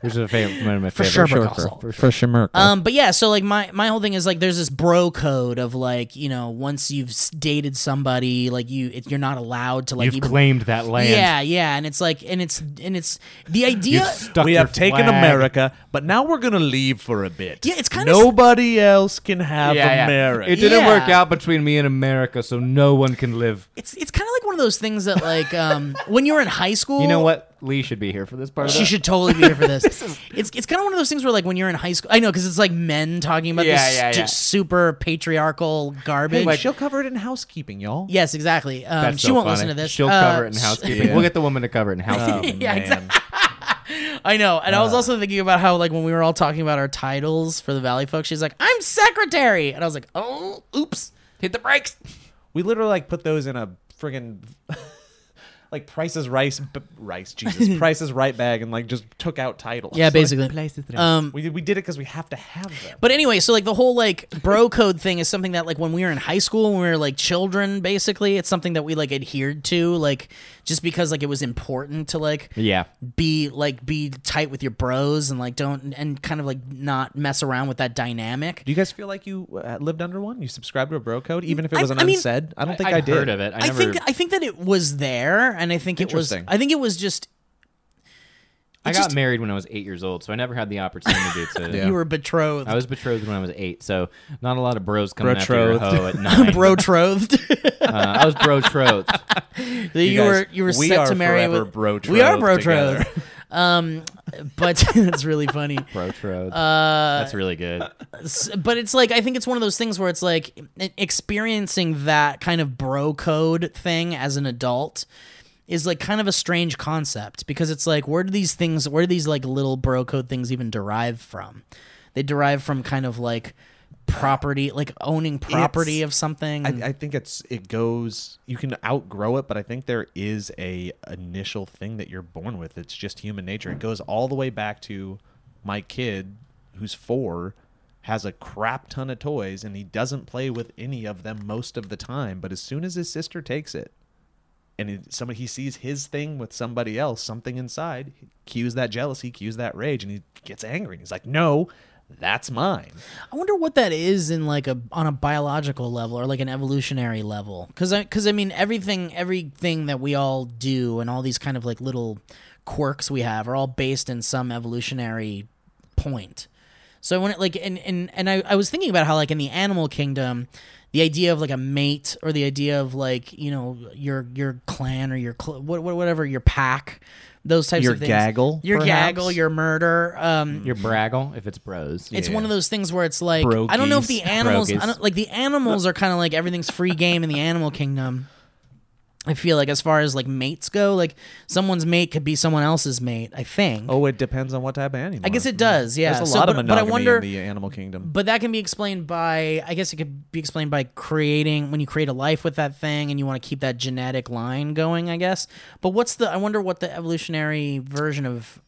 [SPEAKER 3] Which is a favorite, one of my
[SPEAKER 2] For sure,
[SPEAKER 3] favorite. Circle.
[SPEAKER 2] Picasso.
[SPEAKER 3] For sure.
[SPEAKER 4] For shimmer.
[SPEAKER 2] Um, but yeah, so like my my whole thing is like there's this bro code of like you know once you've s- dated somebody like you it, you're not allowed to like
[SPEAKER 3] You've
[SPEAKER 2] even
[SPEAKER 3] claimed that land.
[SPEAKER 2] yeah yeah and it's like and it's and it's the
[SPEAKER 3] You've
[SPEAKER 2] idea
[SPEAKER 3] stuck
[SPEAKER 4] we
[SPEAKER 3] your
[SPEAKER 4] have taken
[SPEAKER 3] flag.
[SPEAKER 4] America, but now we're gonna leave for a bit.
[SPEAKER 2] Yeah, it's kinda s-
[SPEAKER 4] nobody else can have
[SPEAKER 3] Yeah, yeah.
[SPEAKER 4] America.
[SPEAKER 3] It didn't
[SPEAKER 2] Yeah.
[SPEAKER 3] work out between me and America, so no one can live.
[SPEAKER 2] it's it's kind of like one of those things that like um when you're in high school
[SPEAKER 3] You know what? Lee should be here for this part. Of
[SPEAKER 2] She
[SPEAKER 3] that.
[SPEAKER 2] should totally be here for this. it's it's kind of one of those things where like when you're in high school, I know because it's like men talking about
[SPEAKER 3] Yeah,
[SPEAKER 2] this
[SPEAKER 3] yeah,
[SPEAKER 2] stu-
[SPEAKER 3] yeah.
[SPEAKER 2] super patriarchal garbage.
[SPEAKER 4] Hey, she'll cover it in housekeeping, y'all.
[SPEAKER 2] yes, exactly. Um,
[SPEAKER 3] That's
[SPEAKER 2] she
[SPEAKER 3] so
[SPEAKER 2] won't
[SPEAKER 3] funny.
[SPEAKER 2] listen to this.
[SPEAKER 3] She'll
[SPEAKER 2] Uh,
[SPEAKER 3] cover it in
[SPEAKER 2] sh-
[SPEAKER 3] housekeeping.
[SPEAKER 4] Yeah.
[SPEAKER 3] We'll get the woman to cover it in
[SPEAKER 4] Oh,
[SPEAKER 3] housekeeping.
[SPEAKER 2] Yeah,
[SPEAKER 4] man.
[SPEAKER 2] exactly. I know, and I
[SPEAKER 3] Uh.
[SPEAKER 2] was also thinking about how like when we were all talking about our titles for the Valley Folk, she's like, "I'm secretary," and I was like, "Oh, oops."
[SPEAKER 3] Hit the brakes.
[SPEAKER 4] We literally like put those in a friggin' like Price's Rice, b- Rice, Jesus, Price's Right bag, and like just took out titles.
[SPEAKER 2] Yeah, basically.
[SPEAKER 4] we did, we did it because we have to have them.
[SPEAKER 2] Um, But anyway, so like the whole like bro code thing is something that like when we were in high school, when we were like children, basically, it's something that we like adhered to, like just because like it was important to like
[SPEAKER 3] Yeah.
[SPEAKER 2] be like be tight with your bros and like don't and kind of like not mess around with that dynamic.
[SPEAKER 4] Do you guys feel like you uh, lived under one? You subscribed to a bro code, even if it
[SPEAKER 2] I-
[SPEAKER 4] was an
[SPEAKER 2] I mean-
[SPEAKER 4] unsaid. I don't think I,
[SPEAKER 3] I've
[SPEAKER 4] did.
[SPEAKER 3] heard of it. I,
[SPEAKER 2] I
[SPEAKER 3] never,
[SPEAKER 2] think I think that it was there, and I think it was.
[SPEAKER 4] Interesting.
[SPEAKER 2] I think it was just
[SPEAKER 3] I
[SPEAKER 2] it
[SPEAKER 3] got
[SPEAKER 2] just-
[SPEAKER 3] married when I was eight years old, so I never had the opportunity to.
[SPEAKER 4] Yeah.
[SPEAKER 2] you were betrothed,
[SPEAKER 3] I was betrothed when I was eight, so not a lot of bros coming after
[SPEAKER 4] Betrothed.
[SPEAKER 3] your hoe at nine.
[SPEAKER 2] bro trothed.
[SPEAKER 3] Uh, I was betrothed.
[SPEAKER 2] you, were you were
[SPEAKER 4] we
[SPEAKER 2] set
[SPEAKER 4] are
[SPEAKER 2] to marry
[SPEAKER 4] forever
[SPEAKER 2] with
[SPEAKER 4] bro-trothed
[SPEAKER 2] we are bro
[SPEAKER 4] together.
[SPEAKER 2] trothed. Um, but that's really funny.
[SPEAKER 3] Betrothed.
[SPEAKER 2] Uh,
[SPEAKER 3] That's really good.
[SPEAKER 2] S- but it's like I think it's one of those things where it's like e- experiencing that kind of bro code thing as an adult is like kind of a strange concept because it's like where do these things where do these like little bro code things even derive from? They derive from kind of like property, like owning property
[SPEAKER 4] It's-
[SPEAKER 2] of something.
[SPEAKER 4] I, I think it's it goes. You can outgrow it, but I think there is a initial thing that you're born with. It's just human nature. It goes all the way back to my kid, who's four, has a crap ton of toys, and he doesn't play with any of them most of the time. But as soon as his sister takes it, and it, somebody he sees his thing with somebody else, something inside cues that jealousy, cues that rage, and he gets angry. And he's like, "No, that's mine."
[SPEAKER 2] I wonder what that is in like a on a biological level or like an evolutionary level because I because I mean everything everything that we all do and all these kind of like little quirks we have are all based in some evolutionary point. So when it like and and and I, I was thinking about how like in the animal kingdom, the idea of like a mate or the idea of like you know your your clan or your cl- what, what whatever your pack, those types
[SPEAKER 4] Your
[SPEAKER 2] of things.
[SPEAKER 4] gaggle,
[SPEAKER 2] your
[SPEAKER 4] perhaps? Mm-hmm.
[SPEAKER 2] gaggle, your murder. Um,
[SPEAKER 3] Your braggle, if it's bros.
[SPEAKER 2] it's one of those things where it's like
[SPEAKER 4] Bro
[SPEAKER 2] I don't know if the
[SPEAKER 4] geese.
[SPEAKER 2] animals,
[SPEAKER 3] Bro
[SPEAKER 2] I don't, like the animals, are kind of like everything's free game in the animal kingdom. I feel like as far as like mates go, like someone's mate could be someone else's mate. I think.
[SPEAKER 4] Oh, it depends on what type of animal.
[SPEAKER 2] I guess it does. Yeah.
[SPEAKER 4] There's a
[SPEAKER 2] So,
[SPEAKER 4] lot
[SPEAKER 2] but,
[SPEAKER 4] of monogamy
[SPEAKER 2] but I wonder.
[SPEAKER 4] in the animal kingdom.
[SPEAKER 2] but that can be explained by I guess it could be explained by creating when you create a life with that thing and you want to keep that genetic line going, I guess. But what's the I wonder what the evolutionary version of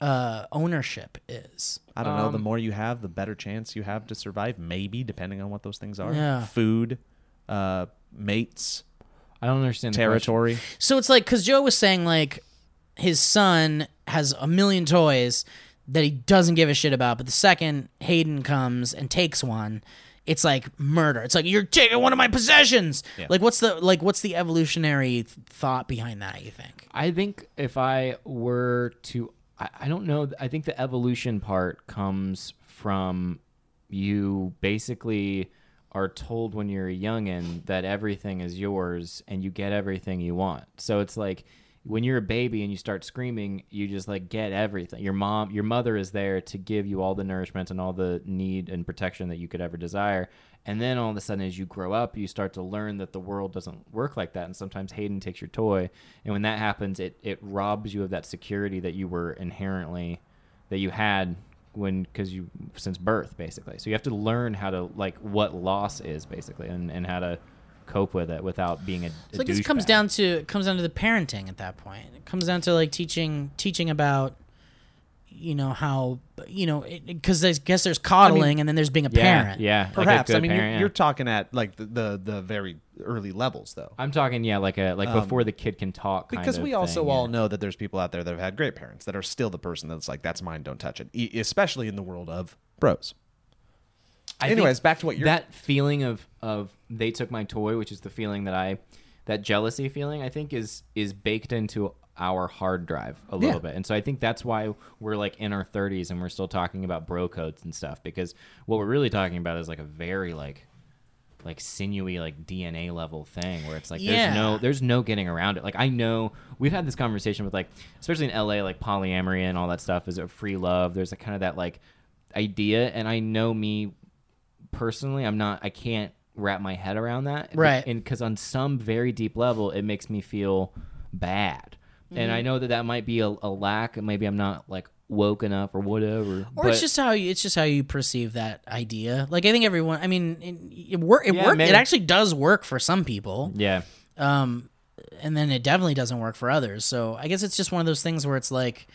[SPEAKER 2] uh ownership is.
[SPEAKER 4] I don't
[SPEAKER 2] Um,
[SPEAKER 4] know. The more you have, the better chance you have to survive. Maybe depending on what those things are.
[SPEAKER 2] Yeah.
[SPEAKER 4] Food, uh, mates.
[SPEAKER 5] I don't understand the question.
[SPEAKER 4] territory.
[SPEAKER 2] So it's like because Joe was saying like his son has a million toys that he doesn't give a shit about, but the second Hayden comes and takes one, it's like murder. It's like you're taking one of my possessions. Like what's the like what's the evolutionary th- thought behind that? You think?
[SPEAKER 5] I think if I were to, I, I don't know. I think the evolution part comes from you basically are told when you're a youngin that everything is yours and you get everything you want. So it's like when you're a baby and you start screaming, you just like get everything. Your mom, your mother is there to give you all the nourishment and all the need and protection that you could ever desire. And then all of a sudden, as you grow up, you start to learn that the world doesn't work like that. And sometimes Hayden takes your toy. And when that happens, it, it robs you of that security that you were inherently, that you had when, because you, since birth, basically. So you have to learn how to, like, what loss is, basically, and, and how to cope with it without being a, a
[SPEAKER 2] So I guess it comes
[SPEAKER 5] douchebag.
[SPEAKER 2] down to it comes down to the parenting at that point. It comes down to like teaching teaching about you know how you know because I guess there's coddling and then there's being a
[SPEAKER 5] Yeah,
[SPEAKER 2] parent.
[SPEAKER 5] Yeah. like a
[SPEAKER 4] Perhaps. I
[SPEAKER 5] good
[SPEAKER 4] mean, you're,
[SPEAKER 5] parent, yeah.
[SPEAKER 4] you're talking at like the, the the very early levels though.
[SPEAKER 5] I'm talking, yeah, like a like before the kid can talk. kind
[SPEAKER 4] Um, because
[SPEAKER 5] of
[SPEAKER 4] we also
[SPEAKER 5] thing, yeah.
[SPEAKER 4] all know that there's people out there that have had great parents that are still the person that's like that's mine don't touch it E- especially in the world of bros
[SPEAKER 5] I think
[SPEAKER 4] anyways back to what you're
[SPEAKER 5] that feeling of of they took my toy, which is the feeling that I that jealousy feeling I think is is baked into our hard drive a little
[SPEAKER 4] Yeah.
[SPEAKER 5] bit. And so I think that's why we're like in our 30s and we're still talking about bro codes and stuff because what we're really talking about is like a very like like sinewy like DNA level thing where it's like
[SPEAKER 2] Yeah.
[SPEAKER 5] there's no there's no getting around it. Like I know we've had this conversation with like especially in LA like polyamory and all that stuff is a free love. There's a kind of that like idea and I know me personally I'm not I can't wrap my head around that.
[SPEAKER 2] Right.
[SPEAKER 5] And cuz on some very deep level it makes me feel bad. And
[SPEAKER 2] Mm.
[SPEAKER 5] I know that that might be a, a lack and maybe I'm not like woke enough or whatever.
[SPEAKER 2] or
[SPEAKER 5] but-
[SPEAKER 2] it's just how you, it's just how you perceive that idea. Like I think everyone, I mean, it, it work it
[SPEAKER 5] Yeah,
[SPEAKER 2] work
[SPEAKER 5] maybe.
[SPEAKER 2] it actually does work for some people,
[SPEAKER 5] yeah.
[SPEAKER 2] um, and then it definitely doesn't work for others. So I guess it's just one of those things where it's like,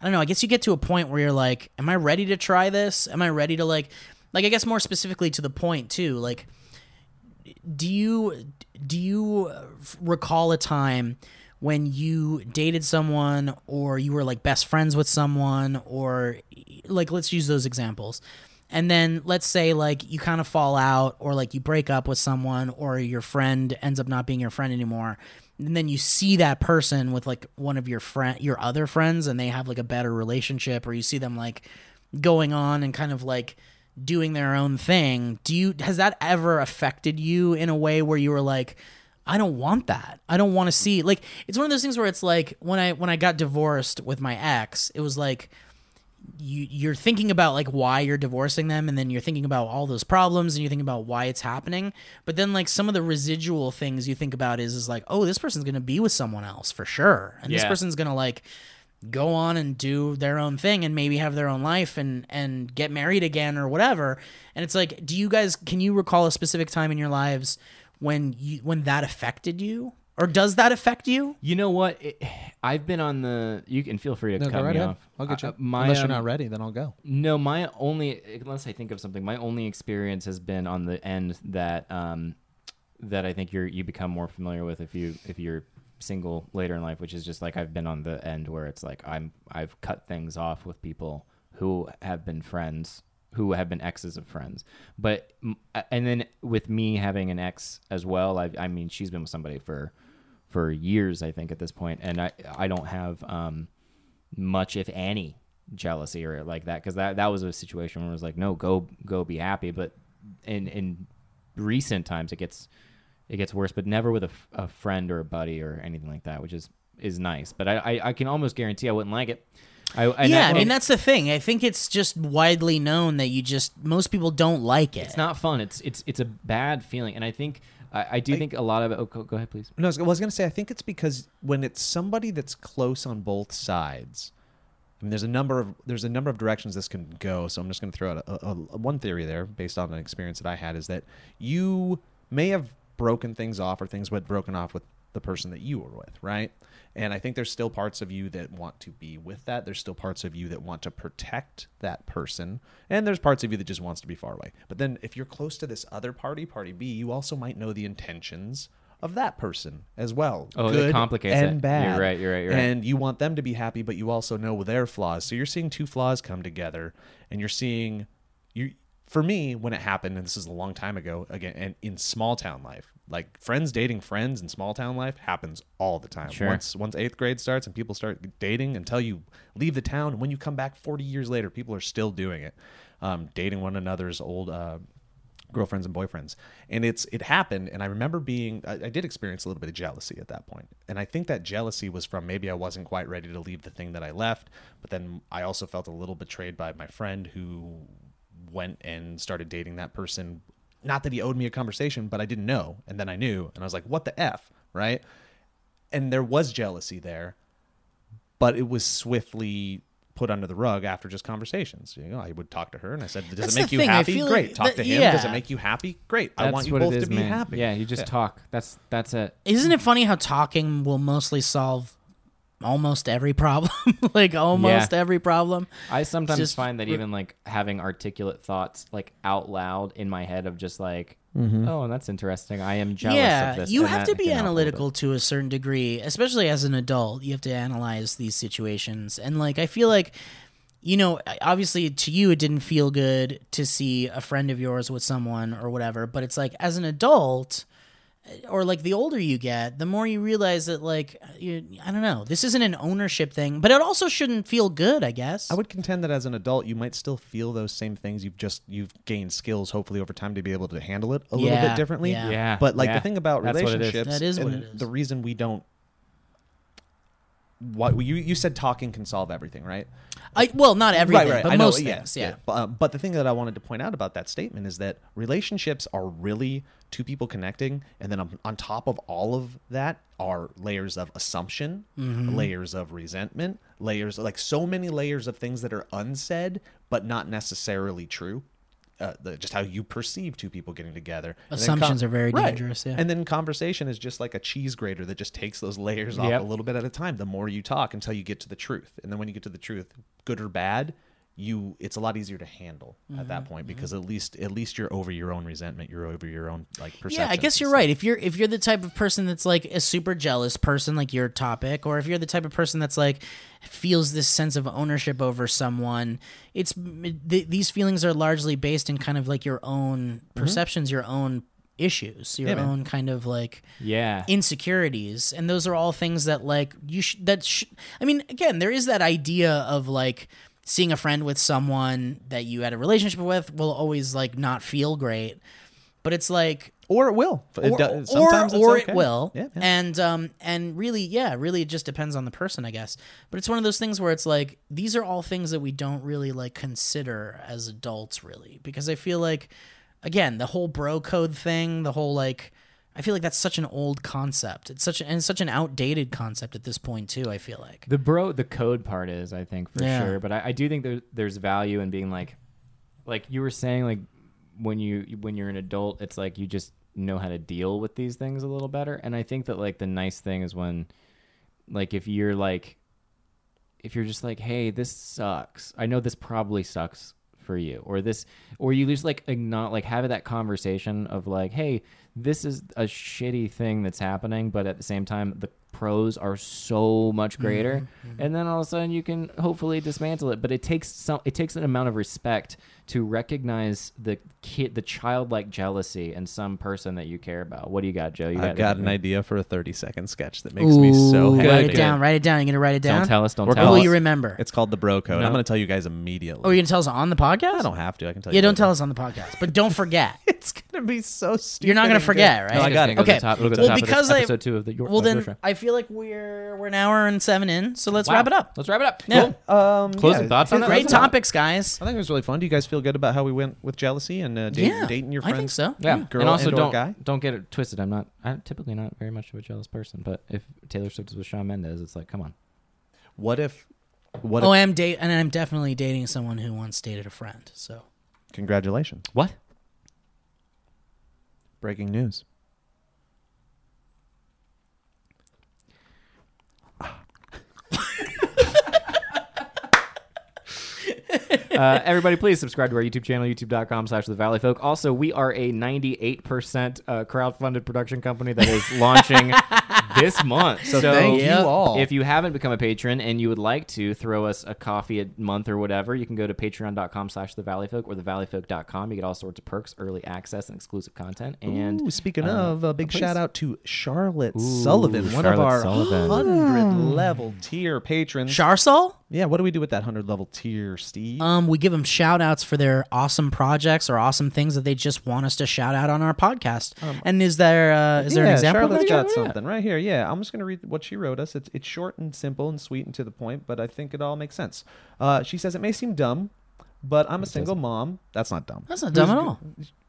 [SPEAKER 2] I don't know. I guess you get to a point where you're like, am I ready to try this? Am I ready to like, like I guess more specifically to the point too, like do you do you uh, f- recall a time when you dated someone or you were like best friends with someone or like let's use those examples and then let's say like you kind of fall out or like you break up with someone or your friend ends up not being your friend anymore and then you see that person with like one of your friend your other friends and they have like a better relationship or you see them like going on and kind of like doing their own thing do you has that ever affected you in a way where you were like i don't want that i don't want to see like it's one of those things where it's like when i when i got divorced with my ex it was like you you're thinking about like why you're divorcing them and then you're thinking about all those problems and you think about why it's happening but then like some of the residual things you think about is is like oh this person's going to be with someone else for sure and this
[SPEAKER 5] Yeah.
[SPEAKER 2] person's going to like go on and do their own thing and maybe have their own life and and get married again or whatever and it's like do you guys can you recall a specific time in your lives when you when that affected you or does that affect you
[SPEAKER 5] You know what? It, I've been on the. You can feel free to cut me off. I- my, um,
[SPEAKER 4] ready then i'll go
[SPEAKER 5] No, my only unless I think of something, my only experience has been on the end that um, that I think you're you become more familiar with if you if you're single later in life, which is just like I've been on the end where it's like I'm I've cut things off with people who have been friends who have been exes of friends, but mm, and then with me having an ex as well, I I mean she's been with somebody for for years I think at this point, and I I don't have um much if any jealousy or like that because that that was a situation where it was like no go go be happy but in in recent times it gets it gets worse but never with a, f- a friend or a buddy or anything like that which is is nice but i i, I can almost guarantee i wouldn't like it i and
[SPEAKER 2] yeah, I
[SPEAKER 5] that-
[SPEAKER 2] mean that's the thing. I think it's just widely known that you just most people don't like it.
[SPEAKER 5] it's not fun it's it's it's a bad feeling and i think i, I do think a lot of it oh go, go ahead please
[SPEAKER 4] no i was, I was gonna say i think it's because when it's somebody that's close on both sides I mean, there's a number of there's a number of directions this can go. So I'm just going to throw out a, a, a- one theory there, based on an experience that I had, is that you may have broken things off or things went broken off with the person that you were with, right? And I think there's still parts of you that want to be with that. There's still parts of you that want to protect that person, and there's parts of you that just wants to be far away. But then if you're close to this other party, party B, you also might know the intentions of that person as well.
[SPEAKER 5] Oh, it
[SPEAKER 4] good
[SPEAKER 5] complicates
[SPEAKER 4] and
[SPEAKER 5] it.
[SPEAKER 4] bad.
[SPEAKER 5] You're right, you're right, you're right.
[SPEAKER 4] And you want them to be happy, but you also know their flaws. So you're seeing two flaws come together, and you're seeing you. For me, when it happened, and this is a long time ago, again, and in small town life, like friends dating friends in small town life happens all the time.
[SPEAKER 5] Sure.
[SPEAKER 4] Once once eighth grade starts and people start dating until you leave the town, and when you come back forty years later, people are still doing it, um, dating one another's old uh, girlfriends and boyfriends and it's it happened and i remember being I, I did experience a little bit of jealousy at that point and i think that jealousy was from maybe i wasn't quite ready to leave the thing that i left but then i also felt a little betrayed by my friend who went and started dating that person not that he owed me a conversation but i didn't know and then i knew and i was like what the f right and there was jealousy there but it was swiftly put under the rug after just conversations. You know, I would talk to her and I said, "Does
[SPEAKER 2] That's
[SPEAKER 4] it make
[SPEAKER 2] the
[SPEAKER 4] you
[SPEAKER 2] thing, I
[SPEAKER 4] happy?
[SPEAKER 2] feel
[SPEAKER 4] Great.
[SPEAKER 2] like-
[SPEAKER 4] talk
[SPEAKER 2] that-
[SPEAKER 4] to him. Does it
[SPEAKER 2] yeah.
[SPEAKER 4] make you happy? Great. I
[SPEAKER 5] That's
[SPEAKER 4] want you
[SPEAKER 5] what it
[SPEAKER 4] both
[SPEAKER 5] is,
[SPEAKER 4] to be
[SPEAKER 5] man.
[SPEAKER 4] happy."
[SPEAKER 5] Yeah, you just talk. That's that's it.
[SPEAKER 2] Isn't it funny how talking will mostly solve almost every problem? like almost
[SPEAKER 5] Yeah.
[SPEAKER 2] every problem.
[SPEAKER 5] I sometimes
[SPEAKER 2] just
[SPEAKER 5] find that
[SPEAKER 2] re-
[SPEAKER 5] even like having articulate thoughts like out loud in my head of just like, oh, that's interesting. I am jealous
[SPEAKER 2] yeah,
[SPEAKER 5] of this.
[SPEAKER 2] you
[SPEAKER 5] and
[SPEAKER 2] have
[SPEAKER 5] that
[SPEAKER 2] to be
[SPEAKER 5] can help a little
[SPEAKER 2] analytical to a certain degree, especially as an adult. You have to analyze these situations, and like I feel like, you know, obviously to you it didn't feel good to see a friend of yours with someone or whatever, but it's like as an adult. eh, Or like the older you get, the more you realize that like you, I don't know, this isn't an ownership thing, but it also shouldn't feel good, I guess.
[SPEAKER 4] I would contend that as an adult, you might still feel those same things. You've just you've gained skills, hopefully over time, to be able to handle it a little
[SPEAKER 2] Yeah,
[SPEAKER 4] bit differently.
[SPEAKER 2] yeah.
[SPEAKER 5] Yeah,
[SPEAKER 4] But like
[SPEAKER 5] yeah.
[SPEAKER 4] the thing about
[SPEAKER 5] That's what it is.
[SPEAKER 4] relationships,
[SPEAKER 2] That is what
[SPEAKER 4] and
[SPEAKER 2] it is.
[SPEAKER 4] The reason we don't, what you you said, talking can solve everything, right?
[SPEAKER 2] I well, not everything, but
[SPEAKER 4] I know,
[SPEAKER 2] most things. Yeah.
[SPEAKER 4] But, um, but the thing that I wanted to point out about that statement is that relationships are really two people connecting, and then on, on top of all of that are layers of assumption,
[SPEAKER 2] Mm-hmm.
[SPEAKER 4] layers of resentment, layers like so many layers of things that are unsaid but not necessarily true. Uh, the, just how you perceive two people getting together. And then
[SPEAKER 2] Assumptions are very dangerous, yeah.
[SPEAKER 4] And then conversation is just like a cheese grater that just takes those layers
[SPEAKER 5] Yep.
[SPEAKER 4] off a little bit at a time the more you talk until you get to the truth and then when you get to the truth good or bad you it's a lot easier to handle at that
[SPEAKER 2] Mm-hmm,
[SPEAKER 4] point because at least at least you're over your own resentment you're over your own like perception
[SPEAKER 2] Yeah, I guess you're right. If you're if you're the type of person that's like a super jealous person, like your topic, or if you're the type of person that's like feels this sense of ownership over someone, it's th- these feelings are largely based in kind of like your own perceptions, your own issues, your
[SPEAKER 4] Mm-hmm. Yeah, man.
[SPEAKER 2] own kind of like
[SPEAKER 5] Yeah.
[SPEAKER 2] insecurities and those are all things that like you sh- that sh- i mean again there is that idea of like seeing a friend with someone that you had a relationship with will always like not feel great but it's like
[SPEAKER 4] or it will it
[SPEAKER 2] or,
[SPEAKER 4] does,
[SPEAKER 2] or-
[SPEAKER 4] sometimes it's
[SPEAKER 2] or
[SPEAKER 4] okay.
[SPEAKER 2] it will
[SPEAKER 4] yeah, yeah.
[SPEAKER 2] and um and really yeah really it just depends on the person i guess but it's one of those things where it's like these are all things that we don't really like consider as adults really because i feel like again the whole bro code thing the whole like i feel like that's such an old concept it's such an, and it's such an outdated concept at this point too i feel like
[SPEAKER 5] The bro, the code part is, I think, for
[SPEAKER 2] Yeah.
[SPEAKER 5] sure. But I, I do think there, there's value in being like, like you were saying, like when you when you're an adult, it's like you just know how to deal with these things a little better. And I think that like the nice thing is when, like, if you're like, if you're just like, hey, this sucks. I know this probably sucks for you, or this, or you just like not like have that conversation of like, hey, this is a shitty thing that's happening, but at the same time, the pros are so much greater, and then all of a sudden you can hopefully dismantle it. But it takes some, it takes an amount of respect to recognize the kid, the childlike jealousy in some person that you care about. What do you got, Joe? You
[SPEAKER 4] i've got an
[SPEAKER 5] anything?
[SPEAKER 4] idea for a 30 second sketch that makes me so
[SPEAKER 2] Ooh,
[SPEAKER 4] happy
[SPEAKER 2] write it down write it down you're gonna write it down
[SPEAKER 5] Don't tell us. Don't
[SPEAKER 4] We're
[SPEAKER 2] or
[SPEAKER 5] tell
[SPEAKER 2] will
[SPEAKER 5] us.
[SPEAKER 2] you remember
[SPEAKER 4] it's called the bro code
[SPEAKER 5] No.
[SPEAKER 4] i'm going to tell you guys
[SPEAKER 2] or
[SPEAKER 4] immediately
[SPEAKER 2] you're gonna tell us on the podcast
[SPEAKER 4] i don't have to i can tell you
[SPEAKER 2] Oh, yeah don't
[SPEAKER 4] later.
[SPEAKER 2] tell us on the podcast but don't forget
[SPEAKER 4] it's going to be so stupid
[SPEAKER 2] You're not gonna
[SPEAKER 4] and good.
[SPEAKER 2] forget, right?
[SPEAKER 4] no i got it
[SPEAKER 2] go to the
[SPEAKER 5] Okay.
[SPEAKER 2] Okay. top- it'll go to the Well, top of this because I-
[SPEAKER 5] episode
[SPEAKER 2] episode
[SPEAKER 5] two of the Your,
[SPEAKER 2] well then i feel like we're we're an hour and seven in so let's
[SPEAKER 5] Wow.
[SPEAKER 2] wrap it up
[SPEAKER 5] Let's wrap it up.
[SPEAKER 2] Yeah.
[SPEAKER 5] Cool.
[SPEAKER 4] um
[SPEAKER 5] Closing
[SPEAKER 4] yeah,
[SPEAKER 5] thoughts on that?
[SPEAKER 2] great
[SPEAKER 5] Let's wrap it up.
[SPEAKER 2] topics guys
[SPEAKER 4] I think it was really fun. Do you guys feel good about how we went with jealousy and uh, date,
[SPEAKER 2] Yeah,
[SPEAKER 4] dating your
[SPEAKER 2] I
[SPEAKER 4] friends?
[SPEAKER 2] think so.
[SPEAKER 5] Yeah,
[SPEAKER 4] girl
[SPEAKER 5] and also
[SPEAKER 4] and or
[SPEAKER 5] don't
[SPEAKER 4] guy?
[SPEAKER 5] don't get it twisted. I'm not I'm typically not very much of a jealous person, but if Taylor Swift is with Shawn Mendes, it's like, come on.
[SPEAKER 4] What if? What?
[SPEAKER 2] oh
[SPEAKER 4] if,
[SPEAKER 2] i'm date and i'm definitely dating someone who once dated a friend so
[SPEAKER 4] congratulations!
[SPEAKER 5] What?
[SPEAKER 4] Breaking news.
[SPEAKER 5] uh, everybody, please subscribe to our YouTube channel, youtube.com slash the Valley Folk. Also, we are a 98% uh, crowdfunded production company that is launching this month. So,
[SPEAKER 4] thank you
[SPEAKER 2] Yep.
[SPEAKER 4] all.
[SPEAKER 5] If you haven't become a patron and you would like to throw us a coffee a month or whatever, you can go to patreon.com slash the Valley Folk or thevalleyfolk.com. You get all sorts of perks, early access, and exclusive content. And
[SPEAKER 4] Ooh, speaking
[SPEAKER 5] uh,
[SPEAKER 4] of, a big
[SPEAKER 5] please.
[SPEAKER 4] shout out to Charlotte Sullivan, one of
[SPEAKER 5] Charlotte
[SPEAKER 4] our
[SPEAKER 5] Sullivan.
[SPEAKER 4] hundred
[SPEAKER 2] Hmm.
[SPEAKER 4] level tier patrons.
[SPEAKER 2] Charsol?
[SPEAKER 4] yeah, what do we do with that hundred level tier, Steve?
[SPEAKER 2] Um, we give them shout outs for their awesome projects or awesome things that they just want us to shout out on our podcast. and is there uh, is there an
[SPEAKER 4] Um, Yeah,
[SPEAKER 2] example? of
[SPEAKER 4] Charlotte's
[SPEAKER 2] that?
[SPEAKER 4] got something right here. Yeah, I'm just going to read what she wrote us. It's, it's short and simple and sweet and to the point, but I think it all makes sense. Uh, she says, It may seem dumb, but I'm a single mom. That's not dumb.
[SPEAKER 2] That's not dumb at all.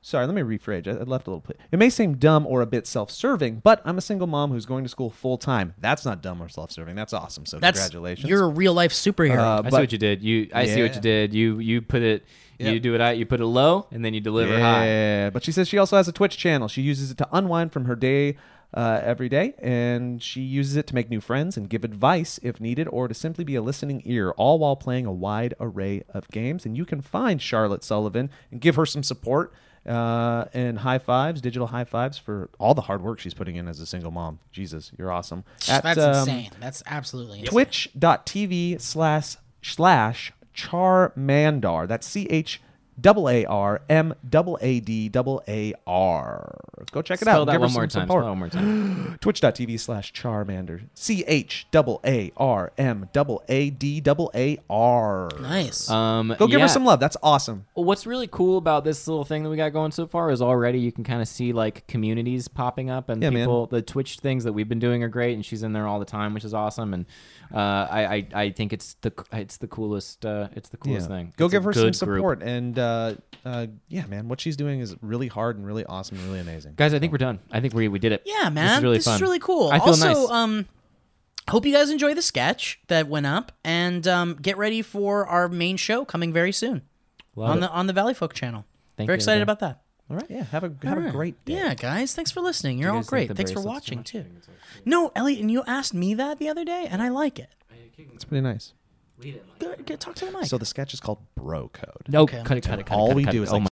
[SPEAKER 4] Sorry, let me rephrase. I I left a little. Pla- it may seem dumb or a bit self-serving, but I'm a single mom who's going to school full time. That's not dumb or self-serving. That's awesome. So
[SPEAKER 2] That's
[SPEAKER 4] congratulations.
[SPEAKER 2] You're a real life superhero.
[SPEAKER 4] Uh,
[SPEAKER 5] I see
[SPEAKER 4] but-
[SPEAKER 5] what you did. You, I see what
[SPEAKER 4] Yeah.
[SPEAKER 5] you did. You, you put it,
[SPEAKER 4] Yeah.
[SPEAKER 5] you do it out, you put it low, and then you deliver high.
[SPEAKER 4] Yeah, but she says she also has a Twitch channel. She uses it to unwind from her day uh, every day, and she uses it to make new friends and give advice if needed, or to simply be a listening ear, all while playing a wide array of games. And you can find Charlotte Sullivan and give her some support uh, and high fives, digital high fives for all the hard work she's putting in as a single mom. Jesus, you're awesome. At,
[SPEAKER 2] That's
[SPEAKER 4] um,
[SPEAKER 2] insane. That's absolutely insane.
[SPEAKER 4] twitch.tv slash slash charmandar that's c-h double a r m double a d double a r go check it
[SPEAKER 5] Spell
[SPEAKER 4] out
[SPEAKER 5] that
[SPEAKER 4] Give her
[SPEAKER 5] one
[SPEAKER 4] some
[SPEAKER 5] more time. Spell
[SPEAKER 4] support.
[SPEAKER 5] that one more time.
[SPEAKER 4] twitch.tv slash charmander c-h double a r m double a d double a r
[SPEAKER 2] Nice.
[SPEAKER 5] Um,
[SPEAKER 4] go give
[SPEAKER 5] yeah.
[SPEAKER 4] her some love that's awesome
[SPEAKER 5] What's really cool about this little thing that we got going so far is already you can kind of see like communities popping up and
[SPEAKER 4] Yeah, man.
[SPEAKER 5] people. The Twitch things that we've been doing are great, and she's in there all the time, which is awesome. And uh, I, I I think it's the it's the coolest uh, it's the coolest thing.
[SPEAKER 4] Go
[SPEAKER 5] It's a
[SPEAKER 4] give her some
[SPEAKER 5] good group.
[SPEAKER 4] support, and uh, uh, yeah, man, what she's doing is really hard and really awesome and really amazing.
[SPEAKER 5] guys. I think we're done. I think we we did it.
[SPEAKER 2] yeah, man.
[SPEAKER 5] This is really fun.
[SPEAKER 2] cool.
[SPEAKER 5] I feel
[SPEAKER 2] also,
[SPEAKER 5] nice.
[SPEAKER 2] um, hope you guys enjoy the sketch that went up, and um, get ready for our main show coming very soon
[SPEAKER 5] Love
[SPEAKER 2] on
[SPEAKER 5] it.
[SPEAKER 2] the on the Valley Folk channel.
[SPEAKER 5] Thank
[SPEAKER 2] Very
[SPEAKER 5] you,
[SPEAKER 2] excited
[SPEAKER 5] everyone.
[SPEAKER 2] about that.
[SPEAKER 4] All right, yeah, have a have a
[SPEAKER 2] Alright.
[SPEAKER 4] great day.
[SPEAKER 2] Yeah, guys, thanks for listening. You're all
[SPEAKER 5] guys think
[SPEAKER 2] great.
[SPEAKER 5] the
[SPEAKER 2] Thanks for
[SPEAKER 5] bracelets too
[SPEAKER 2] watching
[SPEAKER 5] much?
[SPEAKER 2] too. No, Elliot, and you asked me that the other day, and I like it.
[SPEAKER 4] It's pretty nice.
[SPEAKER 2] Go- go- Talk to the mic.
[SPEAKER 4] So the sketch is called Bro Code.
[SPEAKER 5] no,
[SPEAKER 2] Okay.
[SPEAKER 5] cut it, cut it, cut it.
[SPEAKER 4] All
[SPEAKER 5] cut it,
[SPEAKER 4] we
[SPEAKER 5] cut
[SPEAKER 4] do
[SPEAKER 5] it.
[SPEAKER 4] is
[SPEAKER 5] Oh
[SPEAKER 4] like